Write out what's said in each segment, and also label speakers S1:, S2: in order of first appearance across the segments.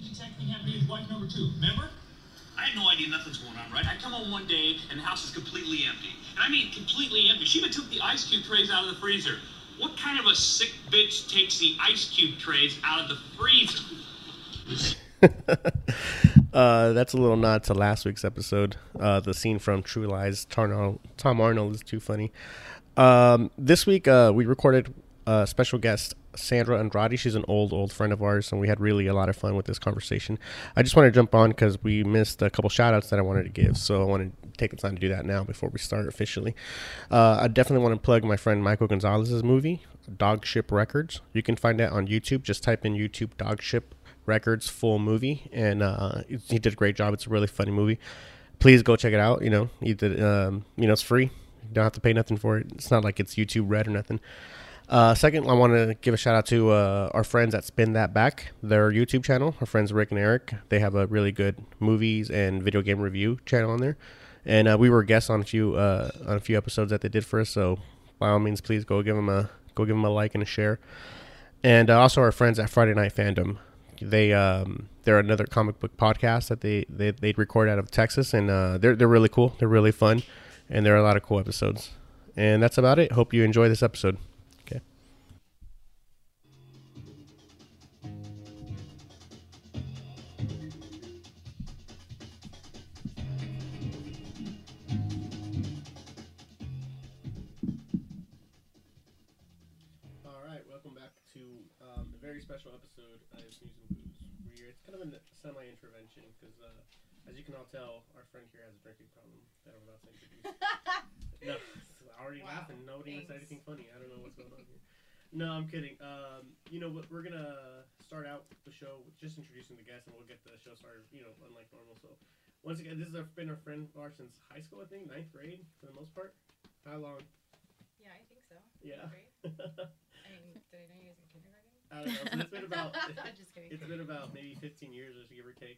S1: campaign is wife number two. Remember?
S2: I had no idea nothing's going on, right? I come home one day and the house is completely empty. And I mean completely empty. She even took the ice cube trays out of the freezer. What kind of a sick bitch takes the ice cube trays out of the freezer?
S3: Uh, that's a little nod to last week's episode. Uh, the scene from True Lies. Tom Arnold, Tom Arnold is too funny. Um, this week, uh, we recorded uh, special guest Sandra Andrade. She's an old, old friend of ours, and we had really a lot of fun with this conversation. I just want to jump on because we missed a couple shout outs that I wanted to give, so I want to take the time to do that now before we start officially. Uh, I definitely want to plug my friend Michael Gonzalez's movie, Dogship Records. You can find that on YouTube. Just type in YouTube Dogship Records full movie, and uh, he did a great job. It's a really funny movie. Please go check it out. You know, he did. Um, you know, it's free. You don't have to pay nothing for it. It's not like it's YouTube Red or nothing. Uh, second, I want to give a shout out to uh, our friends at Spin That Back, their YouTube channel. Our friends Rick and Eric. They have a really good movies and video game review channel on there, and uh, we were guests on a few uh, on a few episodes that they did for us. So by all means, please go give them a go give them a like and a share and uh, also our friends at Friday Night Fandom. They um, they're another comic book podcast that they they they record out of Texas, and uh, they're they're really cool. They're really fun, and there are a lot of cool episodes. And that's about it. Hope you enjoy this episode. Okay. All right, welcome back to um, a very special episode of News and Booze. We're here. It's kind of a semi-intervention because, uh, as you can all tell, our friend here has a drinking problem that I'm about to introduce. no, I'm already
S4: Wow,
S3: laughing. Nobody even said
S4: thanks.
S3: anything funny. I don't know what's going on here. No, I'm kidding. Um, you know what? We're gonna start out the show with just introducing the guests, and we'll get the show started. You know, unlike normal. So, once again, this has been our friend of ours since high school, I think, ninth grade for the most part. How long?
S4: Yeah, I think so.
S3: Yeah.
S4: Great. I mean, did I know you guys in kindergarten?
S3: I don't know. So it's been about
S4: I'm just kidding.
S3: it's been about maybe 15 years, just give or take,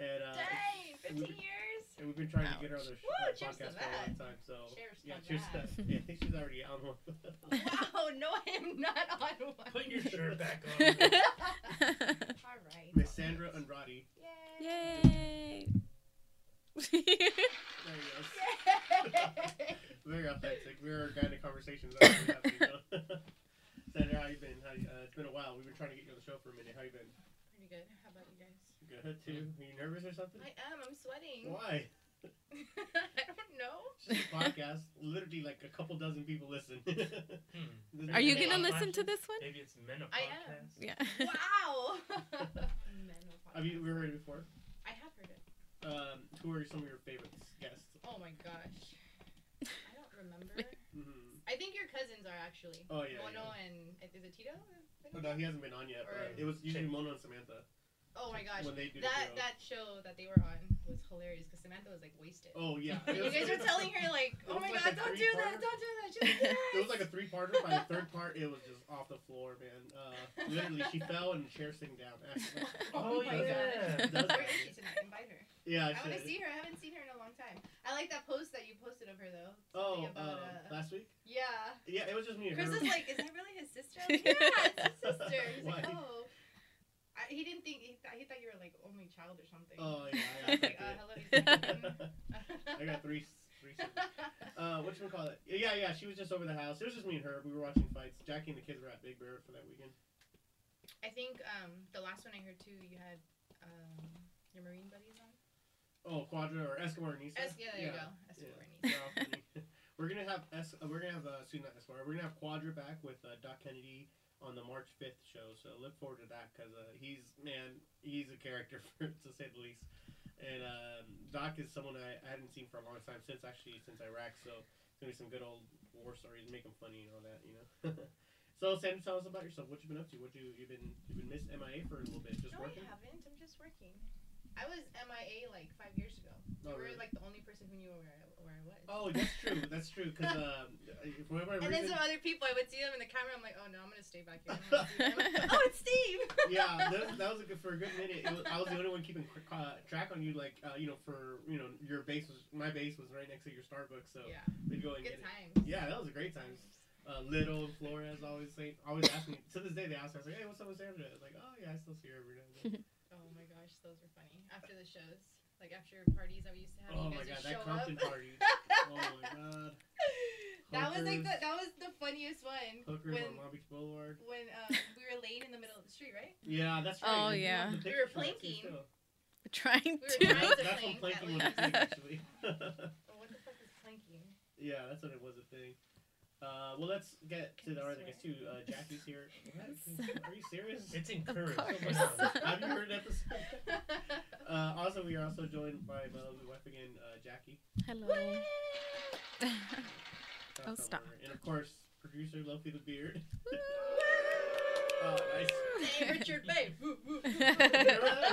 S3: and uh,
S4: Dang,
S3: we-
S4: 15 years?
S3: and we've been trying to get her on the sh-
S4: Woo,
S3: uh,
S4: cheers to
S3: podcast for a long
S4: that.
S3: time. So
S4: Cheers
S3: Oh, yeah,
S4: to
S3: cheers to
S4: that.
S3: that. Yeah, I think she's already on one.
S4: Wow, no, I am not on one.
S3: Put your shirt back on.
S4: All right.
S3: Miss Sandra Andrade.
S4: Yay.
S5: Yay!
S3: There you
S4: Yay.
S3: go. Very authentic. We're kind of conversations. that we have, you know? Sandra, how you been? How you, uh, it's been a while. We've been trying to get you on the show for a minute. How you been?
S4: Pretty good. How about you guys?
S3: Good too. Are you nervous or something?
S4: I am. I'm sweating.
S3: Why?
S4: I don't know.
S3: She's a podcast. Literally, like a couple dozen people listen.
S4: Hmm.
S3: There's
S5: Are you
S3: no-
S5: gonna
S6: Maybe-
S5: listen to this one?
S6: Maybe it's men of
S4: I am.
S6: podcasts.
S5: Yeah.
S4: Wow. Men will
S3: Have you ever heard it before?
S4: I have heard it.
S3: Um, who are some of your favorites guests?
S4: Oh my gosh. I don't remember.
S3: Mm-hmm.
S4: I think your cousins are actually.
S3: Oh, yeah,
S4: Mono and eh, is it Tito?
S3: Oh, no, he hasn't been on yet. but
S4: Or-
S3: it was usually Mona and Samantha
S4: Oh my gosh.
S3: when they do
S4: That
S3: the duo.
S4: that show that they were on was hilarious because Samantha was like wasted.
S3: Oh yeah,
S4: And you guys were telling her like,
S3: It
S4: "Oh
S3: was
S4: my
S3: like
S4: god,
S3: a
S4: don't do that,
S3: three-parter.
S4: don't do that." She's like,
S3: It was like
S4: "Yes."
S3: a three-parter. By the third part, it was just off the floor, man. Uh, literally, she fell and the chair sitting down. Actually, like,
S4: Oh
S6: Oh,
S4: my
S6: yeah.
S3: God.
S4: Where
S3: Does that.
S4: is she tonight? Invite her.
S3: yeah, I,
S4: I, want to
S3: should.
S4: see her. I haven't seen her in a long time. I like that post that you posted of her though.
S3: Oh,
S4: Something
S3: um,
S4: about, uh,
S3: last week?
S4: yeah.
S3: Yeah, it was just me and
S4: Chris
S3: her.
S4: is like, is that really his sister? I'm like, yeah, it's his sister. He's like,
S3: Why?
S4: oh. I, he didn't think he, th- he thought you were like only child or something.
S3: Oh
S4: I
S3: yeah,
S4: was
S3: yeah,
S4: like, uh, hello.
S3: I,
S4: Ethan.
S3: got it. I got three, three. sisters. Uh, what you call it? Yeah, yeah. She was just over the house. It was just me and her. We were watching fights. Jackie and the kids were at Big Bear for that weekend.
S4: I think um, the last one I heard too, you had um, your Marine buddies on.
S3: Oh, Quadra or Eskimo and Nisa.
S4: Es- yeah, there you go. That's
S3: Yeah.
S4: what we need.
S3: They're all funny. we're gonna have S. uh, We're gonna have uh, soon not Esquire. We're gonna have Quadra back with uh, Doc Kennedy on the March fifth show. So look forward to that because uh, he's man, he's a character for, to say the least. And um, Doc is someone I, I haven't seen for a long time since actually since Iraq. So it's gonna be some good old war stories, make them funny and all that, you know. so Sam, tell us about yourself. What you been up to? What you you been you been miss MIA for a little bit? Just
S4: No, I
S3: working.
S4: haven't. I'm just working. I was MIA like five years ago.
S3: Oh,
S4: you were
S3: really?
S4: like the only person who knew where I, where I was.
S3: Oh, that's true. That's true. Because um, for whatever
S4: And then
S3: reason-
S4: some other people, I would see them in the camera. I'm like, oh no, I'm gonna stay back here. I'm gonna see them." oh, it's Steve.
S3: yeah, that, that was a good, for a good minute. It was, I was the only one keeping cr- uh, track on you, like uh, you know, for you know, your base was my base was right next to your Starbucks, so
S4: yeah,
S3: we'd go and get it.
S4: good times.
S3: Yeah, that was a great times. Uh, Little Flores always say, always ask me. To this day, they ask me, I was like, "Hey, what's up with Sandra?" I was like, "Oh yeah, I still see her every now and then."
S4: Oh my gosh, those were funny. After the shows, like after parties that we used to have,
S3: Oh
S4: you
S3: my
S4: guys
S3: god, that
S4: would show
S3: Compton
S4: up.
S3: party. Oh my god.
S4: that was like the
S3: Hookers.
S4: that was the funniest one
S3: Hookers
S4: when
S3: on Long Beach Boulevard.
S4: when um, we were laying in the middle of the street, right?
S3: Yeah, that's right.
S5: Oh,
S3: they do
S5: yeah.
S3: have the
S5: We
S3: picture
S4: were
S3: shots and
S4: planking.
S3: stuff.
S5: Trying
S4: We were trying-
S5: to.
S3: That's, that's what
S4: Plank,
S3: planking was a
S5: at
S3: thing,
S5: least.
S3: actually.
S4: Oh, what the fuck is planking?
S3: yeah, that's what it was a thing. Uh, well, let's get to
S4: Can
S3: the
S4: I
S3: article too. Uh, Jackie's here. What? Are you serious? It's
S5: Of
S3: encouraged.
S6: Oh,
S5: course.
S3: Have you heard an episode? Uh, also, we are also joined by my lovely wife again, uh, Jackie.
S5: Hello.
S3: That's
S5: Oh,
S3: not
S5: stop.
S3: her. And of course, producer Lofi the Beard. oh, nice.
S4: hey, Richard Bay. Woo, woo, woo.
S3: Remember that? Richard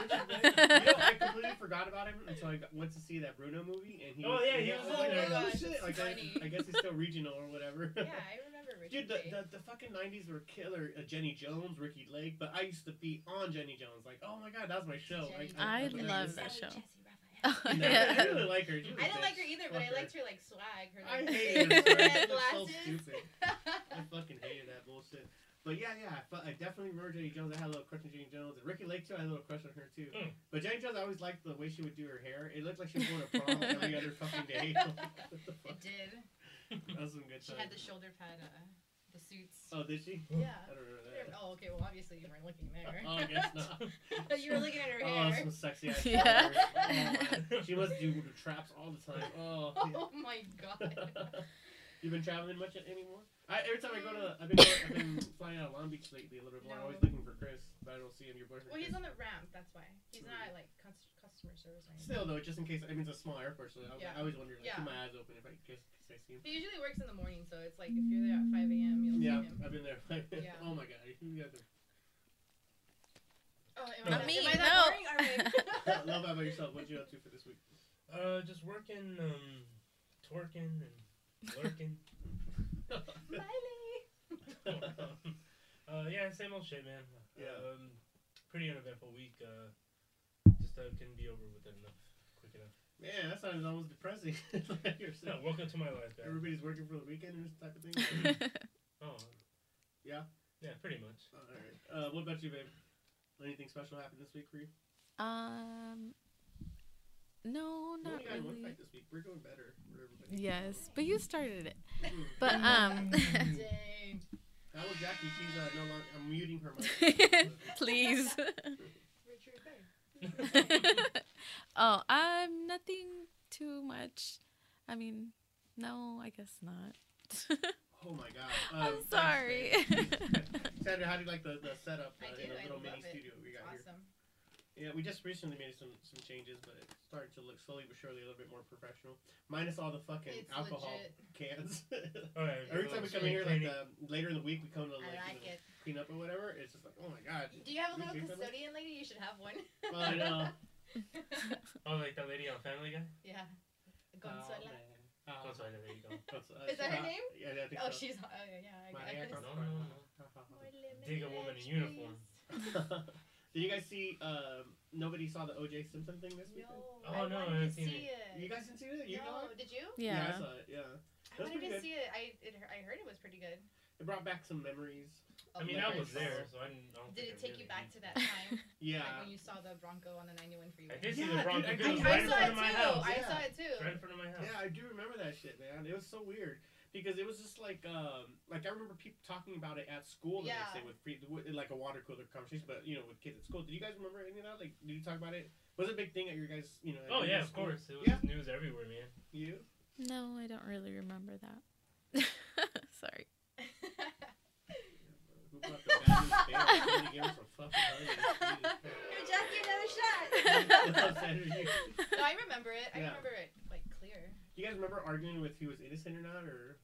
S3: Bay? You know, I completely forgot about him until I got, went to see that Bruno movie, and he.
S6: Oh, yeah, he was
S3: I like,
S6: in there.
S3: "Oh,
S4: Oh,
S3: shit!"
S4: that's
S3: Like, I,
S4: funny.
S3: I guess he's still regional or whatever.
S4: yeah, I remember
S3: Dude,
S4: Richard
S3: the,
S4: Bay.
S3: the, the fucking 90s were killer. Uh, Jenny Jones, Ricky Lake, but I used to be on Jenny Jones. Like, oh my god, that was my show.
S4: Jenny
S5: I
S3: I
S4: Jones.
S5: love
S3: was
S5: that
S3: obsessed.
S5: show.
S4: Jesse Raphael.
S5: Oh,
S3: No, I
S5: yeah.
S3: didn't really like her. She was a
S4: I didn't like her
S3: bitch.
S4: either, but I
S3: Fuck
S4: liked her like swag. Her
S3: I
S4: like,
S3: hated her.
S4: red
S3: She was so
S4: glasses.
S3: stupid. I fucking hated that bullshit. But yeah, yeah, I, fu- I definitely remember Jenny Jones. I had a little crush on Jenny Jones, and Ricky Lake too. I had a little crush on her too.
S6: Mm.
S3: But Jenny Jones, I always liked the way she would do her hair. It looked like she was going to prom every other fucking day. what the fuck?
S4: it did.
S3: That was some good
S4: She had the
S3: times.
S4: shoulder pad, uh, the suits.
S3: Oh, did she?
S4: Yeah.
S3: I don't remember that.
S4: Oh, okay. Well, obviously you weren't looking there.
S3: Oh, I guess not.
S4: you were looking at her
S3: Oh, some
S4: hair.
S3: sexy ass.
S5: Yeah.
S3: shoulders. Oh, she must do traps all the time. Oh.
S4: Oh my god.
S3: You've been traveling much anymore? I, every time I go to, I've been, going- I've been flying out of Long Beach lately a little bit. more. I'm always
S4: No.
S3: looking for Chris, but I don't see him. Your boyfriend.
S4: Well, he's
S3: Chris.
S4: on the ramp. That's why he's not like cus- customer service or anything.
S3: Still though, just in case. I mean, it's a small airport, so I,
S4: Yeah.
S3: I always wonder. Like,
S4: Yeah.
S3: Keep my eyes open if I guess I see him.
S4: He usually works in the morning, so it's like if you're there at 5 a.m., you'll
S3: Yeah,
S4: see him.
S3: I've been there.
S4: Yeah.
S3: oh my god, you guys are.
S4: Oh, am I
S6: Not
S4: that-
S5: me,
S4: Am I that
S5: no.
S4: boring? Or am I-
S3: Love that about yourself. What you up to for this week?
S6: Uh, just working, um, twerking and lurking.
S4: Miley.
S6: uh, yeah, same old shit, man.
S3: Yeah.
S6: Um, pretty uneventful week. Uh, just uh, couldn't be over with it enough, quick enough.
S3: Man, that sounds almost depressing. Like you're
S6: No,
S3: saying,
S6: welcome to my life, guys.
S3: Everybody's working for the weekend and this type of thing.
S6: Oh.
S3: Yeah?
S6: Yeah, pretty much.
S3: All right. Uh, what about you, babe? Anything special happened this week for you?
S5: um. No,
S3: We
S5: not
S3: only got one
S5: really.
S3: fight this week. We're going better for everybody.
S5: Yes, but you started it.
S3: Mm.
S5: But um,
S4: Dang.
S3: That was Jackie. She's uh, no longer. I'm muting her mic.
S5: please.
S4: Richard Bay.
S5: oh, um, nothing too much. I mean, no, I guess not.
S3: oh my god. Um,
S5: I'm
S3: thanks,
S5: sorry.
S3: babe. Sandra, how do you like the, the setup
S4: I
S3: uh, in
S4: do,
S3: the
S4: I
S3: little
S4: love
S3: mini
S4: it.
S3: studio we
S4: It's
S3: got
S4: awesome.
S3: here? Yeah, we just recently made some some changes, but it's starting to look slowly but surely a little bit more professional. Minus all the fucking
S4: It's
S3: alcohol
S4: legit.
S3: cans.
S6: All right.
S3: Every time we come in here, like uh, later in the week, we come to like,
S4: I like
S3: you know,
S4: it.
S3: clean up or whatever. It's just like, oh my god.
S4: Do you have
S3: we
S4: a little
S3: drink that much?
S4: custodian lady? You should have one.
S3: Well, I know.
S6: Oh, like that lady on Family Guy?
S3: Uh-huh.
S4: yeah. Consuela.
S3: Oh,
S6: Oh, sorry, there you go.
S3: That's-
S4: Is that her
S3: uh,
S4: name?
S3: Yeah, I think
S4: Oh,
S3: so.
S4: she's. Oh, yeah, I
S3: Maria
S4: guess.
S3: Consuela.
S6: Dig a woman in uniform.
S3: Did you guys see? Um, nobody saw the O.J. Simpson thing this weekend.
S4: No.
S6: Oh,
S4: I
S6: no, I
S4: wanted to
S6: haven't seen
S4: see it.
S3: You guys didn't see it? You
S4: no,
S3: know it?
S4: did you?
S5: yeah.
S3: I saw it. Yeah.
S4: I
S3: That's
S4: wanted
S3: pretty
S4: to
S3: good.
S4: see it. I it, I heard it was pretty good.
S3: It brought back some memories.
S6: I mean,
S3: like
S6: I was
S3: I
S6: there,
S3: saw-
S6: so I didn't. I don't
S4: Did it
S6: think I
S4: take
S6: really
S4: you back
S6: need
S4: to that time,
S3: Yeah.
S4: like when you saw the Bronco on the 91 freeway?
S6: I
S3: Yeah,
S6: did see the
S3: dude,
S6: Bronco.
S3: I-
S6: It
S3: I-
S6: was
S3: I
S6: right in
S3: saw
S6: front
S3: it
S6: of my
S4: too.
S6: house.
S4: I
S3: yeah.
S4: saw it too.
S6: Right in front of my house.
S3: Yeah, I do remember that shit, man. It was so weird because it was just like, um, like I remember people talking about it at school the next day
S4: Yeah.
S3: with, free, with like a water cooler conversation, but you know, with kids at school. Did you guys remember any of that? Like, did you talk about it? Was it a big thing at your guys? You know? at
S6: Oh
S3: your
S6: yeah, of
S3: school?
S6: course. It was
S3: Yeah.
S6: news everywhere, man.
S3: You?
S5: No, I don't really remember that. Sorry.
S3: Who brought the bad news to bear? Somebody gave us a fucking hug.
S4: Here, Jackie, another
S3: Jeez. Sandra, you-
S4: shot. no, I remember it. I
S3: Yeah.
S4: remember it like clear.
S3: Do you guys remember arguing with if he was innocent or not, or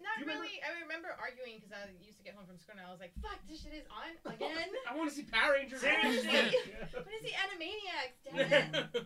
S4: Not
S3: Do you remember-
S4: really. I remember arguing because I used to get home from school and I was like, "Fuck, this shit is on again."
S3: I want to see Power Rangers.
S6: Seriously?
S4: What is the Animaniacs? Damn it!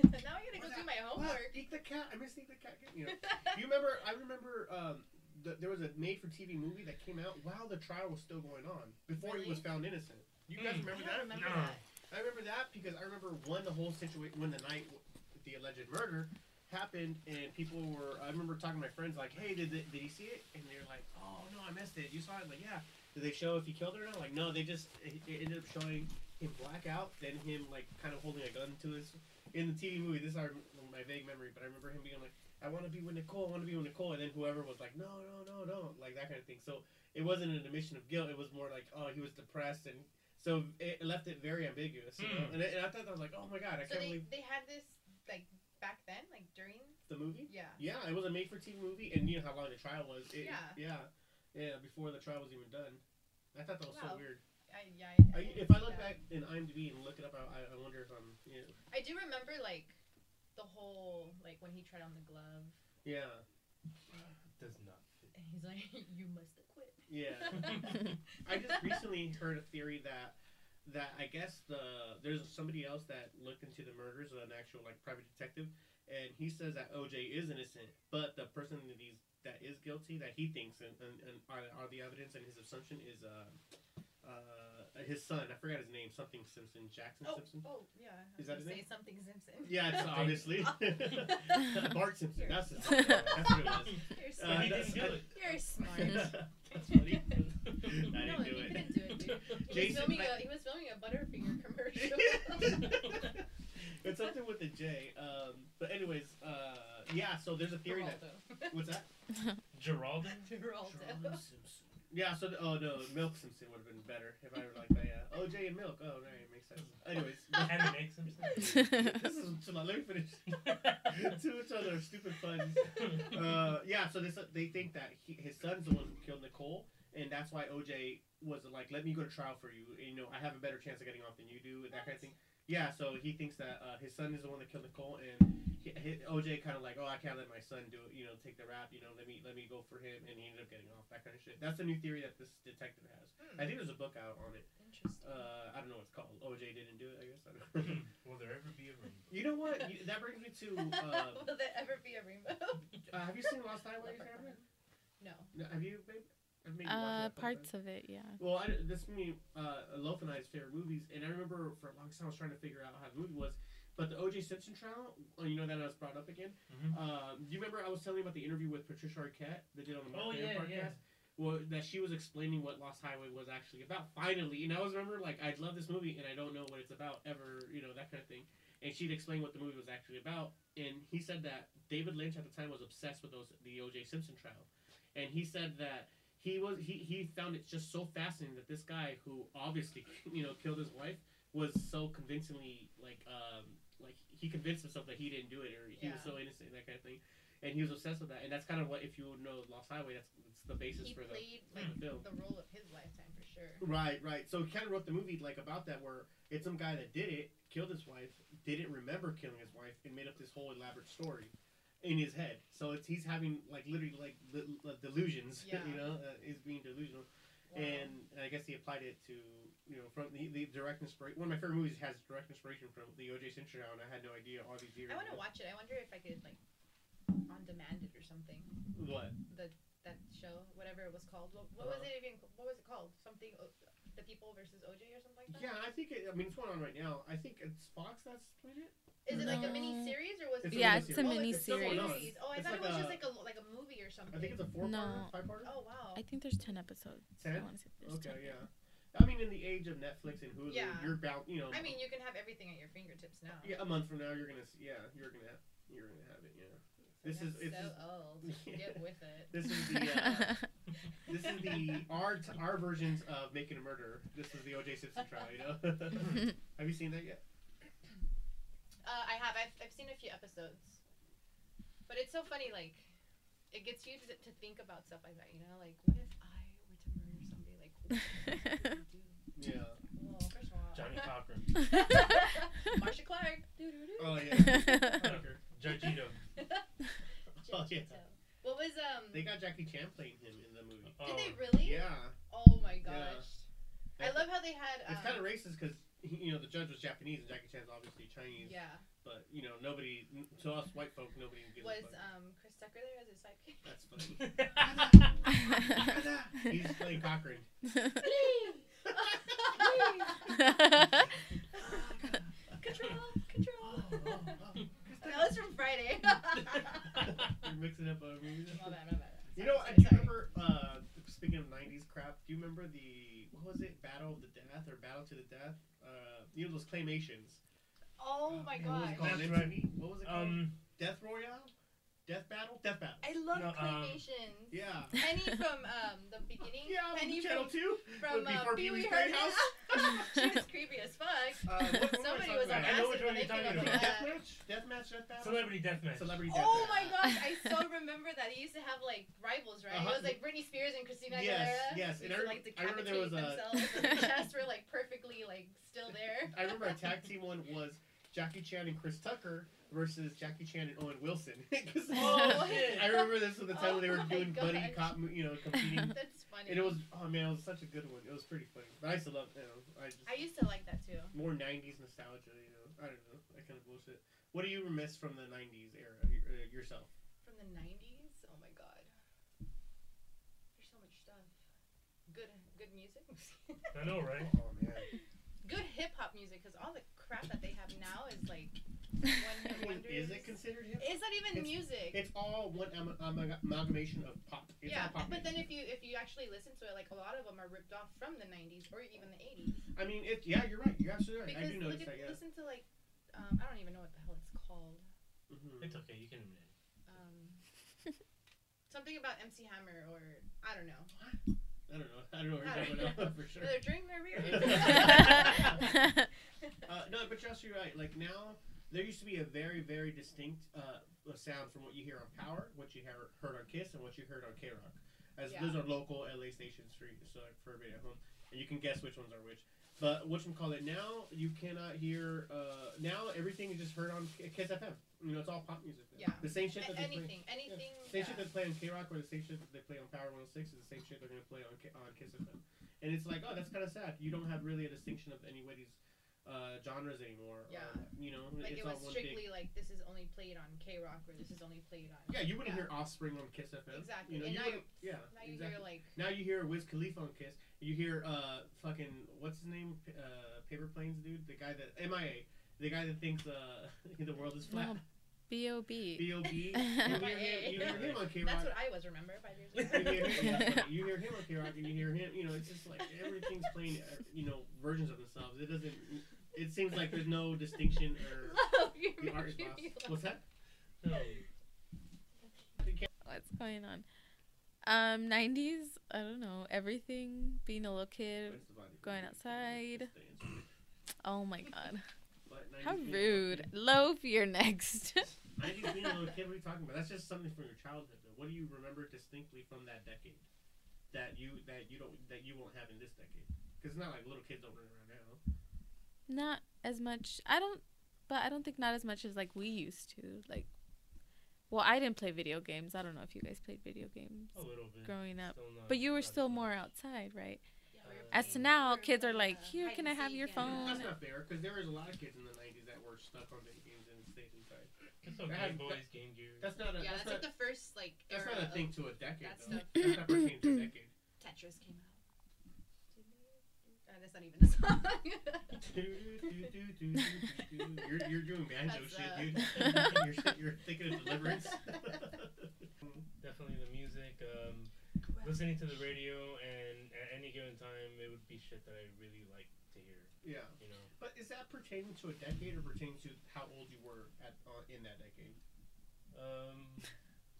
S4: now I gotta go
S3: What
S4: do
S3: the-
S4: my
S3: What?
S4: homework.
S3: Eat the cat. I miss Eat the cat. You know. Do you remember? I remember. Um, th- there was a made-for-TV movie that came out while the trial was still going on, before he was
S4: Really?
S3: found innocent. You guys
S6: Mm.
S4: I
S3: remember
S4: don't
S3: that?
S4: remember
S6: No.
S4: that.
S3: I remember that because I remember when the whole situation, when the night, w- the alleged murder happened, and people were. I remember talking to my friends like, "Hey, did they, did you see it?" And they're like, "Oh no, I missed it. You saw it?" Like, yeah. Did they show if he killed her or not? Like, no, they just it, it ended up showing him black out than him like kind of holding a gun to his in the TV movie. This is our, my vague memory, but I remember him being like, "I want to be with Nicole. I want to be with Nicole," and then whoever was like, "No, no, no, no," like that kind of thing. So it wasn't an admission of guilt. It was more like, "Oh, he was depressed," and so it left it very ambiguous. you know?
S6: Hmm.
S3: and, I, and I thought that I was like, "Oh my god, I
S4: So
S3: can't
S4: they,
S3: believe
S4: they had this like back then, like during.
S3: the movie."
S4: Yeah.
S3: Yeah, it was a made for TV movie, and you know how long the trial was. It,
S4: Yeah.
S3: yeah, yeah. Before the trial was even done, I thought that was so
S4: Wow.
S3: weird.
S4: I, yeah.
S3: I,
S4: I, didn't
S3: if I
S4: see
S3: look
S4: that.
S3: back in IMDb and look it up, I, I wonder if I'm. You know,
S4: I do remember like the whole like when he tried on the glove.
S3: yeah,
S6: Does not. fit.
S4: And he's like, you must have quit.
S3: yeah. I just recently heard a theory that that I guess the there's somebody else that looked into the murders, an actual like private detective, and he says that OJ is innocent, but the person that he's that is guilty that he thinks and, and, and are, are the evidence and his assumption is uh, uh his son. I forgot his name, something Simpson, Jackson
S4: oh,
S3: Simpson.
S4: oh, yeah. I
S3: Is
S4: was
S3: that his
S4: gonna say
S3: name?
S4: something Simpson.
S3: Yeah, it's obviously Bart Simpson. That's his son. That's what it was.
S4: You're
S3: Uh,
S6: But
S4: smart.
S6: he
S3: that's-
S6: didn't do it.
S4: You're smart.
S3: That's funny. I didn't
S4: no, he
S3: do it.
S4: couldn't do it, dude. He was,
S3: Jason,
S4: filming
S3: I-
S4: a, he was filming a Butterfinger commercial.
S3: it's something with a J. Um, but anyways, uh, yeah. So there's a theory that
S4: Geraldo.
S3: what's that?
S6: Geraldo?
S4: Geraldo.
S3: Simpson. Yeah. So oh no, Milk Simpson would have been better if I were like that. Yeah. OJ and Milk. Oh right, it makes sense. Anyways,
S6: Had to make some sense.
S3: this is too long. Let me finish. Too much other stupid puns. Uh, yeah. So this they think that he, his son's the one who killed Nicole, and that's why OJ was like, "Let me go to trial for you. And, you know, I have a better chance of getting off than you do," and that kind of thing. Yeah, so he thinks that uh, his son is the one that killed Nicole, and he, he, OJ kind of like, oh, I can't let my son do it, you know, take the rap, you know, let me let me go for him, and he ended up getting off that kind of shit. That's a new theory that this detective has. I think there's a book out on it.
S4: Interesting.
S3: Uh, I don't know what it's called. OJ didn't do it, I guess. I don't know.
S6: Will there ever be a rainbow?
S3: you know what? You, that brings me to. Uh,
S4: Will there ever be a rainbow?
S3: uh, have you seen Lost Highway? Cameron?
S4: no.
S3: No, have you? Babe? I've maybe watched
S5: Uh,
S3: that sometime.
S5: parts of it, yeah.
S3: Well, I, this me, uh, Loaf and I's favorite movies, and I remember for a long time I was trying to figure out how the movie was. But the O.J. Simpson trial, uh, you know that I was brought up again.
S6: Mhm.
S3: Um, do you remember I was telling you about the interview with Patricia Arquette they did on the Mark
S6: Oh,
S3: Maron
S6: yeah,
S3: podcast?
S6: yeah.
S3: Well, that she was explaining what Lost Highway was actually about. Finally, and I always remember like I love this movie and I don't know what it's about ever, you know that kind of thing. And she'd explain what the movie was actually about, and he said that David Lynch at the time was obsessed with those the O.J. Simpson trial, and he said that he was he, he found it just so fascinating that this guy who obviously you know killed his wife was so convincingly like um like he convinced himself that he didn't do it or he was
S4: Yeah.
S3: so innocent and that kind of thing and he was obsessed with that and that's kind of what if you know lost highway that's, that's the basis
S4: He
S3: for the
S4: played like
S3: the film.
S4: the role of his lifetime for sure.
S3: Right, right. So he kind of wrote the movie like about that, where it's some guy that did it, killed his wife, didn't remember killing his wife, and made up this whole elaborate story in his head. So it's he's having like literally like the, delusions,
S4: Yeah.
S3: you know, uh, is being delusional,
S4: Wow.
S3: and I guess he applied it to you know from the, the direct inspiration. One of my favorite movies has direct inspiration from the O.J. Simpson, and I had no idea all these years.
S4: I want to watch it. I wonder if I could like on demand it or something.
S3: what
S4: That show, whatever it was called. What, what was
S3: Uh-huh.
S4: it even? What was it called? Something. O- the people versus OJ or something like that.
S3: Yeah, I think it, I mean it's going on right now. I think it's Fox that's playing it.
S4: Is it like a
S5: No.
S4: mini series or was
S3: It's a
S4: it?
S5: yeah,
S3: miniseries.
S5: it's a
S3: Oh,
S5: mini
S3: it's a double
S5: series.
S3: miniseries.
S4: series. Oh, I
S3: It's
S4: thought
S3: like
S4: it was
S3: a-
S4: just like a like a movie or something.
S3: I think it's a four
S5: No.
S3: part, five part.
S4: Oh wow.
S5: I think there's 10 episodes.
S3: Ten?
S5: I wanna say there's
S3: Okay,
S5: 10.
S3: yeah. I mean, in the age of Netflix and Hulu,
S4: Yeah.
S3: you're bound. You know,
S4: I mean, you can have everything at your fingertips now.
S3: yeah, a month from now, you're gonna, s- yeah, you're gonna, you're gonna have it. Yeah. This is
S4: That's
S3: it's,
S4: so old. Get with it.
S3: this is the uh, this is the our t- our versions of Making a Murderer. This is the O.J. Simpson trial. You know. have you seen that yet?
S4: Uh, I have. I've, I've seen a few episodes. But it's so funny, like, it gets you to, to think about stuff like that, you know? Like, what if I were to murder somebody? Like, what would you do?
S3: Yeah.
S4: Well, first of all.
S6: Johnny Cochran.
S4: Marsha Clark. Doo-doo-doo.
S3: Oh yeah.
S6: Tucker. Judge Ito.
S3: oh, yeah.
S4: What was, um.
S3: They got Jackie Chan playing him in the movie.
S6: Oh,
S4: did they really?
S3: Yeah.
S4: Oh my gosh. I love how they had. Um,
S3: It's kind of racist because you know the judge was Japanese and Jackie Chan's obviously Chinese,
S4: Yeah.
S3: but you know nobody. To us white folk, nobody gives
S4: Was,
S3: a fuck.
S4: um, Chris Tucker there as his sidekick?
S3: That's funny.
S5: He's
S3: He's playing Cochrane.
S4: control, control.
S3: Oh,
S4: That was from Friday.
S3: You're mixing up a movie.
S4: My bad, my bad.
S3: You
S4: Sorry,
S3: know, I
S4: sorry,
S3: do you
S4: sorry.
S3: remember. Uh, speaking of '90s crap, do you remember the what was it, Battle of the Death or Battle to the Death? Uh, you know those claymations.
S4: Oh my
S3: What was it
S4: god.
S3: called?
S6: That's
S3: MTV?
S6: right.
S3: What was it called?
S6: Um,
S3: Death Royale? Death Battle? Death Battle.
S4: I love
S6: No, um,
S4: claymations.
S3: Yeah.
S4: Penny from um, the beginning.
S3: Yeah,
S4: Penny
S3: Channel
S4: from,
S3: 2.
S4: from
S3: but
S4: uh,
S3: before
S4: Pee
S3: Pee-wee's
S4: Wee Herman.
S3: Playhouse.
S4: she was creepy as fuck.
S3: Uh, what- what were we
S4: Somebody
S3: talking
S4: was
S3: about?
S4: on
S6: I know
S4: acid
S6: which
S4: when
S6: one
S4: they
S6: you're
S4: came
S6: talking
S4: up with
S6: about.
S4: that.
S3: Deathmatch? Deathmatch? Death Battle?
S6: Celebrity Deathmatch.
S3: Celebrity Death
S4: Oh
S3: Battle.
S4: my gosh, I so remember that. They used to have like rivals, right?
S3: Uh-huh.
S4: It was like Britney Spears and Christina Aguilera.
S3: Yes, yes,
S4: They
S3: and I
S4: used
S3: rem-
S4: to, like
S3: I remember there was
S4: decapitate
S3: a-
S4: themselves. and the chests were like perfectly like still there.
S3: I remember a tag team one was Jackie Chan and Chris Tucker versus Jackie Chan and Owen Wilson. 'Cause-
S6: Oh,
S3: I remember this was the time when they were
S4: Oh my
S3: doing buddy cop,
S4: gosh.
S3: mo- you know, competing.
S4: That's funny.
S3: and it was, oh man, it was such a good one. It was pretty funny. But I used to love, you know, I just
S4: I used to like that too.
S3: more '90s nostalgia. You know, I don't know that kind of bullshit. What do you remiss from the '90s era y- uh, yourself?
S4: From the 90s? Oh my god. There's so much stuff. Good good music.
S6: I know, right?
S3: Oh man,
S4: good hip hop music cuz all the crap that they have now is like one hit wonders.
S3: is it considered hip?
S4: Is that even
S3: It's-
S4: music?
S3: It's all one am- am- amalgamation of pop. It's
S4: yeah,
S3: all pop music.
S4: but then if you if you actually listen to it, like a lot of them are ripped off from the '90s or even the '80s.
S3: I mean, it, yeah, you're right. You're absolutely right. I
S4: Because
S3: do
S4: look
S3: notice
S4: at
S3: that. Yeah.
S4: listen to like um, I don't even know what the hell it's called.
S3: Mhm.
S6: It's okay. You can admit it.
S4: Um, something about MC Hammer or I don't know.
S3: I don't know. I don't know what you're talking about for sure.
S4: They're during my rear.
S3: Uh, no, but you're absolutely right. Like now, there used to be a very, very distinct uh, uh, sound from what you hear on Power, what you hear, heard on Kiss, and what you heard on K Rock. As
S4: Yeah.
S3: those are local LA stations for you, so like, for everybody at home, and you can guess which ones are which. But which one call it now? You cannot hear. Uh, now everything is just heard on K- Kiss FM. You know, it's all pop music. now.
S4: Yeah.
S3: The same shit that
S4: A-
S3: they play.
S4: anything, anything.
S3: Same shit
S4: yeah.
S3: they play on K Rock or the same shit that they play on Power 106 is the same shit they're gonna play on K- on Kiss FM, and it's like, oh, that's kind of sad. You don't have really a distinction of anybody's uh, genres anymore. or,
S4: Yeah.
S3: you know,
S4: Like
S3: it's
S4: it
S3: all
S4: was
S3: one big.
S4: strictly like this is only played on K Rock or this is only played on.
S3: Yeah, you wouldn't hear Offspring on Kiss FM.
S4: Exactly,
S3: You know,
S4: and
S3: you
S4: now
S3: wouldn't- yeah.
S4: Now you
S3: exactly.
S4: hear like
S3: now you hear Wiz Khalifa on Kiss. You hear uh fucking what's his name? P- Uh, Paper Planes dude, the guy that MIA, the guy that thinks uh the world is flat.
S5: No, B.O.B.
S3: B O B. You hear him- you hear him on K Rock.
S4: that's what I was. Remember five years
S3: you
S4: ago.
S3: hear him, that's funny. you hear him on K-Rock and you hear him, you know, it's just like everything's playing, uh, you know, versions of themselves. It doesn't, it seems like there's no distinction or
S4: Love you.
S3: the artist
S4: making
S3: boss.
S4: me laugh.
S3: What's that?
S6: No.
S5: What's going on? Um, 90s, I don't know. Everything, being a little kid.
S3: Where's the body?
S5: Going outside. Oh my god.
S3: But
S5: How
S3: 90s being a
S5: rude.
S3: little
S5: Loaf, you're next.
S3: kid- 90s being a little kid, what are you talking about? That's just something from your childhood. Though. What do you remember distinctly from that decade that you that you don't that you won't have in this decade? Because it's not like little kids don't run around now.
S5: not as much. I don't, but I don't think not as much as like we used to. Like, well, I didn't play video games. I don't know if you guys played video games
S6: A little bit.
S5: growing up.
S6: Still not-
S5: But you were
S6: not
S5: still
S6: as much.
S5: more outside, right?
S4: Yeah, we were
S5: As to
S4: playing- we
S5: now,
S4: were
S5: kids are
S4: playing,
S5: like,
S4: uh,
S5: "Here,
S4: hide
S5: can
S4: and
S5: I have
S4: seek
S5: your
S4: and-
S5: phone?"
S3: That's not fair. Because there was a lot of kids in the 90s that were stuck on video games and stayed inside.
S6: It's
S3: That
S6: okay,
S3: has-
S6: boys. Game Gear.
S3: That's not a
S4: Yeah,
S3: that's
S4: that's
S3: not
S4: like the first like
S3: That's
S4: era
S3: not a
S4: of
S3: thing to a decade,
S4: That's
S3: though.
S4: not-
S3: That's not pertaining to a decade.
S4: Tetris came out. Uh, that's not even the song.
S3: you're, you're doing banjo
S4: That's,
S3: shit,
S4: uh,
S3: dude. you're, you're thinking of deliverance.
S6: Definitely the music. Um, listening to the radio, and at any given time, it would be shit that I really like to hear.
S3: yeah.
S6: You know.
S3: But is that pertaining to a decade or pertaining to how old you were at uh, in that decade?
S6: Um,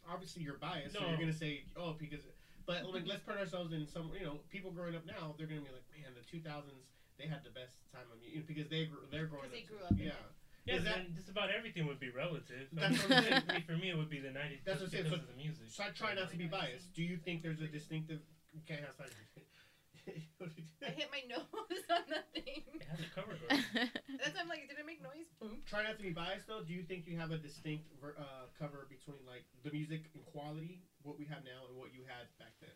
S3: Obviously, you're biased, so
S6: No.
S3: you're going to say, oh, because. But like, let's put ourselves in some, you know, people growing up now, they're going to be like, man, the 2000s, they had the best time of music. Because they, gr- they're growing up.
S4: Because they
S3: too.
S4: grew up in
S3: Yeah.
S4: it.
S6: yeah,
S3: Is that-
S6: then just about everything would be relative.
S3: That's
S6: I
S3: what I'm
S6: mean,
S5: saying.
S6: For me, it would be the '90s
S3: That's
S6: just
S3: what I'm saying,
S6: because
S3: so-
S6: of the music.
S3: So I try not to be biased. Do you think there's a distinctive? You can't have silence.
S4: I hit my nose on that thing.
S6: It has a cover. girl.
S4: That's why I'm like, did it make noise? Boom.
S3: try not to be biased though. Do you think you have a distinct ver- uh, cover between like the music and quality, what we have now, and what you had back then?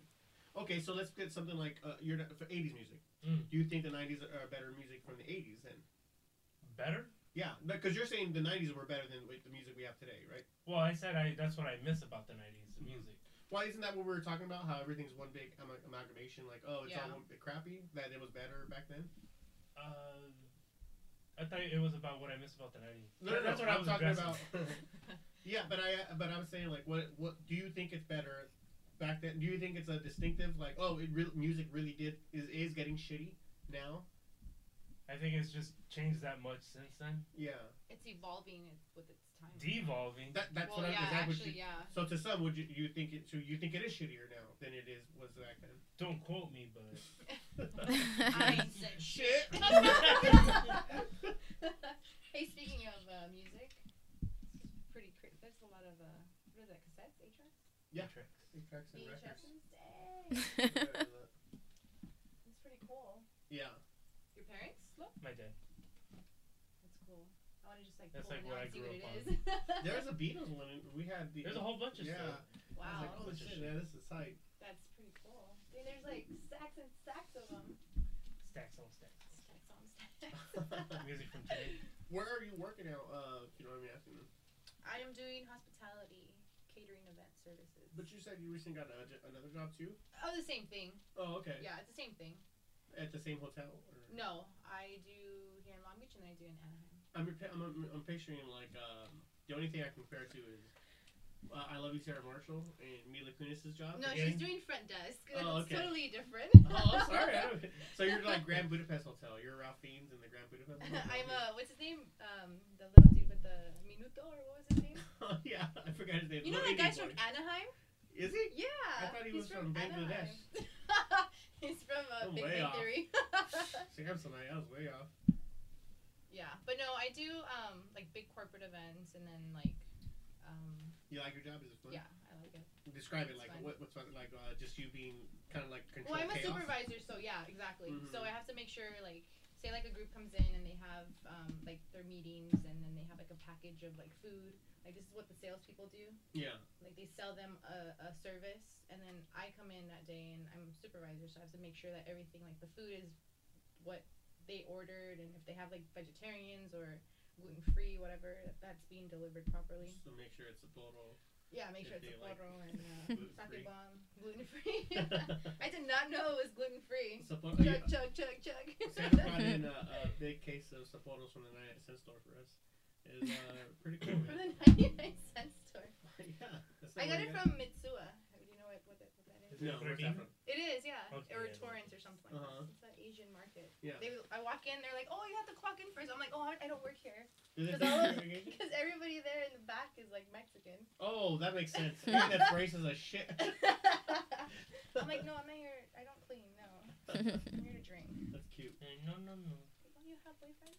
S3: Okay, so let's get something like uh, your for '80s music.
S6: Mm.
S3: Do you think the '90s are better music from the '80s then?
S6: Better?
S3: Yeah, because you're saying the '90s were better than the music we have today, right?
S6: Well, I said I. That's what I miss about the '90s, the music.
S3: Why isn't that what we were talking about? How everything's one big am- amalgamation, like oh, it's
S4: Yeah.
S3: all one bit crappy. That it was better back then.
S6: Uh, I thought it was about what I miss about the '90s.
S3: No, no,
S6: that's
S3: no,
S6: what I
S3: I'm
S6: was
S3: talking
S6: addressing.
S3: about. yeah, but I uh, but I'm saying like what what do you think it's better back then? Do you think it's a distinctive like oh it real music really did is is getting shitty now?
S6: I think it's just changed that much since then.
S3: Yeah.
S4: It's evolving it- with its time.
S6: Devolving.
S3: That, that's
S4: well,
S3: what I'm.
S4: yeah,
S3: is that what
S4: actually,
S3: you-
S4: yeah.
S3: So to some, would you you think it? So you think it is shittier now than it is was back then?
S6: Don't quote me, but
S4: I ain't said
S3: Shit.
S4: hey, speaking of uh, music, this is pretty. Cr- there's a lot of uh, what is that? Cassettes, eight tracks,
S3: Yeah.
S6: Tricks.
S3: Tracks and records.
S4: VHSs. Dang, it's pretty cool.
S3: yeah.
S4: Your parents? Look,
S6: my dad.
S4: that's cool. I want to just like
S6: That's,
S4: pull
S6: like,
S4: one
S6: what
S4: out
S6: I
S4: and see
S6: grew
S4: what
S6: up
S4: it is.
S3: There's a Beatles one. and We had the.
S6: There's a whole bunch of
S3: yeah.
S6: stuff.
S3: I was
S4: wow,
S3: like, oh
S6: Bunch of
S3: shit,
S6: shit.
S3: man, this is tight.
S4: that's pretty cool. I mean, there's like stacks and stacks of them.
S6: Stacks on stacks.
S4: Stacks on stacks.
S6: Music from today.
S3: Where are you working now? Uh, if you know what I'm asking.
S4: I am doing hospitality catering event services.
S3: But you said you recently got a, j- another job too.
S4: oh, the same thing.
S3: Oh, okay.
S4: Yeah, it's the same thing.
S3: At the same hotel. Or?
S4: No, I do here in Long Beach and then I do in Anaheim.
S3: I'm, repa- I'm, I'm I'm picturing like um, the only thing I compare to is uh, I Love You Sarah Marshall and Mila Kunis's job.
S4: No,
S6: Okay.
S4: she's doing front desk.
S3: Oh,
S4: It's
S3: okay.
S4: totally different.
S3: Oh, I'm sorry. I don't- so you're like Grand Budapest Hotel. You're Ralph Fiennes in the Grand Budapest. Hotel.
S4: I'm uh, what's his name? Um, the little dude with the minuto or what was his name?
S3: Oh, yeah, I forgot his name.
S4: You know
S3: Little
S4: that guy's
S3: Indian
S4: from Anaheim?
S3: boy. Is he?
S4: Yeah.
S3: I thought he was
S4: he's
S3: from
S4: Anaheim. he's from uh,
S3: I'm
S4: Big
S3: way
S4: Bang
S3: off.
S4: Theory.
S3: Shit, I'm sorry, I was way off.
S4: yeah, but no, I do um like big corporate events and then like um
S3: You like your job? Is it fun?
S4: yeah, I like it.
S3: Describe it
S4: It's
S3: like
S4: fun.
S3: what, what's fun, like uh, just you being kind of like control
S4: Well, I'm a
S3: chaos.
S4: supervisor, so yeah, exactly. So
S3: Mhm.
S4: I have to make sure, like, say, like a group comes in and they have um, like their meetings, and then they have like a package of like food. Like this is what the salespeople do.
S3: Yeah.
S4: Like they sell them a, a service, and then I come in that day, and I'm a supervisor, so I have to make sure that everything, like the food, is what they ordered, and if they have like vegetarians or gluten free, whatever, that that's being delivered properly.
S3: So make sure it's a total.
S4: Yeah, make sure
S3: If
S4: it's a
S3: they like
S4: poro and uh,
S3: gluten-free.
S4: sake bomb, gluten free. I did not know it was gluten free.
S3: Sapporo-
S4: Chug,
S3: yeah,
S4: chug, chug, chug.
S3: Santa brought in a, a big case of Sapporos from the 99 cent store for us. It's uh, pretty cool.
S4: From
S3: Man.
S4: the 99 cent store.
S3: yeah. That's not
S4: I got
S3: what
S4: it from Mitsuya. Do you know what, what, that, what that is?
S6: Is it
S3: No, where's that
S6: 13?
S3: from?
S4: It is, yeah.
S6: Okay,
S4: or
S6: yeah, I know.
S4: Torrance or something like
S3: Uh-huh.
S4: that. It's an Asian market.
S3: Yeah.
S4: They, I walk in, they're like, oh, you have to clock in first. I'm like, oh, I, I don't work here.
S3: Is it
S4: Cause all of-
S3: from Asian?
S4: Because everybody there in the back is like Mexican.
S3: Oh, that makes sense. I think that's racist as shit.
S4: I'm like, no, I'm not here. I don't clean, no. I'm here to drink.
S3: That's cute.
S6: Uh, No, no, no.
S4: Don't you have boyfriend?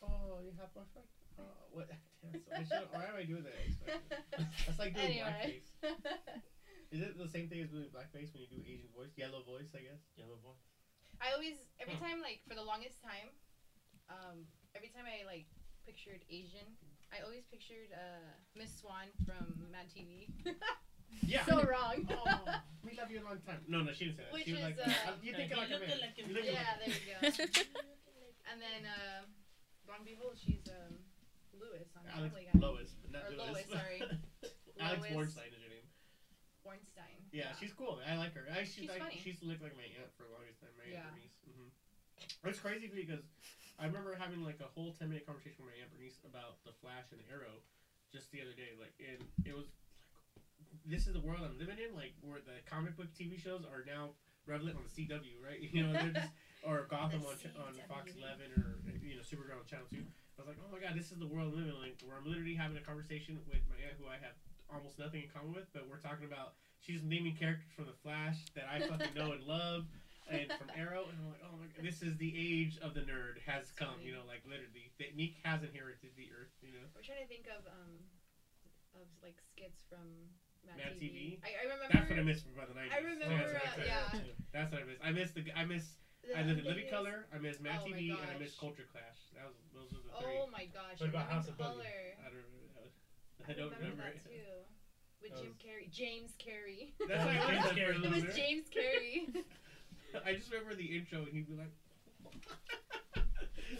S3: Oh, you have boyfriend? Oh, what? Damn, so I should- why am I doing that? That's like doing
S4: Anyway.
S3: blackface. Is it the same thing as doing blackface when you do Asian voice, yellow voice? I guess.
S6: Yellow boy.
S4: I always every
S6: Hmm.
S4: time like for the longest time, um, every time I like pictured Asian, I always pictured uh, Miss Swan from Mad TV.
S3: Yeah.
S4: so wrong.
S3: oh, we love you a long time. No, no, she didn't say that.
S4: Which
S3: she was like,
S4: is, uh,
S3: you think
S6: Uh,
S3: like a
S6: you look
S3: man.
S6: like a
S3: You look
S4: yeah,
S3: like
S4: there you go. And then uh, lo and behold, she's um, Lewis on
S3: Alex
S4: Family Guy.
S3: Lois, but not
S4: Or
S3: Lewis.
S4: Lois, sorry.
S3: Alex
S4: Lois
S3: Bornstein is her name.
S4: Bornstein.
S3: Yeah, she's cool. I like her. I, she's,
S4: She's
S3: like,
S4: funny.
S3: She's looked like my aunt for the longest time. My aunt
S4: Yeah.
S3: Bernice. Mm-hmm. It's crazy because I remember having like a whole ten minute conversation with my aunt Bernice about the Flash and Arrow just the other day. Like, and it was like, this is the world I'm living in. Like, where the comic book TV shows are now relevant on the CW, right? You know, they're just or Gotham
S4: The
S3: on, ch- on Fox
S4: CW.
S3: Eleven or you know Supergirl on Channel Two. I was like, oh my god, this is the world I'm living in, like where I'm literally having a conversation with my aunt who I have almost nothing in common with, but we're talking about she's naming characters from the Flash that I fucking know and love, and from Arrow, and I'm like, oh my god, this is the age of the nerd has come, you know, like literally that Meek has inherited the earth, you know.
S4: We're trying to think of um, of like skits from Mad,
S3: Mad TV?
S4: TV. I, I remember.
S3: That's what I miss from by the nineties.
S4: I
S3: That's
S4: remember,
S3: what I
S4: uh,
S3: miss.
S4: yeah.
S3: That's what I miss. I miss the. I miss.
S4: the-
S3: I miss
S4: the
S3: Living
S4: thing is-
S3: Color. I miss Mad
S4: Oh my
S3: TV, and I miss
S4: gosh.
S3: Culture Clash. That was those are the three.
S4: Oh my gosh.
S6: What
S4: Living
S6: about House of Boogie?
S4: Color.
S3: I don't remember that. was-
S4: I
S3: I don't remember, it.
S4: that too. With
S6: That
S4: Jim
S6: was-
S4: Carrey, James Carrey.
S3: That's why I
S6: James
S3: was
S6: Carrey.
S3: scared.
S6: It
S4: it was James Carrey.
S3: I just remember the intro, and he'd be like.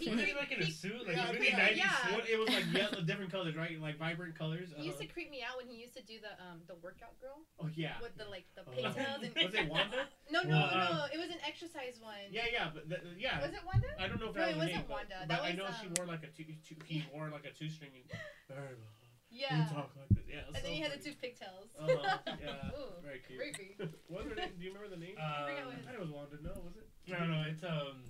S4: He
S6: Wasn't
S4: cre-
S6: he like in a
S4: he-
S6: suit? Like
S3: Yeah,
S6: a
S3: I
S6: really
S3: think-
S6: nice
S4: yeah.
S3: Well,
S6: suit?
S3: it was like yellow, different colors, right? Like vibrant colors.
S4: He used to
S3: Uh-huh.
S4: creep me out when he used to do the um the workout girl
S3: Oh yeah.
S4: with the like the
S3: Uh,
S4: pigtails and
S3: was it Wanda?
S4: no no
S6: Well, um,
S4: no it was an exercise one.
S3: Yeah, yeah, but th- th- yeah. Uh,
S4: Was it Wanda?
S3: I don't know if
S4: No,
S3: that was
S4: it wasn't
S3: named, but-
S4: Wanda.
S3: But,
S4: That
S3: I
S4: was,
S3: know she
S4: um,
S3: wore like a two. two he wore like a two string. And,
S4: Yeah.
S3: You talk like this. Yeah.
S4: And then he had the two pigtails.
S3: Uh-huh, yeah.
S4: Ooh,
S3: Very cute.
S4: creepy. Uh,
S3: what was her name? Do you remember the name?
S6: Um,
S4: forgot what
S3: I thought it was Wanda. No, was it?
S6: no, no, it's um.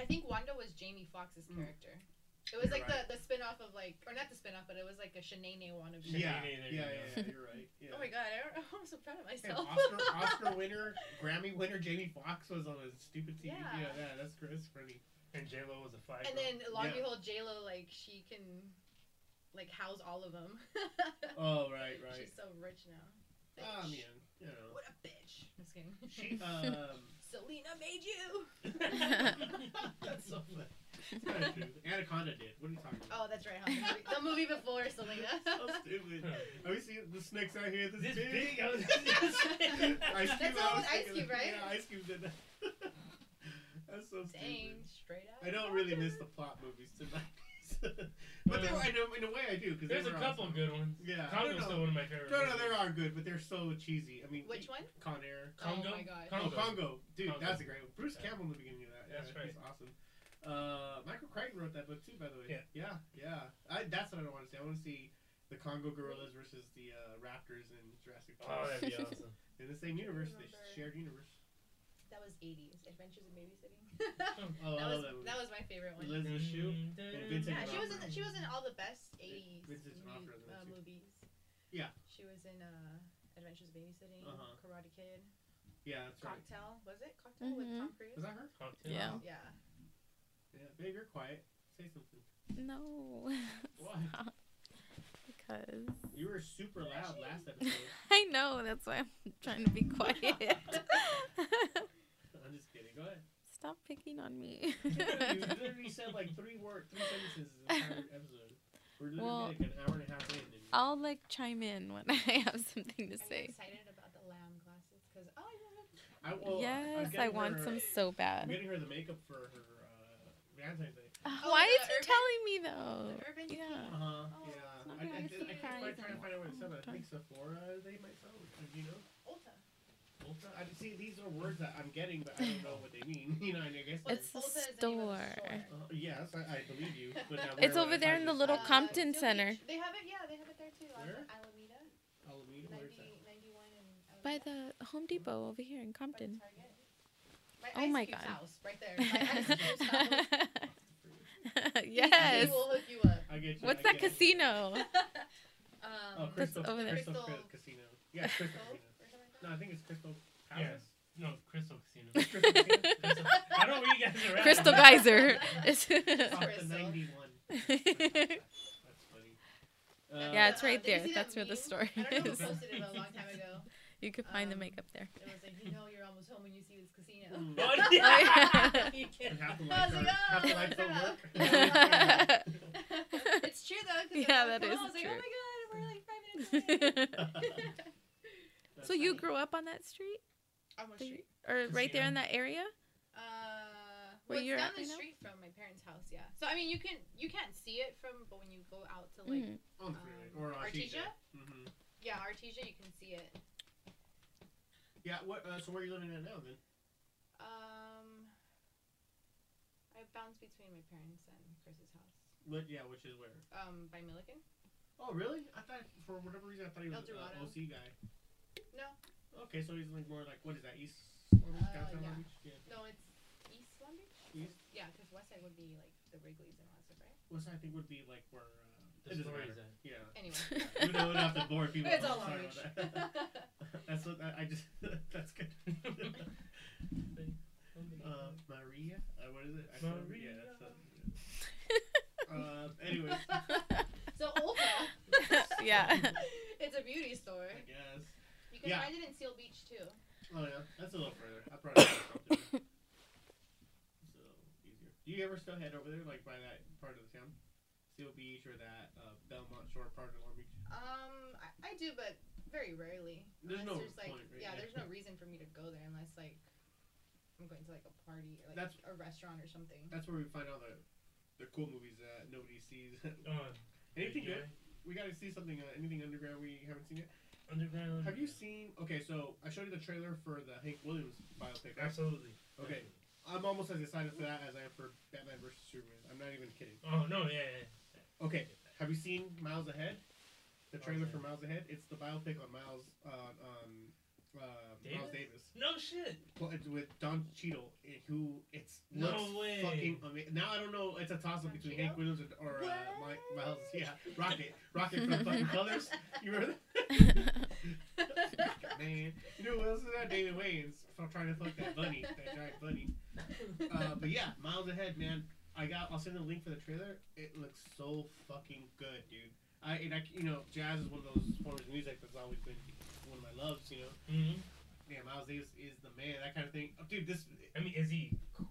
S4: I think Wanda was Jamie Foxx's
S3: Mm.
S4: character. It
S3: You're
S4: was like the, the spin off of like or not the spin off, but it was like a Shanae wannabe.
S3: Yeah, yeah,
S6: Shanae, there
S3: yeah,
S6: you
S3: yeah, You're right. Yeah.
S4: Oh my god, I don't, I'm so proud of
S3: And
S4: myself.
S3: Oscar, Oscar winner, Grammy winner Jamie Foxx was on a stupid TV.
S4: Yeah.
S3: Yeah, yeah that's that's funny.
S6: And J Lo was a five.
S4: and then lo and
S3: Yeah.
S4: behold, J Lo like she can like house all of them.
S3: Oh right, right.
S4: She's so rich now.
S3: Ah man,
S4: Bitch.
S3: you know.
S4: What a bitch. I'm just kidding.
S3: She um.
S4: Selena made you.
S3: that's so funny. It's kinda true. Anaconda did. What are you talking about?
S4: Oh, that's right. Huh? the movie before Selena.
S3: so stupid. Have you seen the snakes out here? This,
S6: this
S3: big.
S6: big. I was
S3: Ice Cube.
S4: That's
S3: I
S4: all
S3: was
S4: with Ice
S3: thinking
S4: Cube,
S3: that-
S4: right?
S3: Yeah, Ice Cube did that. that's so
S4: Dang,
S3: stupid.
S4: straight up.
S3: I don't really miss the plot movies tonight, but they were, I know in a way I do because
S6: There's a couple good ones.
S3: Yeah. No,
S6: Congo's
S3: no.
S6: still one of my favorite.
S3: No, no,
S6: movies.
S3: there are good, but they're so cheesy. I mean, e,
S4: Which one?
S3: Con Air.
S6: Congo.
S4: Oh my god.
S3: Oh,
S6: Congo.
S3: Congo, dude,
S6: Congo.
S3: that's a great one. Bruce
S6: Yeah.
S3: Campbell in the beginning of that. Yeah,
S6: That's right.
S3: He's awesome. Uh, Michael Crichton wrote that book too, by the way.
S6: Yeah.
S3: yeah, yeah. I, that's what I want to see. I want to see the Congo gorillas versus the uh, raptors in Jurassic
S6: Oh,
S3: Park
S6: that'd be awesome.
S3: in the same universe, the
S4: Remember.
S3: shared universe.
S4: That was 80s. Adventures in Babysitting.
S3: Oh,
S4: that,
S3: I love
S4: was,
S3: that movie.
S4: that was my favorite one.
S3: Liz in the shoe. Vincent
S4: yeah, she was in
S3: D'Onofrio.
S4: the, she was in all the best 80s
S3: Vincent
S4: mu-
S3: D'Onofrio in that
S4: uh,
S3: too.
S4: movies.
S3: Yeah.
S4: She was in uh, Adventures in Babysitting,
S3: Uh-huh.
S4: Karate Kid,
S3: Yeah, that's right.
S4: Cocktail. Was it Cocktail with
S5: Mhm.
S4: Tom Cruise?
S3: Was that her?
S6: Cocktail.
S5: Yeah.
S4: Yeah.
S3: Yeah, babe, you're quiet. Say something.
S5: No.
S3: Why?
S5: Stop. because
S3: You were super loud last episode.
S5: I know that's why I'm trying to be quiet.
S3: I'm just kidding. Go ahead.
S5: Stop picking on me.
S3: you literally said like three word, three sentences in the entire episode. We're literally
S5: Well,
S3: like an hour and a half in. And
S5: I'll like chime in when I have something to
S4: I'm
S5: say.
S4: excited about the lamb glasses because oh, yeah.
S3: I, well, I'm
S5: yes, I
S3: getting
S5: want
S3: her-
S5: some so
S3: I'm
S5: bad.
S3: getting her the makeup for her uh, Valentine's Day.
S5: Ugh,
S4: Oh,
S5: Why
S4: the
S5: is he
S4: urban-
S5: telling me though?
S4: the urban
S5: Oh, Yeah.
S3: Uh
S4: pink.
S3: huh.
S4: Oh,
S3: yeah.
S4: it's not
S3: I, I,
S4: gonna
S3: did- I
S4: be
S3: can't quite
S5: nice.
S3: try to find out what it said. but I
S5: Okay.
S3: think Sephora they might sell. it. Do you know?
S4: Ulta.
S3: Ulta. I just see these are words that I'm getting, but I don't know what they mean. You know, and I guess.
S4: Well,
S5: It's a
S4: Ulta is the name of the
S5: store.
S3: Uh, yes, I, I believe you. But now
S5: It's
S3: where
S5: over
S3: would I find
S5: there in the
S3: this?
S5: little
S3: Uh,
S5: Compton
S4: Joe
S5: Center.
S4: Beach. They have it, yeah, they have it there too. on
S3: Where?
S4: Alameda,
S3: Alameda. Where's
S4: 90,
S3: that?
S4: 91 and
S5: By
S4: Alameda.
S5: the Home Depot over here in
S4: By the
S5: Compton.
S4: Target. My
S5: Oh
S4: Ice
S5: my
S4: Cube's
S5: God.
S4: House, right there. My Ice Cube's house.
S5: yes.
S4: He will hook you up.
S3: I get you.
S5: What's
S3: I
S5: that
S3: get it.
S5: casino?
S4: Um,
S3: Oh,
S5: That's
S3: Crystal,
S5: over there.
S3: Crystal
S4: Crystal-
S3: Casino. Yeah, Crystal
S4: Cove
S3: Casino.
S4: or something like
S3: No,
S4: that?
S3: I think it's Crystal Palace.
S6: Yes. No, Crystal Casino.
S3: Crystal Casino.
S6: Crystal- I don't know where you guys are at.
S5: Crystal Geyser.
S3: Off the
S4: Crystal.
S3: 91.
S5: yeah,
S3: That's funny.
S4: Yeah,
S5: it's right
S4: Uh, did you
S5: there.
S4: see that
S5: That's where
S4: meme?
S5: the store
S4: I don't know
S5: is.
S4: who posted it but a long time ago.
S5: You could find the
S4: Um,
S5: makeup there.
S4: It was like, you know, you're almost home when you see this casino.
S3: Mm.
S6: Oh, yeah.
S5: Oh,
S3: And half the lights are-
S4: How's it going?
S3: half the lights don't work.
S5: yeah.
S4: it's true though. 'cause
S5: Yeah,
S4: when I was
S5: that
S4: cool,
S5: is
S4: I was like,
S5: true.
S4: oh my god, we're like five minutes away.
S3: That's
S5: so you
S3: funny.
S5: grew up on that street,
S4: Almost
S5: Did you-
S4: street.
S5: or right there in that area?
S4: Uh, well,
S5: Where
S4: it's
S5: you're
S4: down
S5: at
S4: the
S5: right now?
S4: street from my parents' house. Yeah. So I mean, you can you can't see it from, but when you go out to like
S5: Mhm.
S3: On the freeway. Or on
S4: Um,
S3: Artesia.
S4: Artesia?
S3: hmm
S4: yeah Artesia, you can see it.
S3: Yeah, what, uh, so where are you living at now then?
S4: Um, I bounce between my parents and Chris's house.
S3: What, yeah, which is where?
S4: Um, by Milliken.
S3: Oh, really? I thought, for whatever reason, I thought he was
S4: El
S3: an uh,
S4: Dorado.
S3: OC guy.
S4: No,
S3: Okay, so he's like more like, what is that, East? Long Beach,
S4: Uh,
S3: downtown Long
S4: yeah.
S3: Beach? Yeah.
S4: no, it's East Long Beach.
S3: East?
S4: Yeah, because West Side would be like the Wrigley's and all that stuff, right?
S3: What's I think would be like where, um,
S6: The
S3: it doesn't
S6: stories
S3: matter.
S6: end.
S3: Yeah.
S4: Anyway,
S3: We don't, we don't have to bore people.
S4: it's all Long
S3: Sorry
S4: Beach.
S3: about that. that's what I, I just. that's good. uh, Maria, uh, what is it? I can't-
S6: Maria.
S3: Yeah, that's not- uh, anyway,
S4: so Ulta,
S5: yeah.
S4: it's a beauty store.
S3: I guess.
S4: You can
S3: Yeah.
S4: find it in Seal Beach too.
S3: Oh yeah, that's a little further. I probably should have come So easier. Do you ever still head over there, like by that part of the town, Seal Beach or that uh, Belmont Shore part of Long Beach?
S4: Um, I, I do, but very rarely.
S3: There's
S4: Unless
S3: no
S4: there's like,
S3: point, right? Yeah.
S4: yeah, there's no reason for me to go there unless like I'm going to like a party or like
S3: That's-
S4: a restaurant or something.
S3: That's where we find all the the cool movies that nobody sees.
S6: Uh,
S3: Anything
S6: yeah.
S3: good? We gotta see something. Uh, anything underground we haven't seen yet?
S6: Underground.
S3: Have you seen? Okay, so I showed you the trailer for the Hank Williams biopic. right?
S6: Absolutely.
S3: Okay. I'm almost as excited for that as I am for Batman vs Superman. I'm not even kidding.
S6: Oh no, yeah, yeah.
S3: Okay, have you seen Miles Ahead? The
S6: Miles
S3: trailer for
S6: Ahead.
S3: Miles Ahead. It's the biopic on Miles uh, on uh, Miles Davis.
S6: Davis? No shit.
S3: Well, it's with Don Cheadle, eh, who it's
S6: No
S3: looks
S6: way.
S3: fucking amazing. Now I don't know. It's a toss up
S4: Don
S3: between
S4: Cheadle?
S3: Hank Williams and, or uh, Mike
S4: What?
S3: Miles. Yeah, Rocket, Rocket from fucking Colors. You remember that? Man, you know what else is that? David Wayans from trying to fuck that bunny, that giant bunny. Uh, but yeah, miles ahead, man. I got. I'll send a link for the trailer. It looks so fucking good, dude. I and I, you know, jazz is one of those forms of music that's always been one of my loves. You know,
S6: Mm-hmm.
S3: yeah, Miles Davis is the man. That kind of thing, oh, dude. This
S6: I mean, is he cool?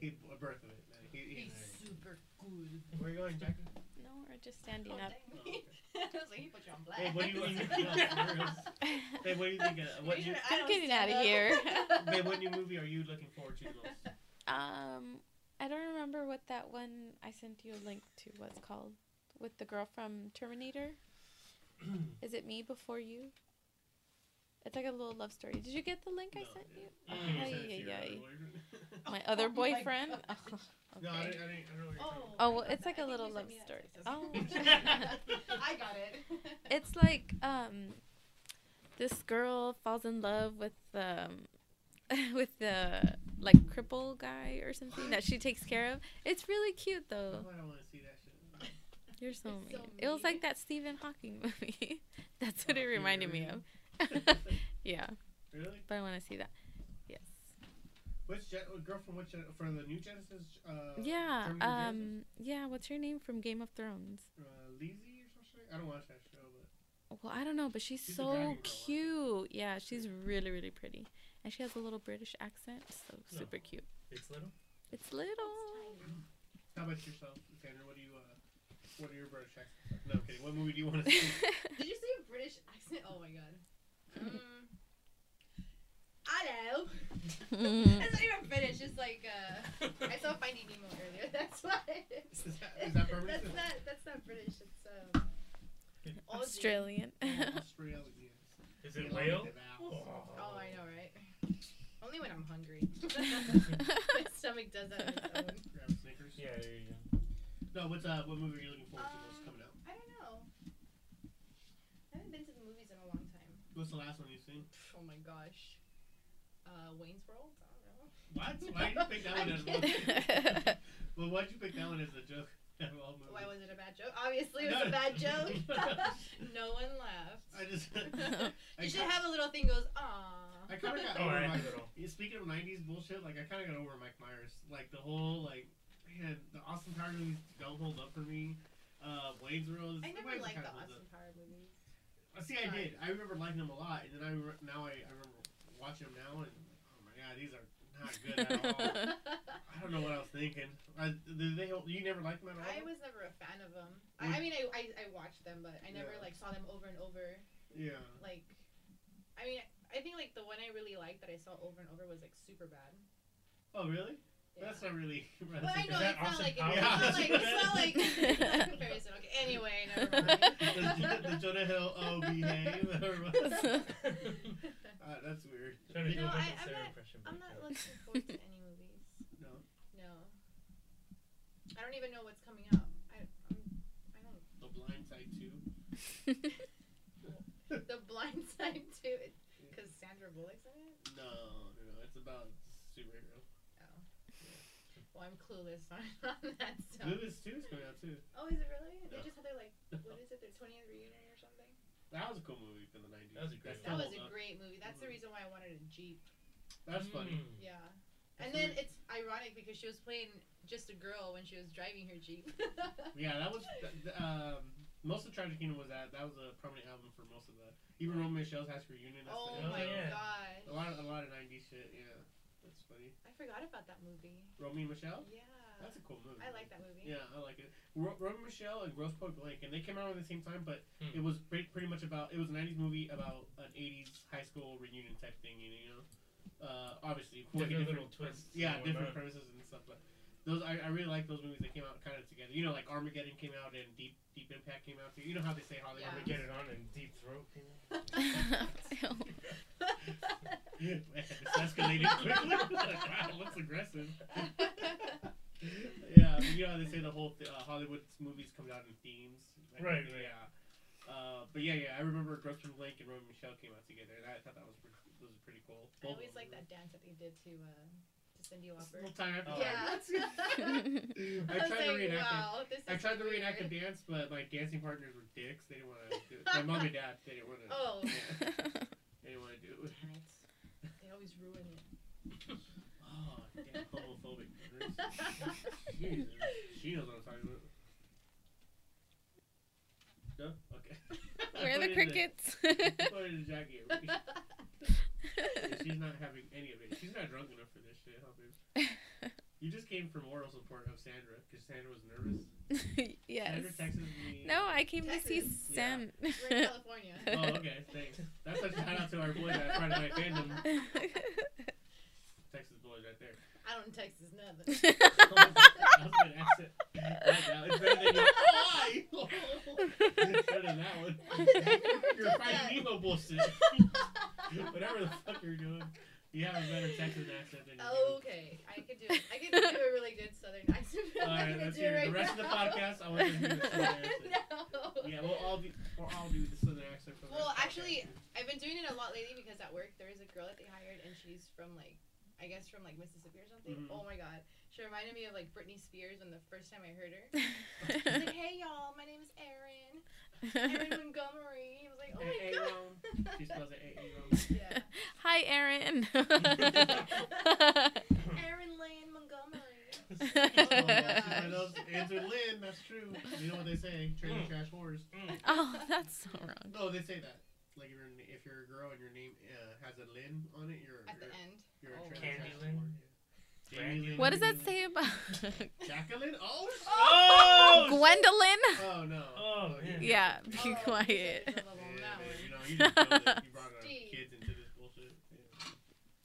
S3: he a birth of it, man. He, he's,
S4: He's super cool.
S3: where you going, Jackie?
S5: No, we're just standing
S4: Oh,
S5: up.
S4: dang.
S3: Oh, okay.
S4: I was like, he put you on blast.
S3: Hey, what do you think? Hey, what do you think? Uh, what
S4: Raise
S3: new,
S4: your eyes
S5: I'm getting outta
S4: up.
S5: here.
S3: babe, what new movie are you looking forward to the most?
S5: Um, I don't remember what that one I sent you a link to was called with the girl from Terminator. Is it me before you? It's like a little love story. Did you get the link I
S3: No,
S5: sent you?
S3: I think you
S5: Ay,
S3: said it to your
S5: ay,
S3: other
S5: ay.
S3: boyfriend.
S5: My other
S4: Oh my
S5: boyfriend.
S4: God.
S5: Oh,
S3: No, I
S5: okay.
S3: didn't. I didn't. I don't know what you're talking
S4: Oh,
S5: Oh,
S4: I
S5: well,
S4: got
S5: it's
S4: that.
S5: like a
S4: I think
S5: little
S4: you sent
S5: love
S4: me that
S5: story.
S4: text.
S5: Oh.
S4: I got it.
S5: It's like um, this girl falls in love with um, with the like cripple guy or something that she takes care of. It's really cute
S3: about.
S5: though.
S3: Oh, I don't want to see that shit.
S5: You're so
S4: It's
S5: mean.
S4: so
S5: It was like
S4: mean.
S5: that Stephen Hawking movie. That's what
S3: Oh,
S5: it
S3: Fear
S5: reminded me
S3: Reason?
S5: of. yeah,
S3: Really?
S5: but I want to see that. Yes.
S3: Which gen- uh, girl from which gen- from the new Genesis? Uh,
S5: yeah.
S3: Terminator Genesis?
S5: Um. Yeah. What's her name from Game of Thrones?
S3: Uh, Lizzie or something. I don't watch that show, but
S5: Well, I don't know, but she's
S3: She's a dragon girl,
S5: so
S3: wasn't she?
S5: cute. Yeah, she's really, really pretty, and she has a little British accent, so super
S6: Aw.
S5: cute.
S6: It's little.
S5: It's little.
S3: how about yourself, Sandra? What do you? Uh, what are your British accents? No, I'm kidding. What movie do you want to see?
S4: Did you say a British accent? Oh my god. Mm. Hello.
S5: Mm-hmm.
S4: it's not even British. It's like uh, I saw Finding Nemo earlier. That's why.
S3: is that, is that permanent?
S4: that's not. That's not British. It's um. Aussie.
S5: Australian.
S3: Australia.
S6: Is it
S3: Yeah,
S6: real?
S3: like the vowels.
S4: Oh, I know, right? Only when I'm hungry. My stomach does that on its own.
S3: Grab a Snickers.
S6: Yeah, there you go.
S3: No, what's uh, what movie are you looking forward to most
S4: Um,
S3: coming out?
S4: I don't know. I haven't been to the movies in a long time.
S3: What's the last one you've seen?
S4: Pff, Oh my gosh. Uh, Wayne's World? I don't know.
S3: What? Why did you pick that one as
S4: I'm
S3: a joke? well, why'd you pick that one as a joke? Out of all movies?
S4: Why was it a bad joke? Obviously, it was a bad joke. no one laughed.
S3: I just. I
S4: you should
S3: got-
S4: have a little thing goes, aw.
S3: I kind of got
S6: Oh,
S3: over my.
S6: I have it all.
S3: Yeah, Speaking of '90s bullshit, like I kind of got over Mike Myers. Like the whole like, man, the Austin Power movies don't hold up for me. Uh, Blades World.
S4: I
S3: the
S4: never
S3: Blades
S4: liked
S3: kinda
S4: the
S3: holds up.
S4: Austin Power movies.
S3: Uh, See, I
S4: Sorry.
S3: did. I remember liking them a lot, and then I re- now I, I remember watching them now, and oh my god, these are not good at all.
S4: I
S3: I don't know what I was thinking. I, did they? hold- You never liked them at all?
S4: was never a fan of them.
S3: Would-
S4: I, I mean, I, I, I watched them, but I never
S3: Yeah.
S4: like saw them over and over.
S3: yeah.
S4: Like, I mean, I think like the one I really liked that I saw over and over was like super bad.
S3: Oh really?
S4: Yeah.
S3: That's not really.
S4: Well, I know
S6: that
S4: it's not
S6: Austin
S4: like
S6: Powers?
S4: it's not like it's not like, it's not
S5: Yeah.
S4: like comparison. Okay. Anyway, never
S3: the, the
S4: mind.
S3: Jonah Hill oh behave. uh, Ah, that's weird.
S6: Trying to
S4: No,
S6: do a
S4: I-
S6: Michael
S4: I'm
S6: Cera
S4: not-
S6: impression.
S4: I'm
S6: but
S4: not
S6: you can't.
S4: looking forward to any movies.
S3: No.
S4: No. I don't even know what's coming out. I, I'm, I don't.
S3: The Blind Side Two.
S4: The Blind Side too, because Sandra Bullock's in it.
S3: No, no, no. It's about superhero.
S4: Oh. Well, I'm clueless on, on that stuff.
S3: Lupus Two is coming out too.
S4: Oh, is it really? They
S3: Yeah.
S4: just had their like, what is it? Their 20th reunion or something.
S3: That was a cool movie from the nineties.
S6: That was a great
S4: That
S6: Still
S4: was a great movie. That's the reason why I wanted a Jeep.
S3: That's funny.
S6: Mm.
S4: Yeah.
S3: That's
S4: And
S3: the
S4: then
S3: re-
S4: it's ironic because she was playing just a girl when she was driving her Jeep.
S3: Yeah, that was. th- th- Um, most of Tragic Kingdom was that. That was a prominent album for most of the. Even Roman Michelle's High School Reunion. That's
S4: oh
S3: the,
S4: my
S6: yeah.
S3: A
S4: gosh.
S3: lot of a lot of nineties shit. Yeah, that's funny.
S4: I forgot about that movie.
S3: Romy and Michelle.
S4: Yeah.
S3: Oh. That's a cool movie.
S4: I like that movie.
S3: Yeah, I like it. Ro- Romy Michelle and Gross Point Blank, and they came out at the same time, but
S6: Hmm.
S3: it was pretty, pretty much about it was a '90s movie about an '80s high school reunion type thing, you know. Uh, obviously, with
S6: Different
S3: different
S6: little twists
S3: Yeah,
S6: and
S3: different
S6: whatnot.
S3: premises and stuff, but those I, I really like those movies that came out kind of together. You know, like Armageddon came out and Deep Deep Impact came out too. You know how they say Hollywood.
S4: Yeah.
S6: I'm gonna get it on in deep throat.
S3: Man, it's escalated quickly. wow, looks aggressive. yeah, but you know how they say the whole th- uh, Hollywood movies come out in themes. Like,
S6: Right,
S3: Yeah.
S6: right.
S3: Uh, but yeah, yeah, I remember Grossman Blake and Roman Michelle came out together, and I thought that was pretty, was pretty cool.
S4: I
S3: Both of
S4: always
S3: them
S4: like
S3: were.
S4: that dance that they did to uh, to Cindy
S3: It's a
S4: Lauper.
S3: little time after
S4: Oh.
S3: time. I
S4: I was
S3: tried to
S4: like,
S3: reenact
S4: wow, this
S3: it.
S4: is
S3: I tried to
S4: weird.
S3: reenact the dance, but my dancing partners were dicks. They didn't want to do it. My mom and dad, they didn't want to.
S4: Oh,
S3: Yeah, they didn't want to do it.
S4: damn it! They always ruin it.
S3: Oh, damn homophobic. fuckers. Jesus. She knows what I'm talking about. No? Okay. I
S5: Where
S3: put
S5: are the
S3: it in
S5: crickets?
S3: I put it in the jacket. She's not having any of it. She's not drunk enough for this shit, huh, babe? You just came from oral support of Sandra because Sandra was nervous.
S5: yes.
S3: Sandra texted me.
S5: No, I came to see
S4: Texas.
S3: Yeah.
S5: Sam.
S4: We're in California.
S3: Oh, okay. Thanks. That's a shout out to our boys at Friday Night Fandom. Texas boys right there.
S4: I don't text is nothing.
S3: I was gonna ask it right now. It's better than your "Why?" It's better than that one.
S4: I never
S3: You're
S4: did
S3: finding
S4: that.
S3: Nemo bullshit. Whatever the fuck you're doing, you have a better Texas accent than you do.
S4: Okay, I could do. It. I could do a really good Southern accent. but I'm
S3: All
S4: not
S3: right,
S4: gonna
S3: let's
S4: do it
S3: hear it.
S4: right
S3: the rest
S4: now.
S3: of the podcast. I want to hear the Southern accent.
S4: no.
S3: Yeah, we'll all do. We'll all do the Southern accent. For the
S4: Well,
S3: rest of the
S4: actually,
S3: podcast.
S4: I've been doing it a lot lately because at work there is a girl that they hired and she's from like, I guess from like Mississippi or something.
S3: Mhm.
S4: Oh my god, she reminded me of like Britney Spears when the first time I heard her. I was like, hey y'all, my name is Erin, Erin Montgomery. I was like, oh my
S3: Hey, hey,
S4: god.
S3: wrong. She spells it A A wrong.
S4: yeah,
S5: Hi, Aaron.
S4: Erin Lane Montgomery.
S3: Oh, she's one of those
S4: Oh
S3: answered Lynn. That's true. You know what they say? Train the
S6: Mm.
S3: trash whores.
S5: oh, that's so wrong.
S3: No, they say that. Like if you're if you're a girl and your name uh, has a Lynn on it, you're
S4: At the
S3: you're,
S4: end.
S3: you're
S4: Oh.
S3: a trash
S6: Candy
S3: whore.
S6: Lynn?
S3: Yeah. Jamie Lynn,
S5: What does that
S3: Jamie Lynn.
S5: say about
S3: Jacqueline? Oh, shit.
S6: Oh!
S5: Gwendolyn?
S3: oh no.
S6: Oh, man.
S5: Yeah,
S3: you-
S5: be
S4: Oh,
S5: quiet.
S4: there's a
S3: Yeah,
S4: level on that
S3: babe,
S4: one.
S3: you know, you just killed it. You brought our
S4: Steve.
S3: kids into this bullshit.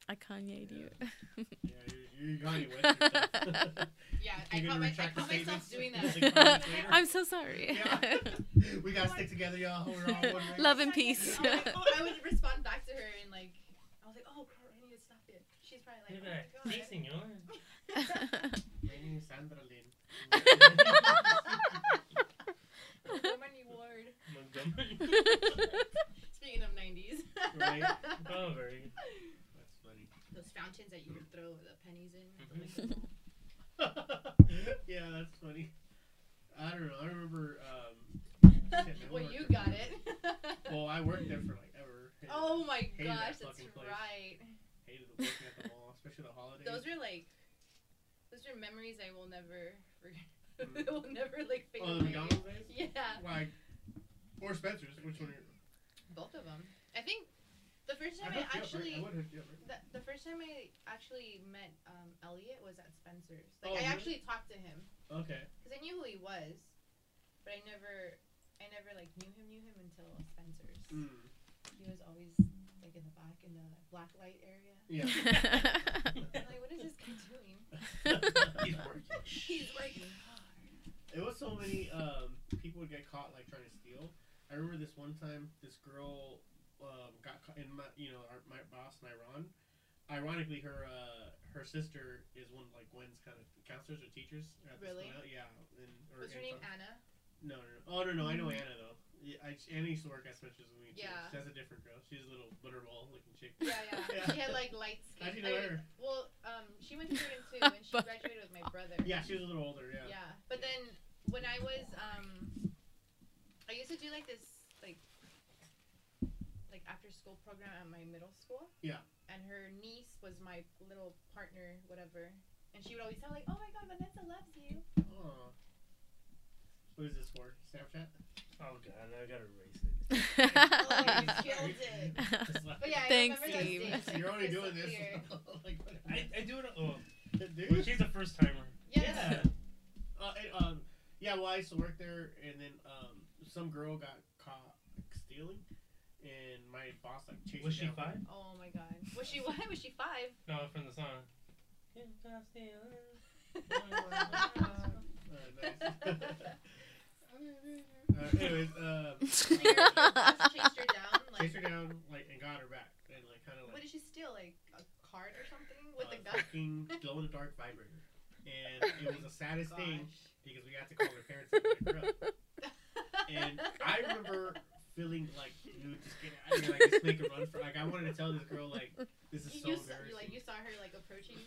S5: I Kanye'd you.
S3: Yeah, yeah you, you got your Western stuff.
S4: Yeah, I
S3: You're
S4: caught,
S3: gonna
S4: my, I
S3: retract the
S4: caught myself
S3: statements?
S4: doing
S3: You're
S4: that.
S3: gonna comment later?
S5: I'm so sorry.
S3: Yeah. we gotta stick together, y'all. We're all one race.
S5: Love and peace.
S4: Oh, I, oh, I would respond back to her and like, I was like, oh, Carl, I need to stop it. She's probably
S6: You're
S4: like,
S6: like,
S4: oh my
S6: "Sí,
S4: god.
S6: señor."
S3: My name is Sandra Lynn.
S4: Montgomery Ward.
S6: Montgomery.
S4: Speaking of 90s.
S3: Right.
S6: Oh, very good.
S3: That's funny.
S4: Those fountains that you would throw the pennies in. the liquid ball.
S3: yeah, that's funny. I don't know. I remember. Um, shit, man,
S4: Oh well,
S3: I
S4: you
S3: worked
S4: got
S3: there
S4: it.
S3: for- Well, I worked there for like ever. Hated-
S4: oh my
S3: Hated that
S4: gosh, that's
S3: fucking place.
S4: right.
S3: Hated working at the mall, especially the holidays.
S4: Those are like, those are memories I will never forget.
S3: Mhm.
S4: I will never like fade
S3: oh, the
S4: away.
S3: McDonald's days.
S4: Yeah.
S3: Like, or Spencer's. Which one? Are you,
S4: Both of them. I think the first time
S3: I
S4: I,
S3: hooked you up, right?
S4: actually
S3: I would hook you up, right?
S4: the, the first time I actually met um, Elliot was at Spencer's.
S3: Oh,
S4: Like I
S3: really?
S4: actually talked to him
S3: Okay.
S4: because I knew who he was, but I never I never like knew him knew him until Spencer's.
S3: Mm.
S4: He was always like in the back in the black light area.
S3: Yeah.
S4: I'm like what is this guy doing?
S3: mm, He's working.
S4: He's working hard.
S3: It was so many um, people would get caught like trying to steal. I remember this one time, this girl um, got caught in my, you know, our, my boss and Iran. Ironically, her uh, her sister is one of, like Gwen's kind of counselors or teachers. At this
S4: Really?
S3: School. now. Yeah. And, or
S4: Was her
S3: and
S4: name
S3: so-
S4: Anna?
S3: No, no, no. Oh no, no. I know Anna though. Yeah, I, Anna used to work at Spencer's with me. too.
S4: Yeah.
S3: That's a different girl. She's a little butterball looking chick.
S4: Yeah, yeah.
S3: Yeah.
S4: She had like light skin.
S3: How'd you
S4: I
S3: know her?
S4: mean, Well, um, she went to Brigham too, and she
S5: But-
S4: graduated with my brother.
S3: Yeah, she was a little older. Yeah.
S4: Yeah, but then when I was um, I used to do like this like like after school program at my middle school.
S3: Yeah.
S4: And her niece was my little partner, whatever. And she would always tell like, "Oh my God, Vanessa loves you."
S3: Aw. What is this for? Snapchat.
S6: Oh, God, now I gotta erase it.
S4: Oh, you killed it. But yeah, I
S5: Thanks,
S4: remember those
S5: Steve.
S4: days, like,
S3: You're already
S4: crystal
S3: doing this.
S4: clear.
S3: like,
S6: I, I do it. Oh, well,
S3: Dude.
S6: she's a first timer.
S4: Yeah.
S3: Yeah. Uh, and, um, yeah, well, I used to work there, and then um, some girl got caught stealing, and my boss like chased
S6: Was
S3: her
S6: she
S3: down.
S6: five?
S4: Oh my God. Was she what? Was she five?
S6: No, from the song. If I still-
S4: Oh
S3: Uh, nice. uh, anyways, uh,
S4: Like, her boss chased her down. Like,
S3: chased her down, like, and got her back, and like kind of
S4: what
S3: like
S4: did she steal? Like a card or something
S3: uh,
S4: with a gun?
S3: fucking glow in the dark vibrator, and it was the saddest thing
S4: Gosh.
S3: because we got to call her parents and pick her up. And I remember feeling like, dude, just get out of here. Like, just make a run for. Like, I wanted to tell this girl like, this is so
S4: You, you, saw,
S3: embarrassing.
S4: you like you saw her like approaching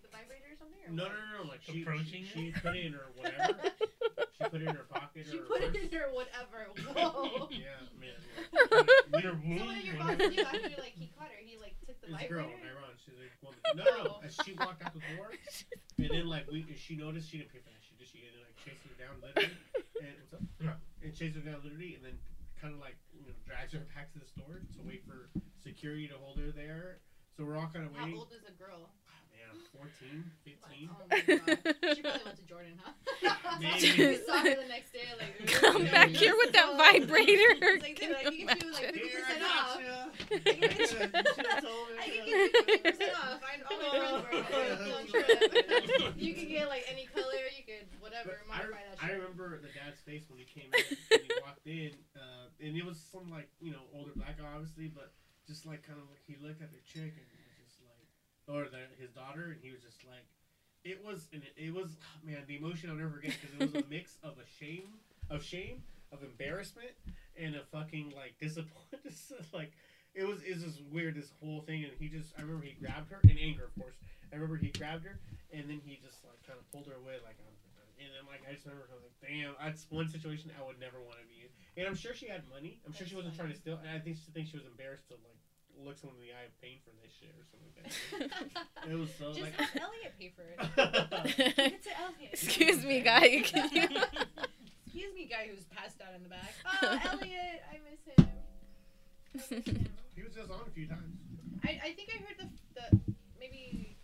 S4: the vibrator or something? Or
S3: no, no,
S4: what?
S3: no, no. Like she,
S6: Approaching
S3: she, she
S6: it?
S3: put it in her whatever. she put it in her pocket.
S4: She
S3: or
S4: put it
S3: purse.
S4: in her whatever. Whoa.
S3: Yeah, man.
S4: so
S6: Your womb.
S4: what did your boss do after like he caught her? He like took the
S3: It's a
S4: vibrator.
S3: girl, Iran. She's like, woman. No, no, no. As she walked out the door, and then like we, she noticed she didn't pay for that shit. Did she? And then like chased her down literally, and what's up? No. And chased her down literally, and then kind of like you know drags her back to the store to wait for security to hold her there. So we're all kind of
S4: How
S3: waiting.
S4: old is a girl?
S3: Man, 14, 15.
S4: Oh my god. She probably went to Jordan, huh?
S3: Maybe.
S4: you saw her the next day, like.
S5: Come
S4: "Ooh,
S5: back
S4: yeah,
S5: here
S4: yeah,
S5: with that
S4: so-"
S5: vibrator.
S4: It's like,
S5: Can
S4: they're like, you
S5: you
S4: can do like
S5: imagine?
S4: fifty
S3: Here, I
S4: percent off.
S3: got ya.
S4: You
S3: You
S4: can
S3: shoulda told
S4: I can
S3: me.
S4: get fifty percent off. I all my friends were on trip. You can get like any color. You could whatever
S3: But I,
S4: modify that.
S3: I
S4: shit.
S3: remember the dad's face when he came in, when he walked in, uh, and it was some like you know older black guy, obviously, but just like kind of like he looked at the chick and he was just like, or the, his daughter, and he was just like, it was, and it, it was, man, the emotion I'll never forget because it was a mix of a shame, of shame, of embarrassment, and a fucking like disappointment. This is, like it was, it was just weird this whole thing, and he just, I remember he grabbed her in anger, of course. I remember he grabbed her and then he just like kind of pulled her away, like, I'm, and then like I just remember I was like, damn, that's one situation I would never want to be in. And I'm sure she had money. I'm sure she
S4: That's
S3: wasn't trying
S4: funny.
S3: to steal. And I think she thinks she was embarrassed to like look someone in the eye of pain for this shit or something like that. It was so
S4: Just
S3: like.
S4: have Elliot pay for it. Give it to Elliot.
S5: Excuse me, guy. Can you?
S4: Excuse me, guy who's passed out in the back. Oh, Elliot, I miss him. I miss him.
S3: he was just on a few times.
S4: I, I think I heard the the maybe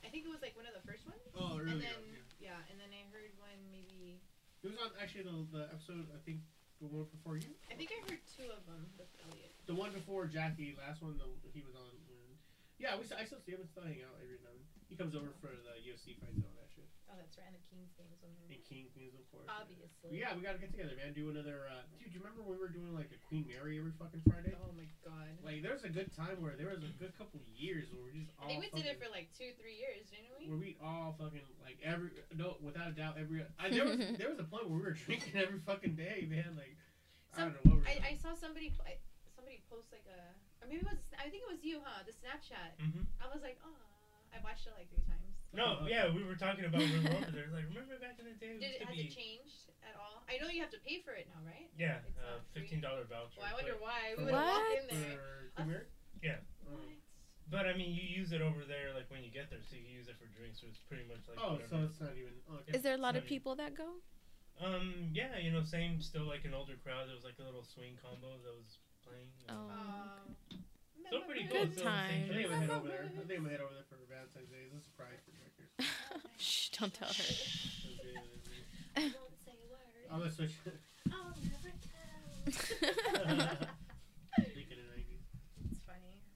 S4: I think it was like one of the first ones,
S3: Oh,
S4: and
S3: really?
S4: then yeah. and then I heard one maybe
S3: He was on actually the, the episode I think the one before you,
S4: I think I heard two of them with Elliot.
S3: the one before Jackie, last one the, he was on. mm. Yeah, we st- I still see him and still hang out every now and then. He comes over for the UFC fights and all that shit.
S4: Oh, that's right, and the King's game was on there.
S3: And King Queens of course.
S4: Obviously.
S3: Yeah, we gotta get together, man. Do another. Uh, dude, you remember when we were doing like a Queen Mary every fucking Friday?
S4: Oh my god.
S3: Like, there was a good time where there was a good couple years where we just all.
S4: I think we did
S3: fucking-
S4: it for like two, three years, didn't we?
S3: Where we all fucking like every no, without a doubt, every. I, there was there was a point where we were drinking every fucking day, man. Like, I
S4: Some-
S3: don't know what we were.
S4: I, I saw somebody I, somebody post like a or maybe it was I think it was you, huh? The Snapchat.
S3: Mm-hmm.
S6: Mhm.
S4: I was like, oh, I watched it like three times.
S6: No, yeah, we were talking about when we were over there. Like, remember back in the day? we
S4: Did it,
S6: used to
S4: has
S6: be,
S4: it changed at all? I know you have to pay for it now, right?
S6: Yeah,
S4: It's
S6: uh,
S4: not free.
S6: fifteen dollar voucher.
S4: Well, I wonder
S6: but,
S4: why we
S3: What?
S4: would have walked
S3: for
S4: in there. Uh,
S3: Queen Mary?
S6: Yeah.
S3: Oh.
S4: What?
S6: but I mean, you use it over there, like when you get there, so you can use it for drinks. So it's pretty much like.
S3: oh, so
S6: whatever.
S3: it's not even. oh, okay.
S5: Is there a lot of
S6: Sorry.
S5: people that go?
S6: Um, yeah, you know, same, still like an older crowd. There was like a little swing combo that was playing. you know.
S5: Oh.
S4: Um,
S6: So pretty cool.
S5: Good
S6: so same
S3: I think I'm gonna
S6: place.
S3: head over there. I think I'm gonna head over there for Valentine's Day. It's a surprise for Rutgers.
S5: Shh! Don't tell her.
S3: It's gonna be-
S4: Don't say a word.
S3: I'm gonna switch.
S4: I'll never tell.
S3: Speaking of 90s.
S4: It's funny.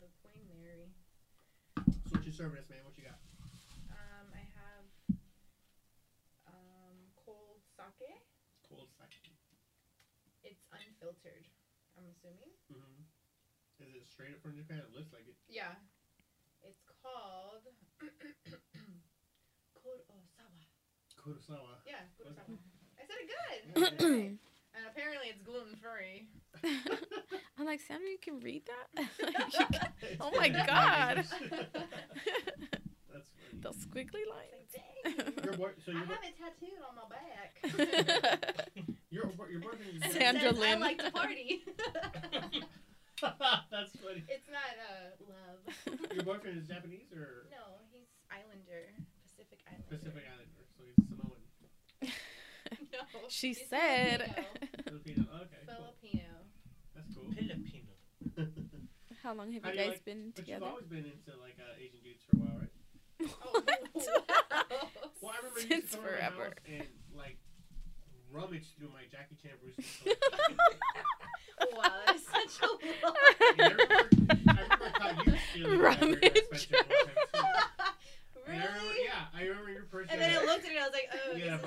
S4: The Queen Mary.
S3: So what's your service, man? What you got?
S4: Um, I have um, cold sake.
S3: Cold sake.
S4: It's unfiltered, I'm assuming.
S3: hmm Is it straight up from Japan? It looks like it.
S4: Yeah. It's called Kurosawa.
S3: Kurosawa.
S4: Yeah, Kurosawa.
S3: Okay.
S4: I said it good.
S3: Yeah,
S4: I said it right. and apparently it's gluten free.
S5: I'm like, Sam, you can read that? Like, you can- Oh my God.
S3: That's funny.
S5: Those squiggly
S4: Like,
S5: lines.
S4: dang.
S3: Your boy, so
S4: I
S3: your,
S4: have
S3: boy,
S4: it tattooed on my back.
S3: your, boy- your boyfriend
S4: It
S3: is
S5: Sandra
S4: says, I
S5: Lynn.
S4: like to party.
S3: That's funny.
S4: it's not uh, love.
S3: Your boyfriend is Japanese or
S4: No, he's Islander, Pacific Islander.
S3: Pacific Islander, so he's Samoan.
S4: No,
S5: she
S4: he's
S5: said.
S4: Filipino.
S3: Filipino. Okay, cool.
S4: Filipino.
S3: That's cool.
S6: Filipino.
S5: How long have
S3: How
S5: you
S3: do you
S5: guys
S3: like-
S5: been
S3: But you've
S5: together?
S3: always been into like uh, Asian dudes for a while, right?
S4: Oh, wow.
S3: Well, I remember you used
S5: Since
S3: to come over my
S5: forever.
S3: house and like rummage through my Jackie Chan Bruce. Lee collection.
S4: wow, that's such a lot.
S3: I remember- I remember how you stealing that very
S5: Rummage.
S3: expensive one time, too. And I remember,
S4: really?
S3: yeah, I remember your person.
S4: And then I looked at it and I was like, oh,
S3: You got a
S4: this is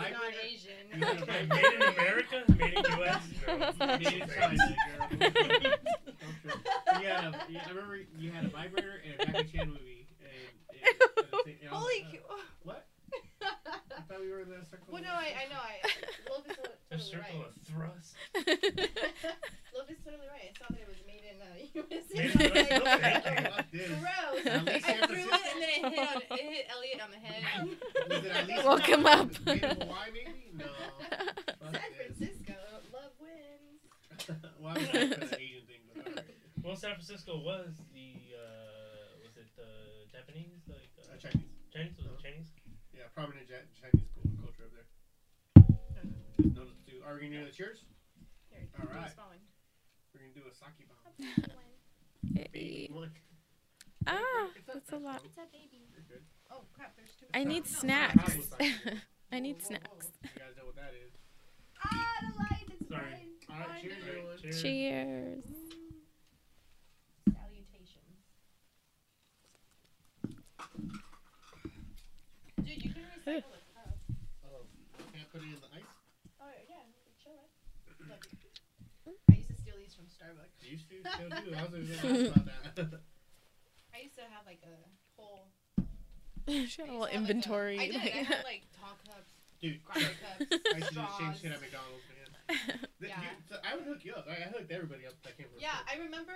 S3: vibrator? You
S4: not
S3: got a
S6: Okay,
S3: vibrator?
S4: Asian.
S6: made in America, made in U.S. No,
S3: You made it sound like a girl. You had a, yeah, I remember you had a vibrator and a Jackie Chan movie. And, and, and, I was
S4: Holy
S3: like,
S4: cow.
S3: "Oh, What? I thought we were in the circle.
S4: Well, no, I, I know. I, Wolf is
S6: A
S4: totally
S6: circle
S4: right.
S6: of thrust.
S4: Love is totally right. I saw that it was made in uh, USA.
S6: Made
S5: in
S4: I was
S5: USA.
S4: like,
S3: Thank you.
S4: uh,
S3: Fuck this.
S4: Gross.
S3: At
S4: I
S3: least San
S4: threw it and then
S3: Francisco.
S4: it hit, on, it hit Elliot on the head.
S3: Was it at least
S5: Woke him up.
S3: Was it made in Hawaii, maybe? No. Fuck
S4: San
S3: this.
S4: Francisco, love wins.
S3: well, I mean, I put an Asian thing, but all right.
S6: Well, San Francisco was the uh, was it uh, Japanese like
S3: Uh,
S6: uh,
S3: Chinese.
S6: Chinese was it
S3: Uh-huh.
S6: Chinese?
S3: Yeah, prominent Ja- Chinese cul- culture up there. Just notice too. Are we gonna do the cheers?
S4: Here,
S3: All
S4: do a
S3: right.
S4: small one.
S3: We're gonna do a sake bomb.
S4: A small one.
S5: Hey.
S3: Look,
S5: Ah, that's a lot.
S4: It's a baby.
S3: you're good.
S4: Oh crap, there's two.
S5: I need
S4: No,
S5: snacks.
S3: it's not apple cider.
S5: I need
S3: Whoa, whoa, whoa.
S5: snacks.
S3: You guys know what that is.
S4: Ah, the light is
S6: Sorry.
S4: mine.
S3: All right,
S4: Mine
S3: cheers,
S4: is-
S3: everyone.
S6: Cheers.
S5: Cheers.
S4: Salutations. Dude, you can recycle the cup.
S3: Oh, can't put it in the ice.
S4: Oh yeah, you can chill it. Look, I used to steal these from Starbucks.
S3: You used to still do. I was gonna ask about that.
S4: I used to have like a whole
S5: she
S4: I
S5: had a
S4: used
S5: little
S4: to have, like,
S5: inventory.
S4: A, I did.
S5: like-
S4: I had like tall cups,
S3: Dude, I
S4: grabber cups,
S3: used to do the same
S4: straws.
S3: shit at McDonald's, man. Th-
S4: Yeah.
S3: dude, so I would hook you up. I, I hooked everybody up that came for
S4: Yeah, I remember.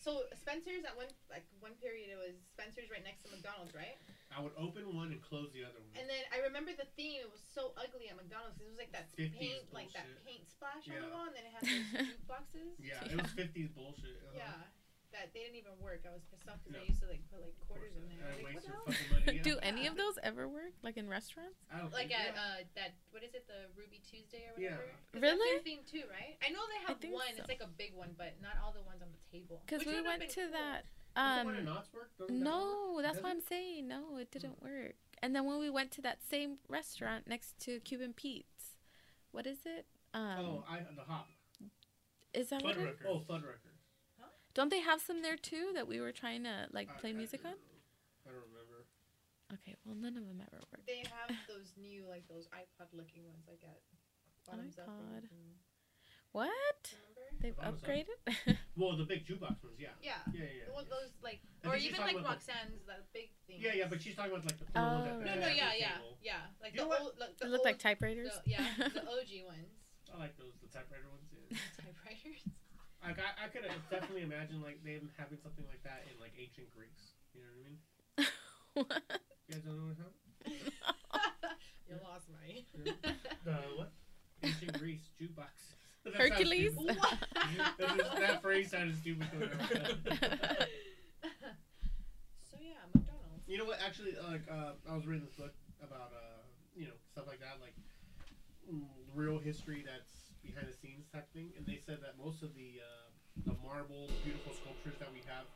S4: So Spencer's at one like one period it was Spencer's right next to McDonald's, right?
S3: I would open one and close the other one.
S4: And then I remember the theme. It was so ugly at McDonald's. 'cause It was like that
S3: 50s
S4: paint, like that
S3: bullshit.
S4: paint splash
S3: Yeah.
S4: on the wall, and then it had those jukeboxes.
S3: yeah, it was 50s bullshit. Uh-huh.
S4: Yeah, that they didn't even work. I was pissed off because
S3: No.
S4: they used to like put like
S3: Of course,
S4: quarters in
S3: uh,
S4: there. I was like,
S3: waste
S4: what the
S3: your
S4: hell?
S3: fucking money. Yeah.
S5: Do any of those ever work? Like in restaurants?
S3: I don't
S4: Like
S3: think-
S4: at
S3: yeah.
S4: uh, that what is it the Ruby Tuesday or
S3: Yeah.
S4: whatever? 'Cause that's
S5: Really?
S4: their theme too, right? I know they
S5: I
S4: have
S5: think
S4: one. It's
S5: so.
S4: like a big one, but not all the ones on the table.
S5: Because
S4: Which
S5: we
S4: would've
S5: went
S4: been
S5: to
S4: cool.
S5: that.
S3: Doesn't one
S5: Um,
S3: in Knott's work? Doesn't that one work?
S5: no,
S3: Does
S5: that's what
S3: it?
S5: I'm saying. No, it didn't work. And then when we went to that same restaurant next to Cuban Pete's, what is it? Um,
S3: oh, I, the hop.
S5: is that what? It,
S6: Fuddruckers.
S3: Oh, Fuddruckers.
S5: don't they have some there too that we were trying to like
S4: Uh,
S3: I-
S5: play
S3: I
S5: music on?
S3: don't know. I don't remember.
S5: Okay, well none of them ever worked.
S4: They have those new like those iPod looking ones like at Bottoms Up. or
S5: iPod.
S4: something.
S5: What?
S4: Remember?
S5: They've
S3: That was on-
S5: upgraded?
S3: Well, the big jukebox ones, yeah.
S4: Yeah.
S3: Yeah, yeah.
S4: The one-
S3: yeah.
S4: those like,
S3: I
S4: or
S3: think she's
S4: even like
S3: talking about the-
S4: Roxanne's that big thing.
S3: Yeah, yeah, but she's talking about like the little ones
S5: Oh.
S3: that
S4: No,
S3: they
S4: no,
S3: have
S4: yeah,
S3: at the
S4: yeah,
S3: table.
S4: yeah. Like
S3: You know
S4: the
S3: what?
S4: old, like the
S5: they look like
S4: old-
S5: typewriters.
S4: the- yeah, the OG ones,
S3: I like those, the typewriter ones. Yeah.
S4: typewriters.
S3: like I, I could definitely imagine like them having something like that in like ancient Greece. You know what I mean?
S5: What?
S3: You guys don't know what I'm talking
S4: you lost me.
S6: The what?
S3: about? Ancient Greece jukebox. That sounds
S5: Hercules?
S3: stupid.
S4: What?
S3: that, is, that phrase sounded stupid. to me.
S4: so yeah, McDonald's.
S3: you know what? Actually, like uh, I was reading this book about uh, you know stuff like that, like mm, real history that's behind the scenes type thing, and they said that most of the uh, the marble beautiful sculptures that we have,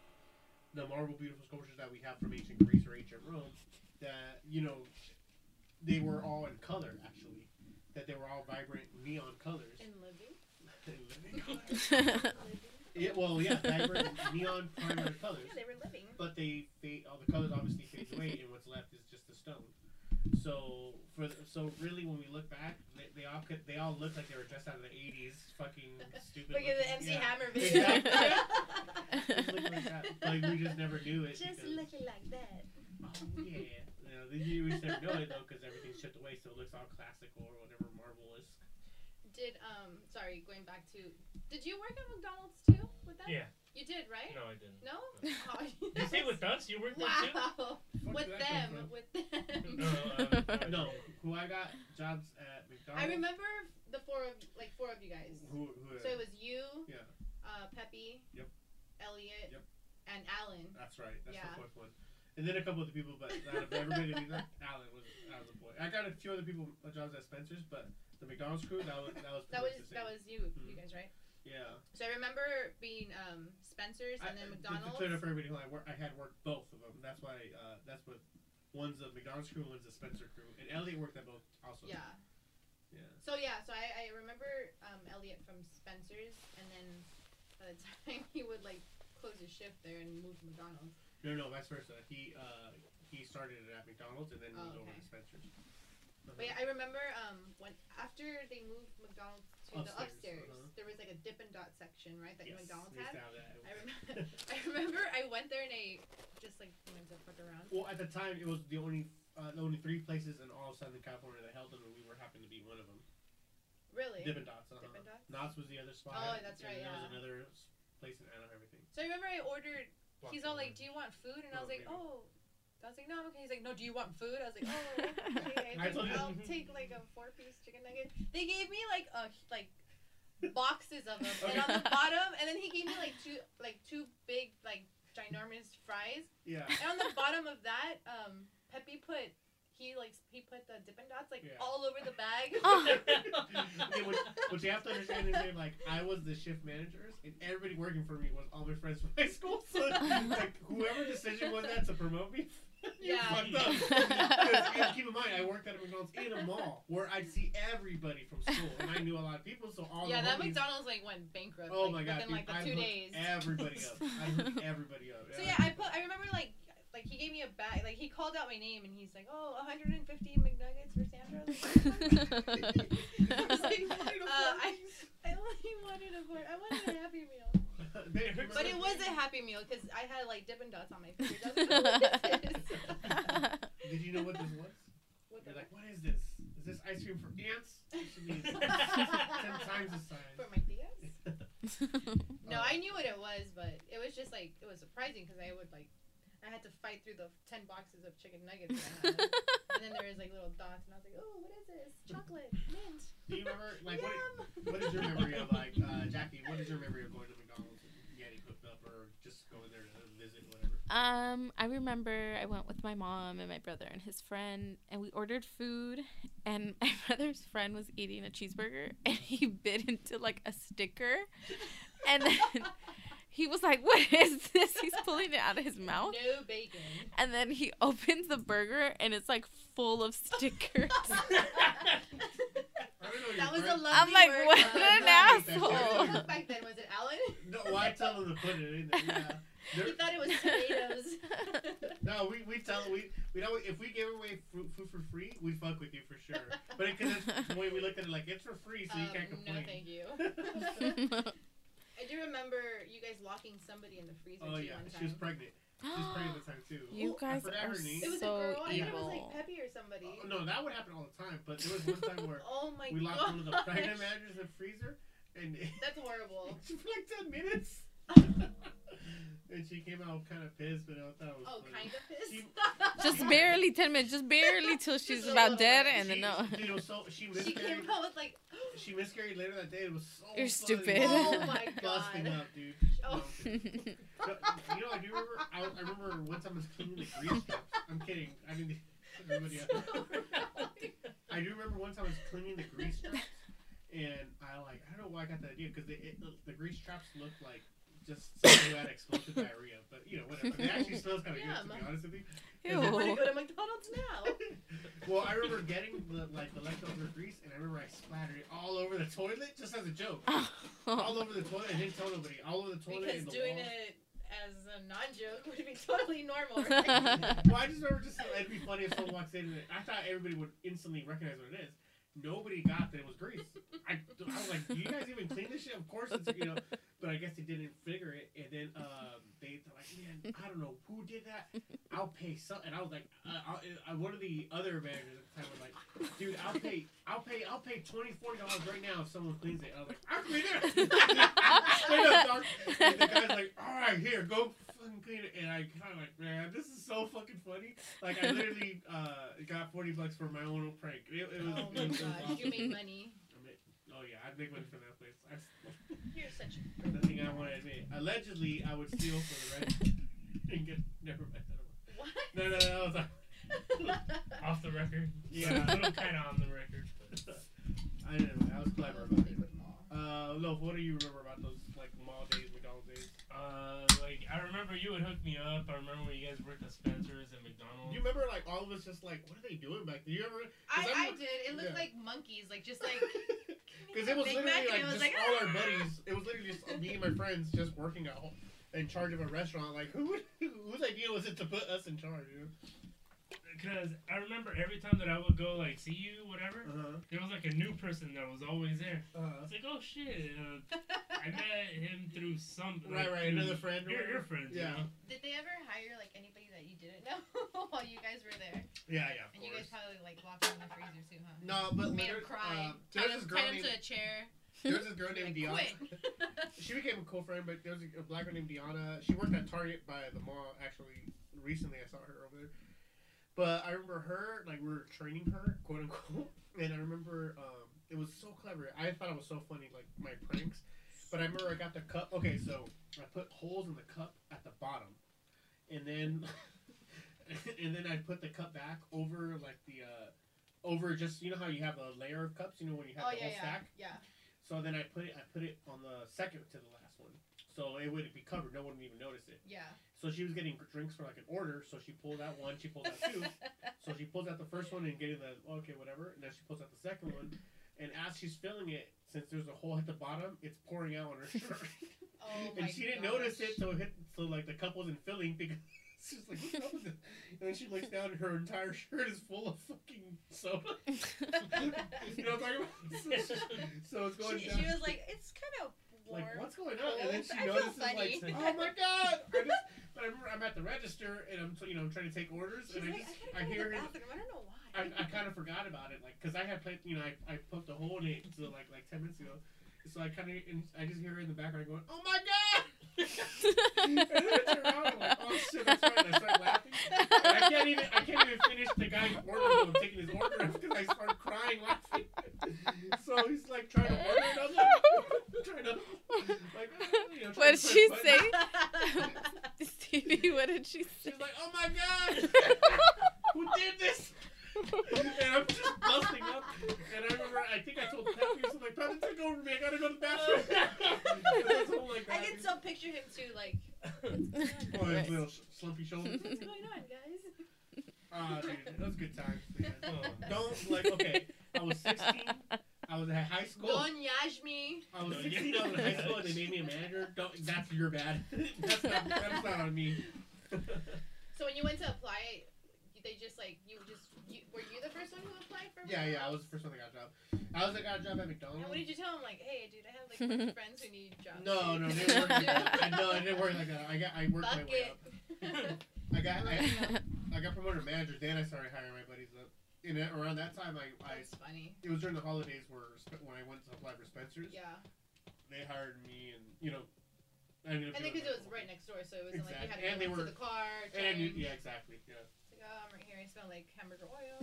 S3: the marble beautiful sculptures that we have from ancient Greece or ancient Rome, that you know they were all in color actually, that they were all vibrant neon colors.
S4: In Libby.
S3: yeah, well, yeah, vibrant neon primary colors.
S4: Yeah, they were living.
S3: But they fade. All the colors obviously fade away, and what's left is just the stone. So for the, so really, when we look back, they, they all could, they all look like they were just out of the '80s, fucking stupid.
S4: Look at the
S3: looking-
S4: MC
S3: yeah.
S4: Hammer video.
S3: Just look like that. Like we just never knew it.
S4: Just
S3: because,
S4: looking like that.
S3: Oh, yeah, you know, they- you just never know it though, because everything's chipped away, so it looks all classical or whatever marble is.
S4: Did um sorry, going back to did you work at McDonald's too with that?
S6: Yeah.
S4: You did, right?
S6: No, I didn't.
S4: No?
S6: No.
S4: Oh,
S6: You say with us? You worked there too?
S4: Wow.
S3: Fuck
S4: With
S3: did that come
S4: them.
S3: from?
S4: With them.
S6: No, um, I
S3: No,
S6: didn't.
S3: who I got jobs at McDonald's.
S4: I remember the four of like four of you guys.
S3: Who, who,
S4: So it was you,
S3: yeah,
S4: uh, Peppy,
S3: Yep.
S4: Elliot,
S3: Yep.
S4: and Alan.
S3: That's right. That's
S4: Yeah.
S3: the fourth one. And then a couple of the people, but out of everybody, we got- Alan was Alan was a boy. I got a few other people jobs at Spencer's, but the McDonald's crew that was that was
S4: That
S3: pretty
S4: was
S3: much the same.
S4: that was you you guys, right?
S3: yeah.
S4: So I remember being um Spencer's
S3: I- uh,
S4: and
S3: I-
S4: then
S3: To
S4: McDonald's.
S3: clear it up for everybody, I work, I had worked both of them. That's why uh, that's what one's the McDonald's crew, one's the Spencer crew, and Elliot worked at both also.
S4: yeah.
S3: Yeah.
S4: So yeah, so I, I remember um, Elliot from Spencer's, and then by the time he would like close his shift there and move to McDonald's.
S3: No, no, vice versa. He uh, he started it at McDonald's and then
S4: Oh,
S3: moved over
S4: okay.
S3: to Spencer's.
S4: But yeah, I remember um when after they moved McDonald's to the
S3: Upstairs,
S4: upstairs,
S3: uh-huh.
S4: there was like a Dippin' Dot section, right? That
S3: yes,
S4: McDonald's
S3: we used
S4: had.
S3: to have that.
S4: I remember. I remember I went there and I just like went to fuck around.
S3: Well, at the time, it was the only uh, the only three places in all of Southern California that held them, and we were happy to be one of them.
S4: Really?
S3: Dippin' Dots. Uh-huh.
S4: Dippin' Dots?
S3: Not Knott's was the other spot.
S4: Oh, that's right,
S3: And there was
S4: yeah.
S3: another s- place in Anaheim, I think.
S4: So I remember I ordered. He's all like,
S6: Guacamole.
S4: "Do you want food?" And I
S3: Oh,
S4: was
S3: maybe.
S4: like, "Oh." I was like, "No, I'm okay." He's like, "No, do you want food?" I was like, "Oh, okay."
S3: I
S4: I
S3: told
S4: think
S3: you-
S4: I'll take like a four-piece chicken nugget. They gave me like a h- like boxes of them, and on the bottom, and then he gave me like two like two big like ginormous fries,
S3: Yeah.
S4: and on the bottom of that, um, Pepe put he like he put the Dippin' Dots like
S3: Yeah.
S4: all over the bag.
S5: Oh.
S3: okay, what, what you have to understand is that like I was the shift managers and everybody working for me was all my friends from high school. So like whoever decision was that to promote me, you
S4: Yeah.
S3: fucked up. 'Cause, and keep in mind, I worked at a McDonald's in a mall where I'd see everybody from school and I knew a lot of people. So all
S4: yeah,
S3: the
S4: that
S3: homies-
S4: McDonald's like went bankrupt.
S3: Oh
S4: like,
S3: my god!
S4: within like
S3: dude, I
S4: the two
S3: hooked
S4: days.
S3: everybody up. I hooked everybody up.
S4: So yeah, I put. I remember like like he gave me a bag. Like he called out my name and he's like, "Oh, 150 McNuggets for Sandra." I was like, "What?" I was like, uh, I, I only wanted a four. I wanted a Happy Meal,
S3: They-
S4: but it was a Happy Meal because I had like Dippin' Dots on my face. I was like, "What is this?"
S3: Did you know what this was?
S4: What the
S3: You're like, what is this? Is this ice cream for ants? It should be ten times the size.
S4: for my tias? No,
S3: Uh,
S4: I knew what it was, but it was just like it was surprising because I would like I had to fight through the ten boxes of chicken nuggets, that I had. and then there was like little dots, and I was like, "Oh, what is this? Chocolate mint."
S3: Do you remember, like, what,
S4: Yum.
S3: what is your memory of, like, uh, Jackie, what is your memory of going to McDonald's and getting hooked up or just going there to visit, whatever?
S5: Um, I remember I went with my mom and my brother and his friend, and we ordered food. And my brother's friend was eating a cheeseburger, and he bit into like a sticker, and then he was like, "What is this?" He's pulling it out of his mouth,
S4: No bacon.
S5: and then he opens the burger, and it's like full of stickers.
S3: I don't know. your
S4: that was a
S3: friend-
S4: lovely
S5: I'm like,
S4: word,
S5: "What
S4: Alan.
S5: an
S4: That was-
S3: asshole."
S4: that was a joke Back then, was it Alan?
S3: No, well, I tell them to put it in there, yeah.
S4: He
S3: They're-
S4: thought it was tomatoes.
S3: No, we, we tell, we, we don't, if we gave away fruit, food for free, we fuck with you for sure. But because the way we looked at it, like, it's for free, so you
S4: Um,
S3: can't
S4: no,
S3: complain. Oh,
S4: thank you. I do remember you guys locking somebody in the freezer
S3: oh,
S4: too
S3: yeah,
S4: one time.
S3: she was pregnant. She was pregnant at the time, too.
S5: you
S3: I
S5: guys
S3: forgot
S5: are
S3: her name.
S4: it was a
S5: so
S4: girl. I thought it was
S5: evil.
S4: like Peppy or somebody.
S3: Oh, no, that would happen all the time, but there was one time where
S4: Oh my
S3: we locked
S4: god.
S3: one of the pregnant managers in the freezer, and
S4: That's horrible.
S3: for like 10 minutes. and she came out kind of pissed, but I thought it was
S4: Oh,
S3: funny.
S4: kind of pissed.
S3: She-
S5: Just barely ten minutes, just barely till she's
S4: Just a
S5: about
S4: little
S5: dead,
S4: bit.
S5: and then no.
S3: She, dude, it was so, she
S4: she
S3: miscarried.
S4: came out with like,
S3: She miscarried later that day. It was so funny.
S5: You're stupid.
S4: Oh my
S3: Busting
S4: God.
S3: up, dude.
S4: Oh.
S3: No, no, you know, I do remember. I, I remember one time I was cleaning the grease traps. I'm kidding. I mean, everybody. Else. I do remember one time I was cleaning the grease traps, and I like I don't know why I got that idea because the it, the grease traps look like just somebody who had explosive diarrhea, but you know whatever. It actually smells kind of good to be
S4: Yum.
S3: honest with you.
S4: I want to
S5: Ew.
S4: go to McDonald's now.
S3: Well, I remember getting the like the leftover grease, and I remember I splattered it all over the toilet just as a joke, all over the toilet. I didn't tell nobody. All over the toilet
S4: Because
S3: and the
S4: doing
S3: walls.
S4: it as a non joke would be totally normal, right?
S3: well, I just remember just it'd be funny if someone walks in and I thought everybody would instantly recognize what it is. Nobody got that it was grease. I, I was like, "Do you guys even clean this shit?" Of course, it's you know. But I guess they didn't figure it, and then um, they they're like, "Man, I don't know who did that. I'll pay some." And I was like, uh, I'll, uh, "One of the other managers at the time was like, dude, I'll pay, I'll pay, I'll pay twenty four dollars right now if someone cleans it." And I was like, "I'll clean it." Straight up, dog. And the guy's like, all right, here, go fucking clean it. And I kind of like, man, this is so fucking funny. Like, I literally uh, got 40 bucks for my own little prank. It, it was,
S4: Oh
S3: it
S4: my
S3: was
S4: gosh,
S3: awesome.
S4: you made money.
S3: I mean, oh, yeah, I'd make money from that place. That's
S4: You're such a.
S3: the thing I want to admit. Allegedly, I would steal for the rent. and get, never mind.
S4: What?
S3: I don't want- No, no, no, that was a-
S6: Off the record.
S3: Yeah.
S6: a little kind of on the record. But
S3: I don't know. I was clever about it.
S4: Hollywood Mall.
S3: Uh, Loaf, what do you remember about those, like, mall days, McDonald's days?
S6: Uh, like I remember you would hook me up. I remember when you guys worked at Spencer's and
S3: Do
S6: McDonald's.
S3: you remember, like, all of us just, like, what are they doing back there? You ever, I'm-
S4: I, I did. It looked
S3: yeah.
S4: like monkeys, like just like.
S3: Because it was
S4: Big
S3: literally
S4: Mac,
S3: like
S4: and it was
S3: just
S4: like,
S3: all our
S4: "Ah!"
S3: buddies. It was literally just me and my friends just working out in charge of a restaurant. Like who would, whose idea was it to put us in charge?
S6: Because I remember every time that I would go like see you, whatever.
S3: You know?
S6: There was like a new person that was always there.
S3: Uh huh.
S6: I was like, oh shit, uh, I met him through some
S3: Right, right,
S6: like, through
S3: another friend or
S6: Your, your
S3: whatever.
S6: friends,
S3: Yeah.
S6: You know?
S4: Did they ever hire like anybody that you didn't know while you guys were there?
S3: Yeah, yeah. Of
S4: And you guys
S3: course.
S4: probably like locked in the freezer too, huh?
S3: No, but
S4: made
S3: later,
S4: him cry.
S3: um, there was
S4: tied,
S3: this
S4: him,
S3: girl
S4: tied him
S3: named,
S4: to a chair.
S3: There was this girl named
S4: Like, Oh,
S3: Deanna.
S4: quit.
S3: She became a cool friend, but there was a, a black girl named Deanna. She worked at Target by the mall. Actually, recently I saw her over there. But I remember her, like we were training her, quote unquote. And I remember um, it was so clever. I thought it was so funny, like my pranks. But I remember I got the cup. Okay, so I put holes in the cup at the bottom, and then and then I put the cup back over like the uh, over just you know how you have a layer of cups. You know when you have
S4: oh
S3: the
S4: yeah,
S3: whole
S4: yeah,
S3: stack.
S4: yeah.
S3: So then I put it I put it on the second to the last one. So it wouldn't be covered, no one would even notice it.
S4: Yeah.
S3: So she was getting drinks for like an order, so she pulled out one, she pulled out two. so she pulls out the first one and getting the okay, whatever, and then she pulls out the second one. And as she's filling it, since there's a hole at the bottom, it's pouring out on her shirt.
S4: Oh my
S3: and she didn't
S4: gosh.
S3: notice it, so it hit so like the cup wasn't filling because she's like, What's wrong with it? And then she looks down and her entire shirt is full of fucking soda. you know what I'm talking about? so it's going
S4: she,
S3: down
S4: she was like, it's kind of warm.
S3: like what's going on? And then she
S4: I feel
S3: notices
S4: funny.
S3: like, oh my god! I just, but I remember I'm at the register and I'm you know I'm trying to take orders
S4: She's
S3: and
S4: like,
S3: I just
S4: I,
S3: I
S4: gotta go
S3: hear
S4: to
S3: it.
S4: the bathroom. I don't know why.
S3: I, I kind of forgot about it like because I had played you know I, I poked a hole in it so like like ten minutes ago. So I kind of and I just hear her in the background going, oh my god! and then I turn around and I'm like, oh shit, that's right. And I start laughing. And I can't even I can't even finish the guy's order while I'm taking his order because I start crying laughing. so he's like trying to order and I'm like trying to like you know. trying to
S5: What did
S3: push
S5: she
S3: buttons.
S5: say? Stevie, what did she say?
S3: She's like, oh my god, who did this? and I'm just busting up. And I remember, I think I told Pappy, I'm like, Pappy, take over me. I gotta go to the bathroom. And that's all like,
S4: I can still picture him too, like,
S3: Oh, his little sh- slumpy shoulders.
S4: what's going on, guys?
S3: Ah, dude, that was good times. man.
S6: Oh.
S3: Don't like, okay, I was 16. I was at high school.
S4: Don Yashmi.
S3: I was 16. I was in high school, and they made me a manager. Don't. That's your bad. that's, not, that's not on me.
S4: So when you went to apply, they just like you just you, were you the first one who applied for?
S3: yeah, yeah. I was the first one that got a job. I was that got a job at McDonald's.
S4: And what did you tell him? Like, hey, dude, I have like my friends who need jobs.
S3: No, no, it
S4: dude."
S3: didn't work. like that. I- no, it didn't work like that. I got, I worked my way
S4: Bucket.
S3: up. I got, I, I got promoted to manager. Then I started hiring my buddies up. And then around that time, I, I,
S4: That's funny.
S3: it was during the holidays where Sp- when I went to apply for Spencer's,
S4: Yeah,
S3: they hired me, and you know, I ended up.
S4: and
S3: doing
S4: because it was
S3: my-
S4: right next door, so it wasn't like you had
S3: Exactly. And
S4: to go
S3: they
S4: into
S3: were-
S4: the car.
S3: And I knew,
S4: change.
S3: yeah, exactly. Yeah,
S4: It's like, oh, I'm right here. I smell like hamburger oil,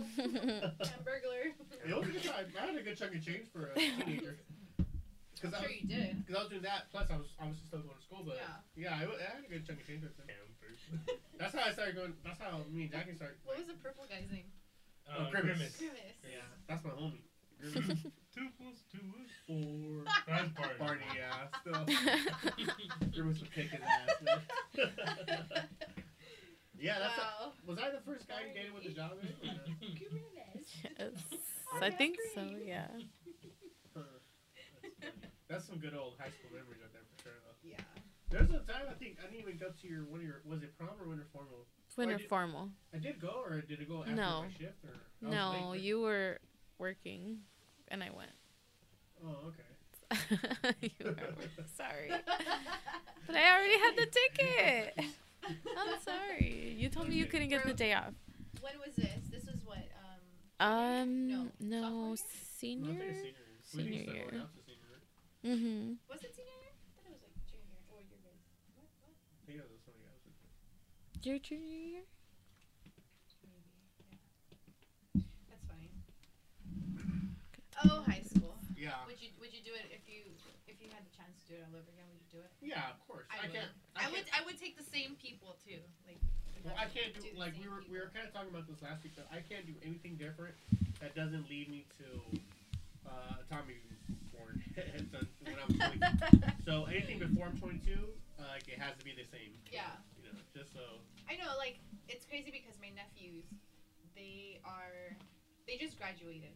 S4: hamburglar.
S3: it was a good time. I had a good chunk of change for a teenager. Because I,
S4: I'm sure
S3: was-
S4: you did.
S3: 'cause I was doing that. Plus, I was obviously still going to school, but
S4: Yeah.
S3: yeah, I, wa- I had a good chunk of change. with them.
S6: Campers.
S3: That's how I started going. That's how me and Jackie started.
S4: What was the purple guy's name?
S6: Uh,
S3: Oh, Grimace.
S6: Grimace.
S4: Grimace.
S3: Yeah, that's my homie.
S6: Two plus two is
S3: Four.
S6: that's Barney.
S3: Barney, yeah, still. Grimace would kick his ass. man. yeah, that's.
S4: wow.
S3: A, was I the first guy you dated with a job? in it?
S4: Grimace.
S5: I think so, yeah.
S3: Or no? That's funny. That's some good old high school memories right there for sure. Though.
S4: Yeah.
S3: There's a time I think I didn't even go to your one of your was it prom or winter formal?
S5: Winter
S3: did-
S5: formal.
S3: I did go or did it go after
S5: No.
S3: my shift or I was
S5: No,
S3: late,
S5: you were working and I
S3: right? Oh okay.
S5: went. you were working. Sorry. But I already had the ticket. I'm sorry. You told me you
S3: Okay.
S5: couldn't get the day off.
S4: When was this? This was what? Um,
S5: Um,
S4: No.
S5: no,
S4: Sophomore
S3: No, I think
S4: year?
S5: senior.
S3: it's senior. year. We
S5: Senior
S3: didn't start
S5: year.
S3: going out to senior year.
S5: Mm-hmm.
S4: was it senior year? I thought it was like junior year. Or your guys. What? What?
S3: I think it was something else.
S5: Your junior year?
S4: Maybe. Yeah. That's funny. Oh, high school.
S3: Yeah.
S4: Would you Would you do it if you if you had the chance to do it all over again? Would you do it?
S3: Yeah, of course. I,
S4: I would.
S3: can't. I,
S4: I,
S3: can't-
S4: would. I would take the same people too. Like.
S3: Well, I can't do,
S4: the
S3: like we
S4: same
S3: were we were
S4: people.
S3: kind of talking about this last week, but I can't do anything different that doesn't lead me to uh, Tommy was born so- when I was 22. so anything before I'm 22, uh, like it has to be the same.
S4: Yeah.
S3: You know, just so.
S4: I know, like it's crazy because my nephews, they are, they just graduated.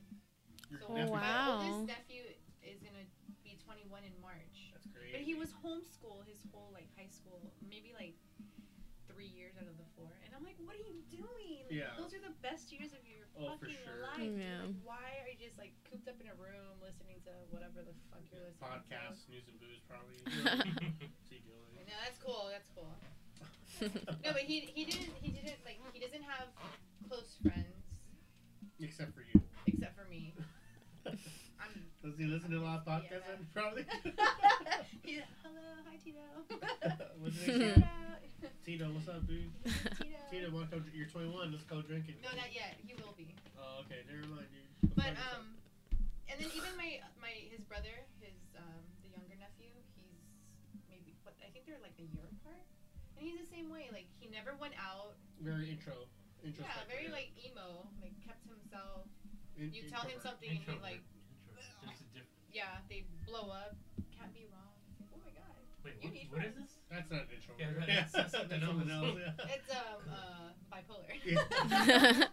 S3: your
S4: So
S5: Oh,
S3: nephew-
S5: wow.
S4: my oldest nephew is gonna be 21 in March,
S3: That's great.
S4: but he was homeschooled his whole like high school, maybe like three years out of the four. And I'm like, what are you doing? Like,
S3: Yeah.
S4: Those are the best years of your
S3: Oh, for
S4: fucking
S3: sure.
S4: life. dude.
S5: Yeah.
S4: Like, why are you just like cooped up in a room listening to whatever the fuck you're listening to?
S3: Podcasts, news and booze, probably. See, Julie.
S4: No, that's cool. That's cool. No, but he he didn't he didn't like he doesn't have close friends
S3: Except for you.
S4: except for me. I'm
S3: Does he listen to a lot of podcasts?
S4: Yeah.
S3: then? Probably.
S4: He's like, hello, hi Tito.
S3: What's his name?
S4: Shout out.
S3: Tito, what's up, dude?
S4: Tito.
S3: Tito, want to come? You're 21. Let's go drinking.
S4: No, not yet. He will be.
S3: Oh, okay. Never mind, dude. Go
S4: But
S3: fuck yourself.
S4: um, and then even my my his brother, his um the younger nephew, he's maybe what I think they're like a year apart, and he's the same way. Like he never went out.
S3: very intro. Intro.
S4: Yeah, very like emo. Like kept himself.
S3: In-
S4: You tell him
S3: introvert.
S4: something and he
S6: Introvert.
S4: like
S6: Introvert. There's a difference.
S4: yeah they blow up. Can't be wrong. It's like, oh my god.
S6: Wait,
S4: You
S6: what,
S4: need
S6: what
S4: friends.
S6: is this?
S3: That's not an intro.
S6: Yeah, right, that's- that's something else.
S3: yeah.
S4: It's um uh bipolar.
S3: Yeah.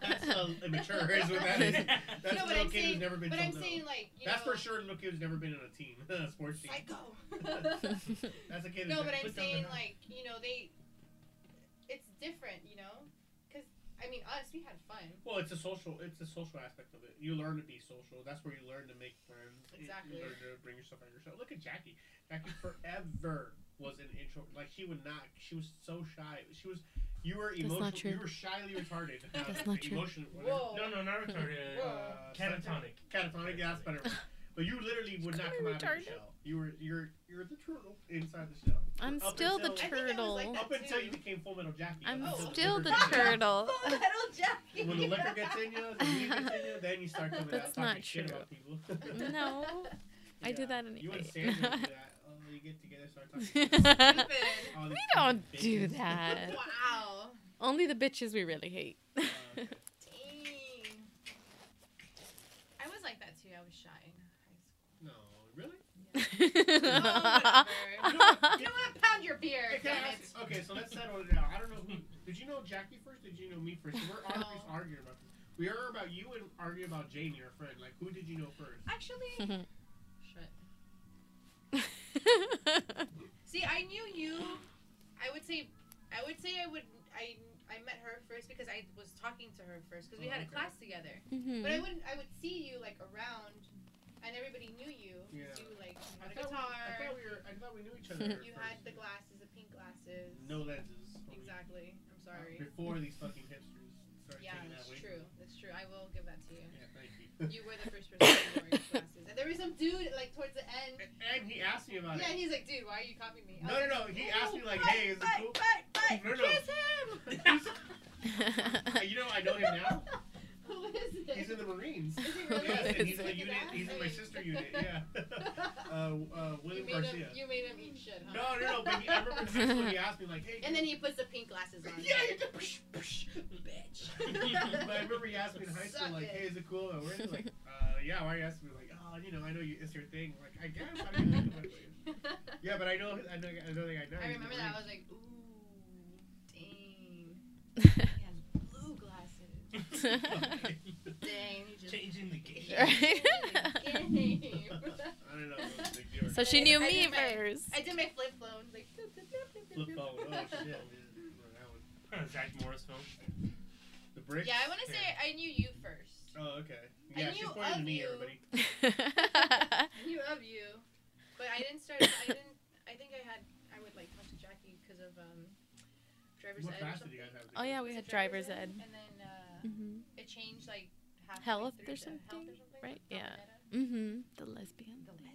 S3: that's uh, immature, is what that is. That's a
S4: No, but
S3: little
S4: I'm
S3: kid
S4: saying-
S3: who's never been
S4: But I'm
S3: told no.
S4: saying like you
S3: That's
S4: know,
S3: for sure a little kid who's never been on a team, a sports team.
S4: psycho.
S3: That's a kid who's
S4: No,
S3: never
S4: but I'm
S6: put down
S4: saying
S6: the knife.
S4: like you know they, it's different, you know, because I mean us we had fun.
S3: Well, it's a social. It's a social aspect of it. You learn to be social. That's where you learn to make friends. You-
S4: Exactly.
S3: You learn to bring yourself out of yourself. Look at Jackie. Jackie forever was an intro. Like she would not. She was so shy. She was. You were
S5: not
S3: emotional.
S5: true.
S3: You were shyly retarded.
S5: That's not true.
S3: Emotion, whatever.
S4: Whoa.
S6: No, no, not retarded. Uh,
S3: Uh,
S6: catatonic.
S3: Catatonic. Yeah, that's better. But you literally would not
S5: Kinda
S3: come out of
S5: retarded.
S3: your shell. You were. You're. You're the turtle inside the shell.
S5: I'm
S3: Up
S5: still the
S3: until-
S4: I think I was
S5: turtle.
S4: like oh, that.
S3: Up until you became Full Metal Jackie.
S5: I'm
S3: Up until
S5: still the
S3: liquor gets in you.
S5: turtle.
S4: Full metal jacket.
S3: When the liquor gets in you, the weed gets in you, then you start coming
S5: That's
S3: out talking
S5: not
S3: shit
S5: true.
S3: about people.
S5: no, I do that
S3: You
S5: anyway.
S3: and Sandra do that. Oh, you get together, start talking. shit.
S4: Stupid.
S3: All these
S5: We don't
S3: bitches.
S5: do that.
S4: wow.
S5: Only the bitches we really hate.
S3: Uh, okay.
S4: Dang. I was like that too. I was shy. in high
S3: no, really?
S4: school.
S3: You know what?
S4: Oh, whatever. you know what? Pound your beer.
S3: Okay,
S4: damn
S3: I
S4: it.
S3: ask- okay, so let's settle it out. I don't know who. Did you know Jackie first? Did you know me first? We're always
S4: No.
S3: arguing about this. We are about you and arguing about Jamie, our friend. Like, who did you know first?
S4: Actually. Shit. See, I knew you. I would say, I would say I would. I I met her first because I was talking to her first because we
S3: Oh,
S4: had a
S3: okay.
S4: class together.
S5: Mhm.
S4: But I wouldn't. I would see you like around, and everybody knew you. 'cause
S3: Yeah.
S4: You like you
S3: I
S4: had a
S3: thought, we, I
S4: guitar.
S3: thought we were. I thought we knew each other.
S4: You
S3: first.
S4: had the glasses, the pink glasses.
S3: No lenses. homie.
S4: Exactly. I'm
S3: Uh,
S4: sorry.
S3: Before these fucking hipsters started
S4: Yeah,
S3: taking that
S4: that's
S3: way.
S4: true. That's true. I will give that to you.
S3: Yeah, thank you.
S4: You were the first person to wear glasses, and there was some dude like towards the end.
S3: And- And he asked me about
S4: Yeah, and
S3: it.
S4: he's like, "Dude, why are you copying me?" I
S3: No,
S4: was
S3: no, no. He asked me like,
S4: "Fight,
S3: "Hey, is it
S4: fight,
S3: cool?"
S4: fight, fight,
S3: No, no.
S4: Kiss him.
S3: you know, I know him now.
S4: Who is it?
S3: He's in the Marines.
S4: Is he really?
S3: Yes, and he's
S5: Is
S3: in the
S5: it?
S3: unit. He's in my sister unit. Yeah. Uh, uh,
S4: you
S3: William
S4: made him.
S3: Garcia.
S4: You made him eat shit,
S3: No,
S4: huh?
S3: no, no. But he, I remember this when he asked me like, "Hey."
S4: And then he puts the pink glasses on.
S3: Yeah, you did. Push, push.
S4: bitch.
S3: but I remember he asked me in high school,
S4: Suck
S3: like,
S4: it.
S3: hey, is it cool? And we're like, uh, yeah, why are you asking me? Like, oh, you know, I know you, it's your thing. Like, I guess. I didn't think about it. Yeah, but I know, I know, I know the guy now.
S4: I
S3: he's in
S4: remember
S3: the Marines.
S4: that. I was like, ooh, dang. He has blue glasses. Dang, he just.
S6: Changing the game.
S5: Right?
S4: Game.
S3: I don't know. it was a big deal.
S5: so she knew
S4: I
S5: me
S4: did my-
S5: first.
S4: I did my flip phone like.
S3: Flip phone. Oh shit. Yeah, that one.
S6: Zach Morris film.
S3: The bricks.
S4: Yeah, I want to say I knew you first.
S3: Oh okay.
S4: I
S3: Yeah, she's
S4: knew
S3: pointing to
S4: of
S3: me,
S4: you.
S3: everybody.
S4: I knew of you, but I didn't start. I didn't. I think I had. I would like talk to Jackie because of um, driver's
S3: What
S4: ed. or
S3: class did
S4: something.
S3: you guys have?
S5: oh yeah, we
S4: Was
S5: had
S4: it
S5: driver's ed.
S4: And then uh,
S5: Mhm.
S4: it changed like halfway
S5: Health
S4: through
S5: or
S4: to health
S5: something,
S4: or something,
S5: right?
S4: health
S5: Yeah.
S4: data.
S5: Mhm. The lesbian.
S4: The lesbian.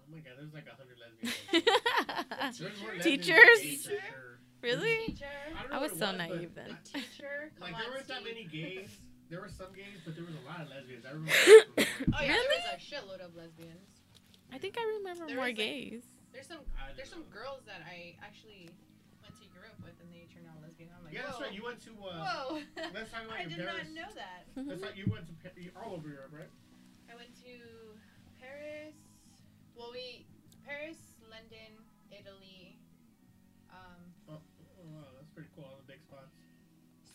S3: Oh my god, there's like a hundred lesbians. There's more lesbians than
S5: Teachers?
S3: gays, for sure.
S5: really?
S4: Teacher.
S3: don't know
S5: I was
S3: what it
S5: so
S3: but
S5: naive then.
S3: not-
S4: Teacher. Come
S3: Like
S4: on,
S3: there weren't that
S4: Steve.
S3: many gays. There were some gays, but there was a lot of lesbians. I remember.
S4: Oh yeah,
S5: Really?
S4: there was a shitload of lesbians.
S5: I think I remember
S4: There
S5: more
S4: is, like-
S5: gays.
S4: There's some.
S3: I don't
S4: There's some
S3: know.
S4: girls that I actually went to Europe with, and they turned out lesbian. I'm like,
S3: Yeah, that's
S4: whoa.
S3: right. You went to. Uh,
S4: Whoa.
S3: let's talk about
S4: I
S3: your Paris.
S4: did not know that.
S3: That's
S5: Mm-hmm.
S3: right. You went to Pa- you- all over Europe, right?
S4: I went to Paris. Well, we Paris, London, Italy. Um,
S3: Oh, oh, wow, that's pretty cool. All the big spots.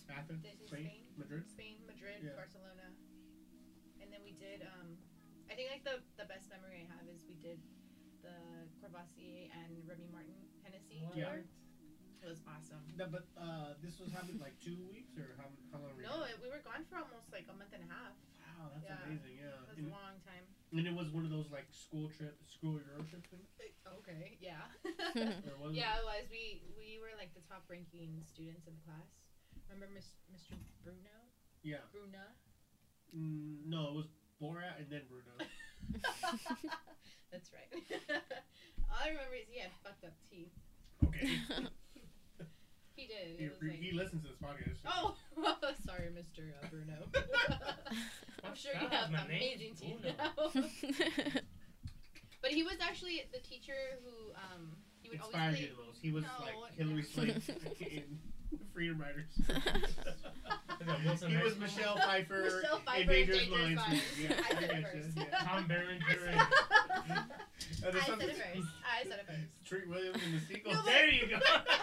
S3: Athens,
S4: This is
S3: Spain,
S4: Spain.
S3: Madrid.
S4: Spain, Madrid,
S3: Yeah.
S4: Barcelona. And then we did. Um, I think like the the best memory I have is we did the Courvoisier and Remy Martin Hennessy
S6: What?
S3: Yeah.
S4: tour. It was awesome.
S3: No, but uh, this was happened like two weeks or how, how long? were you
S4: No,
S3: gone?
S4: it, we were gone for almost like a month and a half.
S3: Wow, that's
S4: Yeah.
S3: amazing.
S4: It
S3: Yeah.
S4: was
S3: And,
S4: a long time.
S3: and it was one of those like school trip, school Euro trip things.
S4: Okay. Yeah.
S3: Or was
S4: yeah, it was. We we were like the top ranking students in the class. Remember Miss, Mr. Bruno?
S3: It? Yeah.
S4: Bruna.
S3: Mm, no, it was Borat and then Bruno.
S4: had fucked up teeth.
S3: Okay.
S4: He did.
S3: He,
S4: It was
S3: he
S4: like,
S3: listens to this podcast. so-
S4: oh, sorry, Mr. Uh, Bruno. I'm sure you have
S6: That was my name,
S4: amazing teeth
S6: Bruno.
S4: now. but he was actually the teacher who um he would
S3: Inspired
S4: always
S3: you to
S4: play.
S3: those. He was
S4: No,
S3: like
S4: no.
S3: Hillary Swank in Freedom Riders.
S6: Wilson
S3: he
S6: High
S3: was
S6: School.
S3: Michelle Pfeiffer,
S4: Michelle Pfeiffer
S3: in
S4: in
S3: Dangerous,
S4: Dangerous
S3: Minds.
S4: Minds.
S3: Yeah,
S4: I said it
S3: gotcha,
S4: first.
S3: yeah.
S6: Tom Berenger.
S4: I
S6: and-
S3: Uh, there's
S4: said
S3: something Oh,
S4: it first. I said it first.
S3: Treat Williams in the sequel.
S4: No, but-
S3: there you go.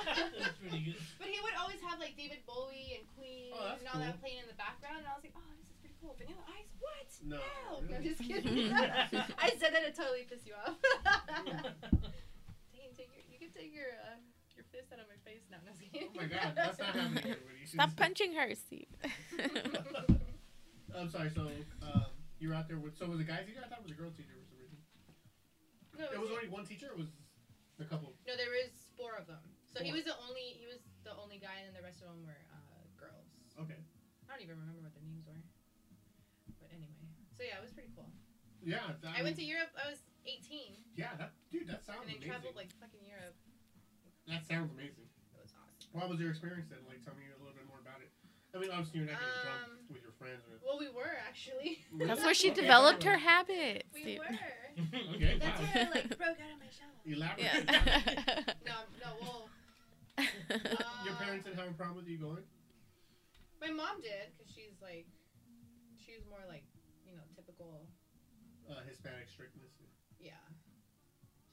S6: That's pretty good.
S4: But he would always have like David Bowie and Queen
S3: Oh, that's
S4: and all
S3: cool.
S4: that playing in the background, and I was like, oh, this is pretty cool. Vanilla Ice, what?
S3: No, Oh,
S4: Hell,
S3: really.
S4: I'm just kidding. I said that it totally pissed you off. Dang, take your, you can take your uh, your fist out of my face now. No, I'm just
S3: oh
S4: kidding.
S3: my god, that's not happening. everybody. You should
S5: Stop
S3: just-
S5: punching her, Steve.
S3: Oh, I'm sorry. So um, you were out there with. So was a guy teacher? I thought it was a girl teacher for some reason.
S4: no,
S3: It was only one teacher. It was a couple.
S4: no, there was four of them. So he
S3: Four.
S4: was the only he was the only guy, and then the rest of them were uh, girls.
S3: Okay.
S4: I don't even remember what their names were. But anyway, so yeah, it was pretty cool.
S3: Yeah. That,
S4: I went to Europe. I was 18,
S3: Yeah, that, dude, that sounds
S4: and then
S3: amazing.
S4: traveled like fucking Europe.
S3: that sounds amazing.
S4: It was awesome.
S3: What was your experience then? Like, tell me a little bit more about it. I mean, obviously you're not getting drunk
S4: Um,
S3: with your friends. Or,
S4: Well, we were actually.
S5: That's where she
S3: Okay,
S5: developed her
S3: anyway.
S5: habit.
S4: We
S5: Steve.
S4: were.
S3: Okay,
S4: That's
S3: wow.
S4: where I like broke out of my shell.
S3: Elaborate.
S5: Yeah.
S4: No, no. Well, uh,
S3: Your parents didn't have a problem with you going?
S4: My mom did because she's like, she was more like, you know, typical.
S3: Uh, Hispanic strictness.
S4: Yeah.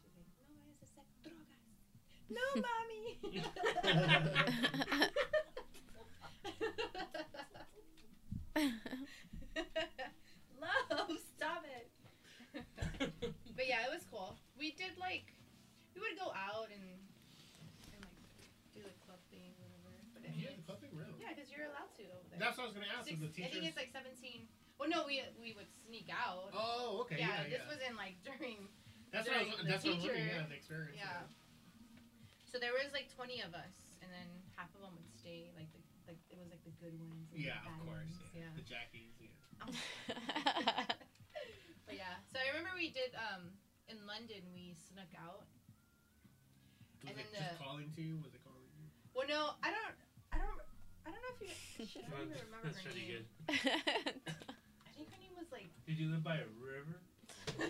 S4: She's like, no vayas a hacer drogas. No, mommy. Love, stop it. but yeah, it was cool. We did like, we would go out and and like do like club thing, whatever. But I
S3: You
S4: mean,
S3: had the club thing, really?
S4: yeah, because you're allowed to over there.
S3: That's what I was going to ask.
S4: Six-
S3: is the
S4: I think
S3: teachers.
S4: it's like 17. Well, no, we we would sneak out.
S3: oh, okay. Yeah,
S4: yeah,
S3: yeah.
S4: this was in like during.
S3: that's what I was,
S4: during the
S3: that's what I was looking at,
S4: teacher-
S3: the experience.
S4: Yeah. So there was like 20 of us, and then half of them would stay. Like the, like it was like the good ones. And
S3: Yeah,
S4: the bad
S3: of course.
S4: ones,
S3: Yeah.
S4: yeah.
S3: The Jackies. Yeah.
S4: But yeah, so I remember we did um in London we snuck out.
S3: Was
S4: And
S3: it
S4: then
S3: just
S4: the-
S3: calling to you? Was it calling you?
S4: Well, no, I don't, I don't, I don't know if you. Shit, I don't even remember
S6: That's
S4: her
S6: pretty
S4: name.
S6: good.
S4: I think her name was like.
S6: Did you live by a river?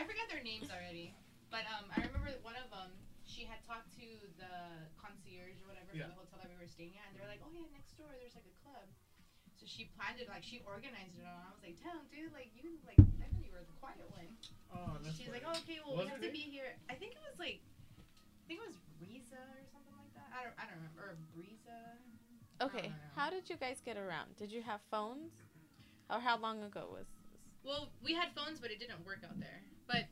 S4: I forgot their names already, but um, I remember that one of them. She had talked to the concierge or whatever
S3: Yeah.
S4: for the hotel that we were staying at, and they were like, "Oh yeah, next door there's like a club." So she planned it, like she organized it, all, and I was like, "Damn, dude, like you like I thought you were the quiet one."
S3: Oh, that's
S4: She's
S3: funny.
S4: like, "Oh, okay, well
S3: What was
S4: we have
S3: her
S4: to be here." I think it was like, I think it was Riza or something like that. I don't, I don't remember. Or Breeza.
S5: okay, how did you guys get around? Did you have phones? Or how long ago was this?
S4: Well, we had phones, but it didn't work out there. But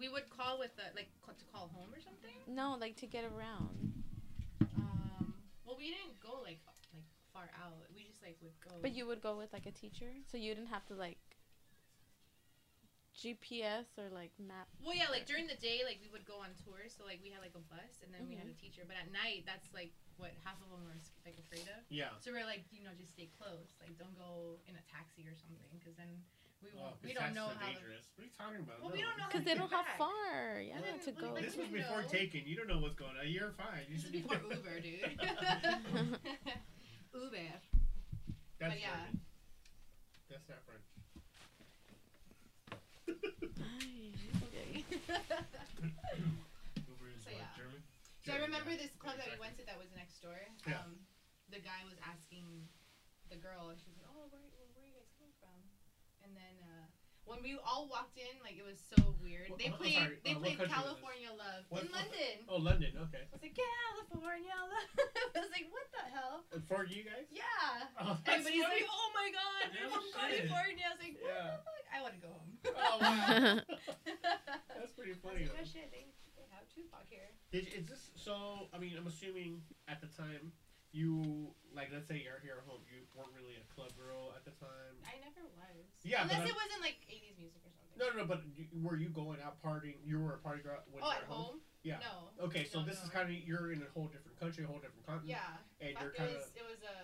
S4: we would call with the, like ca- to call home or something.
S5: No, like to get around.
S4: Um, well, we didn't go like f- like far out. We just like would go.
S5: But you would go with like a teacher, so you didn't have to like GPS or like map.
S4: well, yeah, like during the day, like we would go on tours. So like we had like a bus, and then we
S5: Mm-hmm.
S4: had a teacher. But at night, that's like what half of them were sc- like afraid of.
S3: Yeah.
S4: So we're like, you know, just stay close. Like don't go in a taxi or something, because then we
S3: Oh,
S4: won't.
S3: 'cause
S4: we don't
S3: that's so
S4: know how. The,
S3: dangerous. What are you talking about?
S4: Well,
S3: no.
S4: we don't know how
S5: Because they
S4: to
S5: don't
S4: get
S5: have
S4: back.
S5: far, yeah,
S4: then,
S5: to
S4: well,
S5: go.
S4: like,
S3: This was
S4: you
S3: before
S4: know.
S3: Taken. You don't know what's going on. You're fine. You
S4: this is
S3: should be.
S4: before Uber, dude. Uber.
S3: That's
S4: But yeah.
S3: German. That's not French.
S5: Ay, okay.
S6: Uber is
S4: So,
S6: like
S4: yeah.
S6: German.
S4: So I
S3: German,
S4: remember
S3: yeah.
S4: this club that we
S3: Exactly.
S4: went to that was next door.
S3: Yeah.
S4: Um, the guy was asking the girl, and she was like, "Oh, where, well, where are you guys coming from?" And then uh, when we all walked in, like it was so weird.
S3: Wha-
S4: They
S3: I'm
S4: played
S3: sorry,
S4: they
S3: uh, what
S4: played
S3: country was this?
S4: California Love
S3: What-
S4: in
S3: what-
S4: London.
S3: Oh, London. Okay.
S4: I was like, California Love. I was like, what the hell?
S3: And for you guys?
S4: Yeah.
S3: Oh, that's
S4: Everybody's
S3: funny.
S4: like, oh my god, we're
S3: No
S4: from
S3: shit.
S4: California. I was like, what
S3: Yeah.
S4: the fuck? I want to go home.
S3: Oh, wow.
S4: I
S3: That's pretty
S4: was
S3: funny.
S4: like,
S3: though.
S4: oh shit, they, they have Tupac here.
S3: Did, is this so? I mean, I'm assuming at the time you like, let's say you're here at home, you weren't really a club girl at the time.
S4: I never was.
S3: Yeah, but
S4: Unless
S3: I'm-
S4: it wasn't like 80s music or something.
S3: No, no, no. But you, were you going out partying? You were a party girl when
S4: oh,
S3: you were
S4: at home?
S3: Yeah.
S4: No.
S3: Okay, so
S4: No,
S3: this
S4: no.
S3: is kind of you're in a whole different country, a whole different continent,
S4: Yeah.
S3: and
S4: Fuck,
S3: you're
S4: it,
S3: kind
S4: was,
S3: of
S4: it was a.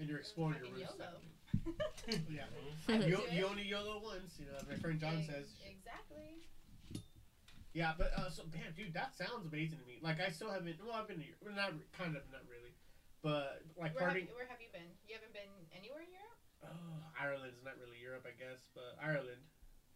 S3: and you're
S4: it was
S3: exploring your
S4: fucking
S3: roots.
S4: YOLO.
S3: yeah,
S6: Mhm.
S4: I would
S3: you,
S4: do
S3: you
S4: it.
S3: only YOLO once. You know, my friend John
S4: Ex-
S3: says
S4: Exactly.
S3: Yeah, but uh, so damn, dude, that sounds amazing to me. Like I still haven't. Well, I've been to Europe. Well, not re- kind of, not really. But like
S4: where, have
S3: partying,
S4: you, where have you been? You haven't been anywhere in Europe?
S3: oh, Ireland's not really Europe, I guess, but Ireland.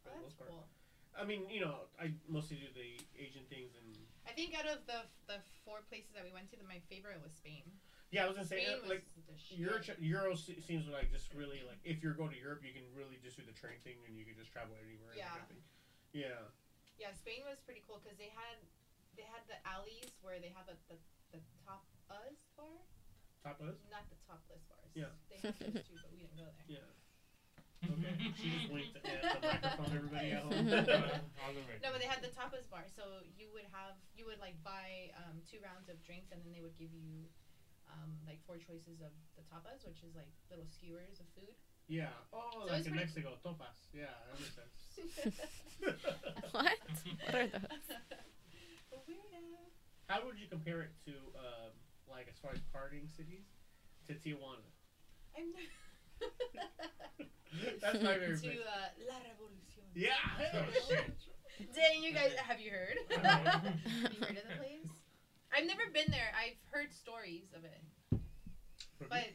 S3: For the
S4: Oh, that's
S3: most part.
S4: cool.
S3: I mean, you know, I mostly do the Asian things and
S4: I think out of the the four places that we went to, the, my favorite was Spain.
S3: yeah, I was gonna say
S4: Spain
S3: uh,
S4: was
S3: like
S4: the shit.
S3: Euro Euro se- seems like just really like if you're going to Europe, you can really just do the train thing and you can just travel anywhere. and
S4: Yeah.
S3: everything. Yeah.
S4: Yeah, Spain was pretty cool because they had they had the alleys where they have a, the the top us bar,
S3: Top us.
S4: not the topless bars.
S3: Yeah.
S4: They have those too, but we didn't go there.
S3: Yeah. Okay. she just winked at the microphone. Everybody at home.
S6: on the record.
S4: No, but they had the tapas bar, so you would have you would like buy um, two rounds of drinks, and then they would give you um, like four choices of the tapas, which is like little skewers of food.
S3: yeah. Oh,
S4: So
S3: like
S4: it's
S3: in
S4: pretty-
S3: Mexico, topas. Yeah, that makes sense.
S5: What? What are those?
S4: Weirdo.
S3: How would you compare it to, um, like, as far as partying cities, to Tijuana?
S4: I'm
S3: That's my favorite
S4: to
S3: place.
S4: uh, La Revolucion.
S3: Yeah.
S6: Oh, shit.
S4: Dang, you guys, have you heard?
S6: I
S4: have you heard of the place? I've never been there. I've heard stories of it, but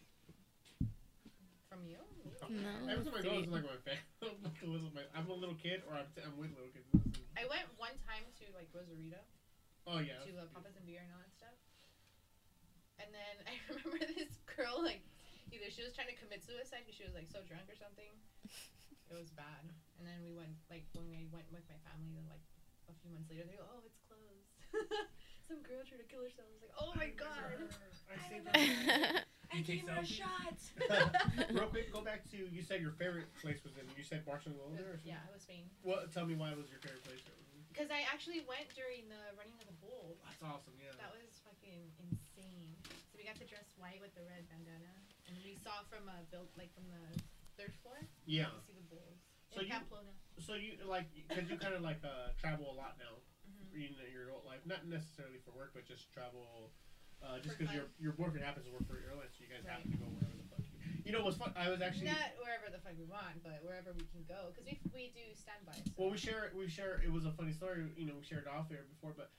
S4: from you?
S5: No,
S3: Every time I go, it's
S5: dude.
S3: like my family. I'm like a little, my, I'm a little kid, or I'm, t- I'm with little kids. This is-
S4: I went one time to like Rosarito.
S3: Oh yeah.
S4: to uh, Papas and Beer and all that stuff. And then I remember this girl, like, either she was trying to commit suicide because she was, like, so drunk or something. It was bad. And then we went, like, when we went with my family, then, like, a few months later, they go, oh, it's closed. Some girl tried to kill herself. I was like, oh my god.
S3: I see
S4: I
S6: You
S4: gave
S6: take
S4: her a
S6: selfies?
S4: shot.
S3: that. Real quick, go back to you said your favorite place was in. You said Barcelona. Or something?
S4: yeah, it was Spain.
S3: Well, tell me why it was your favorite place.
S4: Because I actually went during the running of the bull.
S3: That's awesome. Yeah.
S4: That was fucking insane. So we got to dress white with the red bandana, and we saw from a built like from the third floor.
S3: yeah.
S4: You see the bulls
S3: So you-
S4: in Pamplona.
S3: So you like because you kind of like uh, travel a lot now.
S4: Mhm.
S3: in your adult life, not necessarily for work, but just travel. Uh, just
S4: For
S3: because your
S4: fun.
S3: your boyfriend happens to work for your airline, so you guys have to
S4: Right.
S3: go wherever the fuck you. You know what's fun? I was actually
S4: Not wherever the fuck we want, but wherever we can go, because we we do standby. So.
S3: well, we share we share. It was a funny story. You know, we shared off air before, but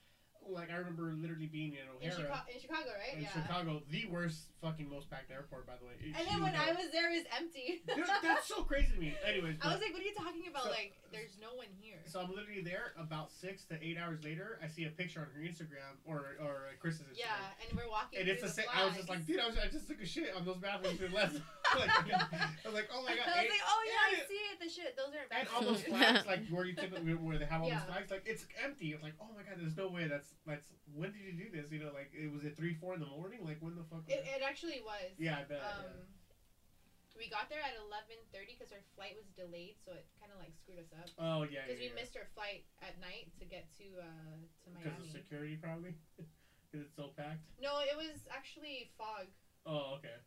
S3: like I remember literally being in
S4: in,
S3: O'Hara
S4: Chica- in Chicago, right?
S3: uh, in
S4: yeah.
S3: Chicago, the worst fucking most packed airport, by the way. It-
S4: And then
S3: huge
S4: when I
S3: airport.
S4: was there, it was empty.
S3: Dude, that's so crazy to me. Anyways,
S4: I
S3: but-
S4: was like, "What are you talking about?
S3: So-
S4: like, there's no one here."
S3: So I'm literally there about six to eight hours later. I see a picture on her Instagram or or uh, Chris's Instagram.
S4: yeah, and we're walking.
S3: And it's the same.
S4: through the
S3: I was just
S4: flags.
S3: like, dude, I, was, I just took a shit on those bathrooms and left. like, I was like, oh my god.
S4: I
S3: And,
S4: was like, "Oh yeah, I
S3: and-
S4: see it. The shit. Those aren't."
S3: and
S4: bad
S3: all those
S4: pictures."
S3: flags, like where you typically where they have all
S4: Yeah.
S3: those flags, like it's empty. It's like, oh my god, there's no way. That's that's when did you do this? You know, like it was at three, four in the morning. Like when the fuck?
S4: It, it actually was.
S3: yeah, I bet.
S4: Um, we got there at eleven thirty because our flight was delayed, so it kind of like screwed us up
S3: yeah. Oh yeah.
S4: because
S3: yeah,
S4: we missed our flight at night to get to uh, to
S3: because of
S4: Miami.
S3: security probably. Because it's so packed.
S4: No, it was actually fog.
S3: Oh, okay.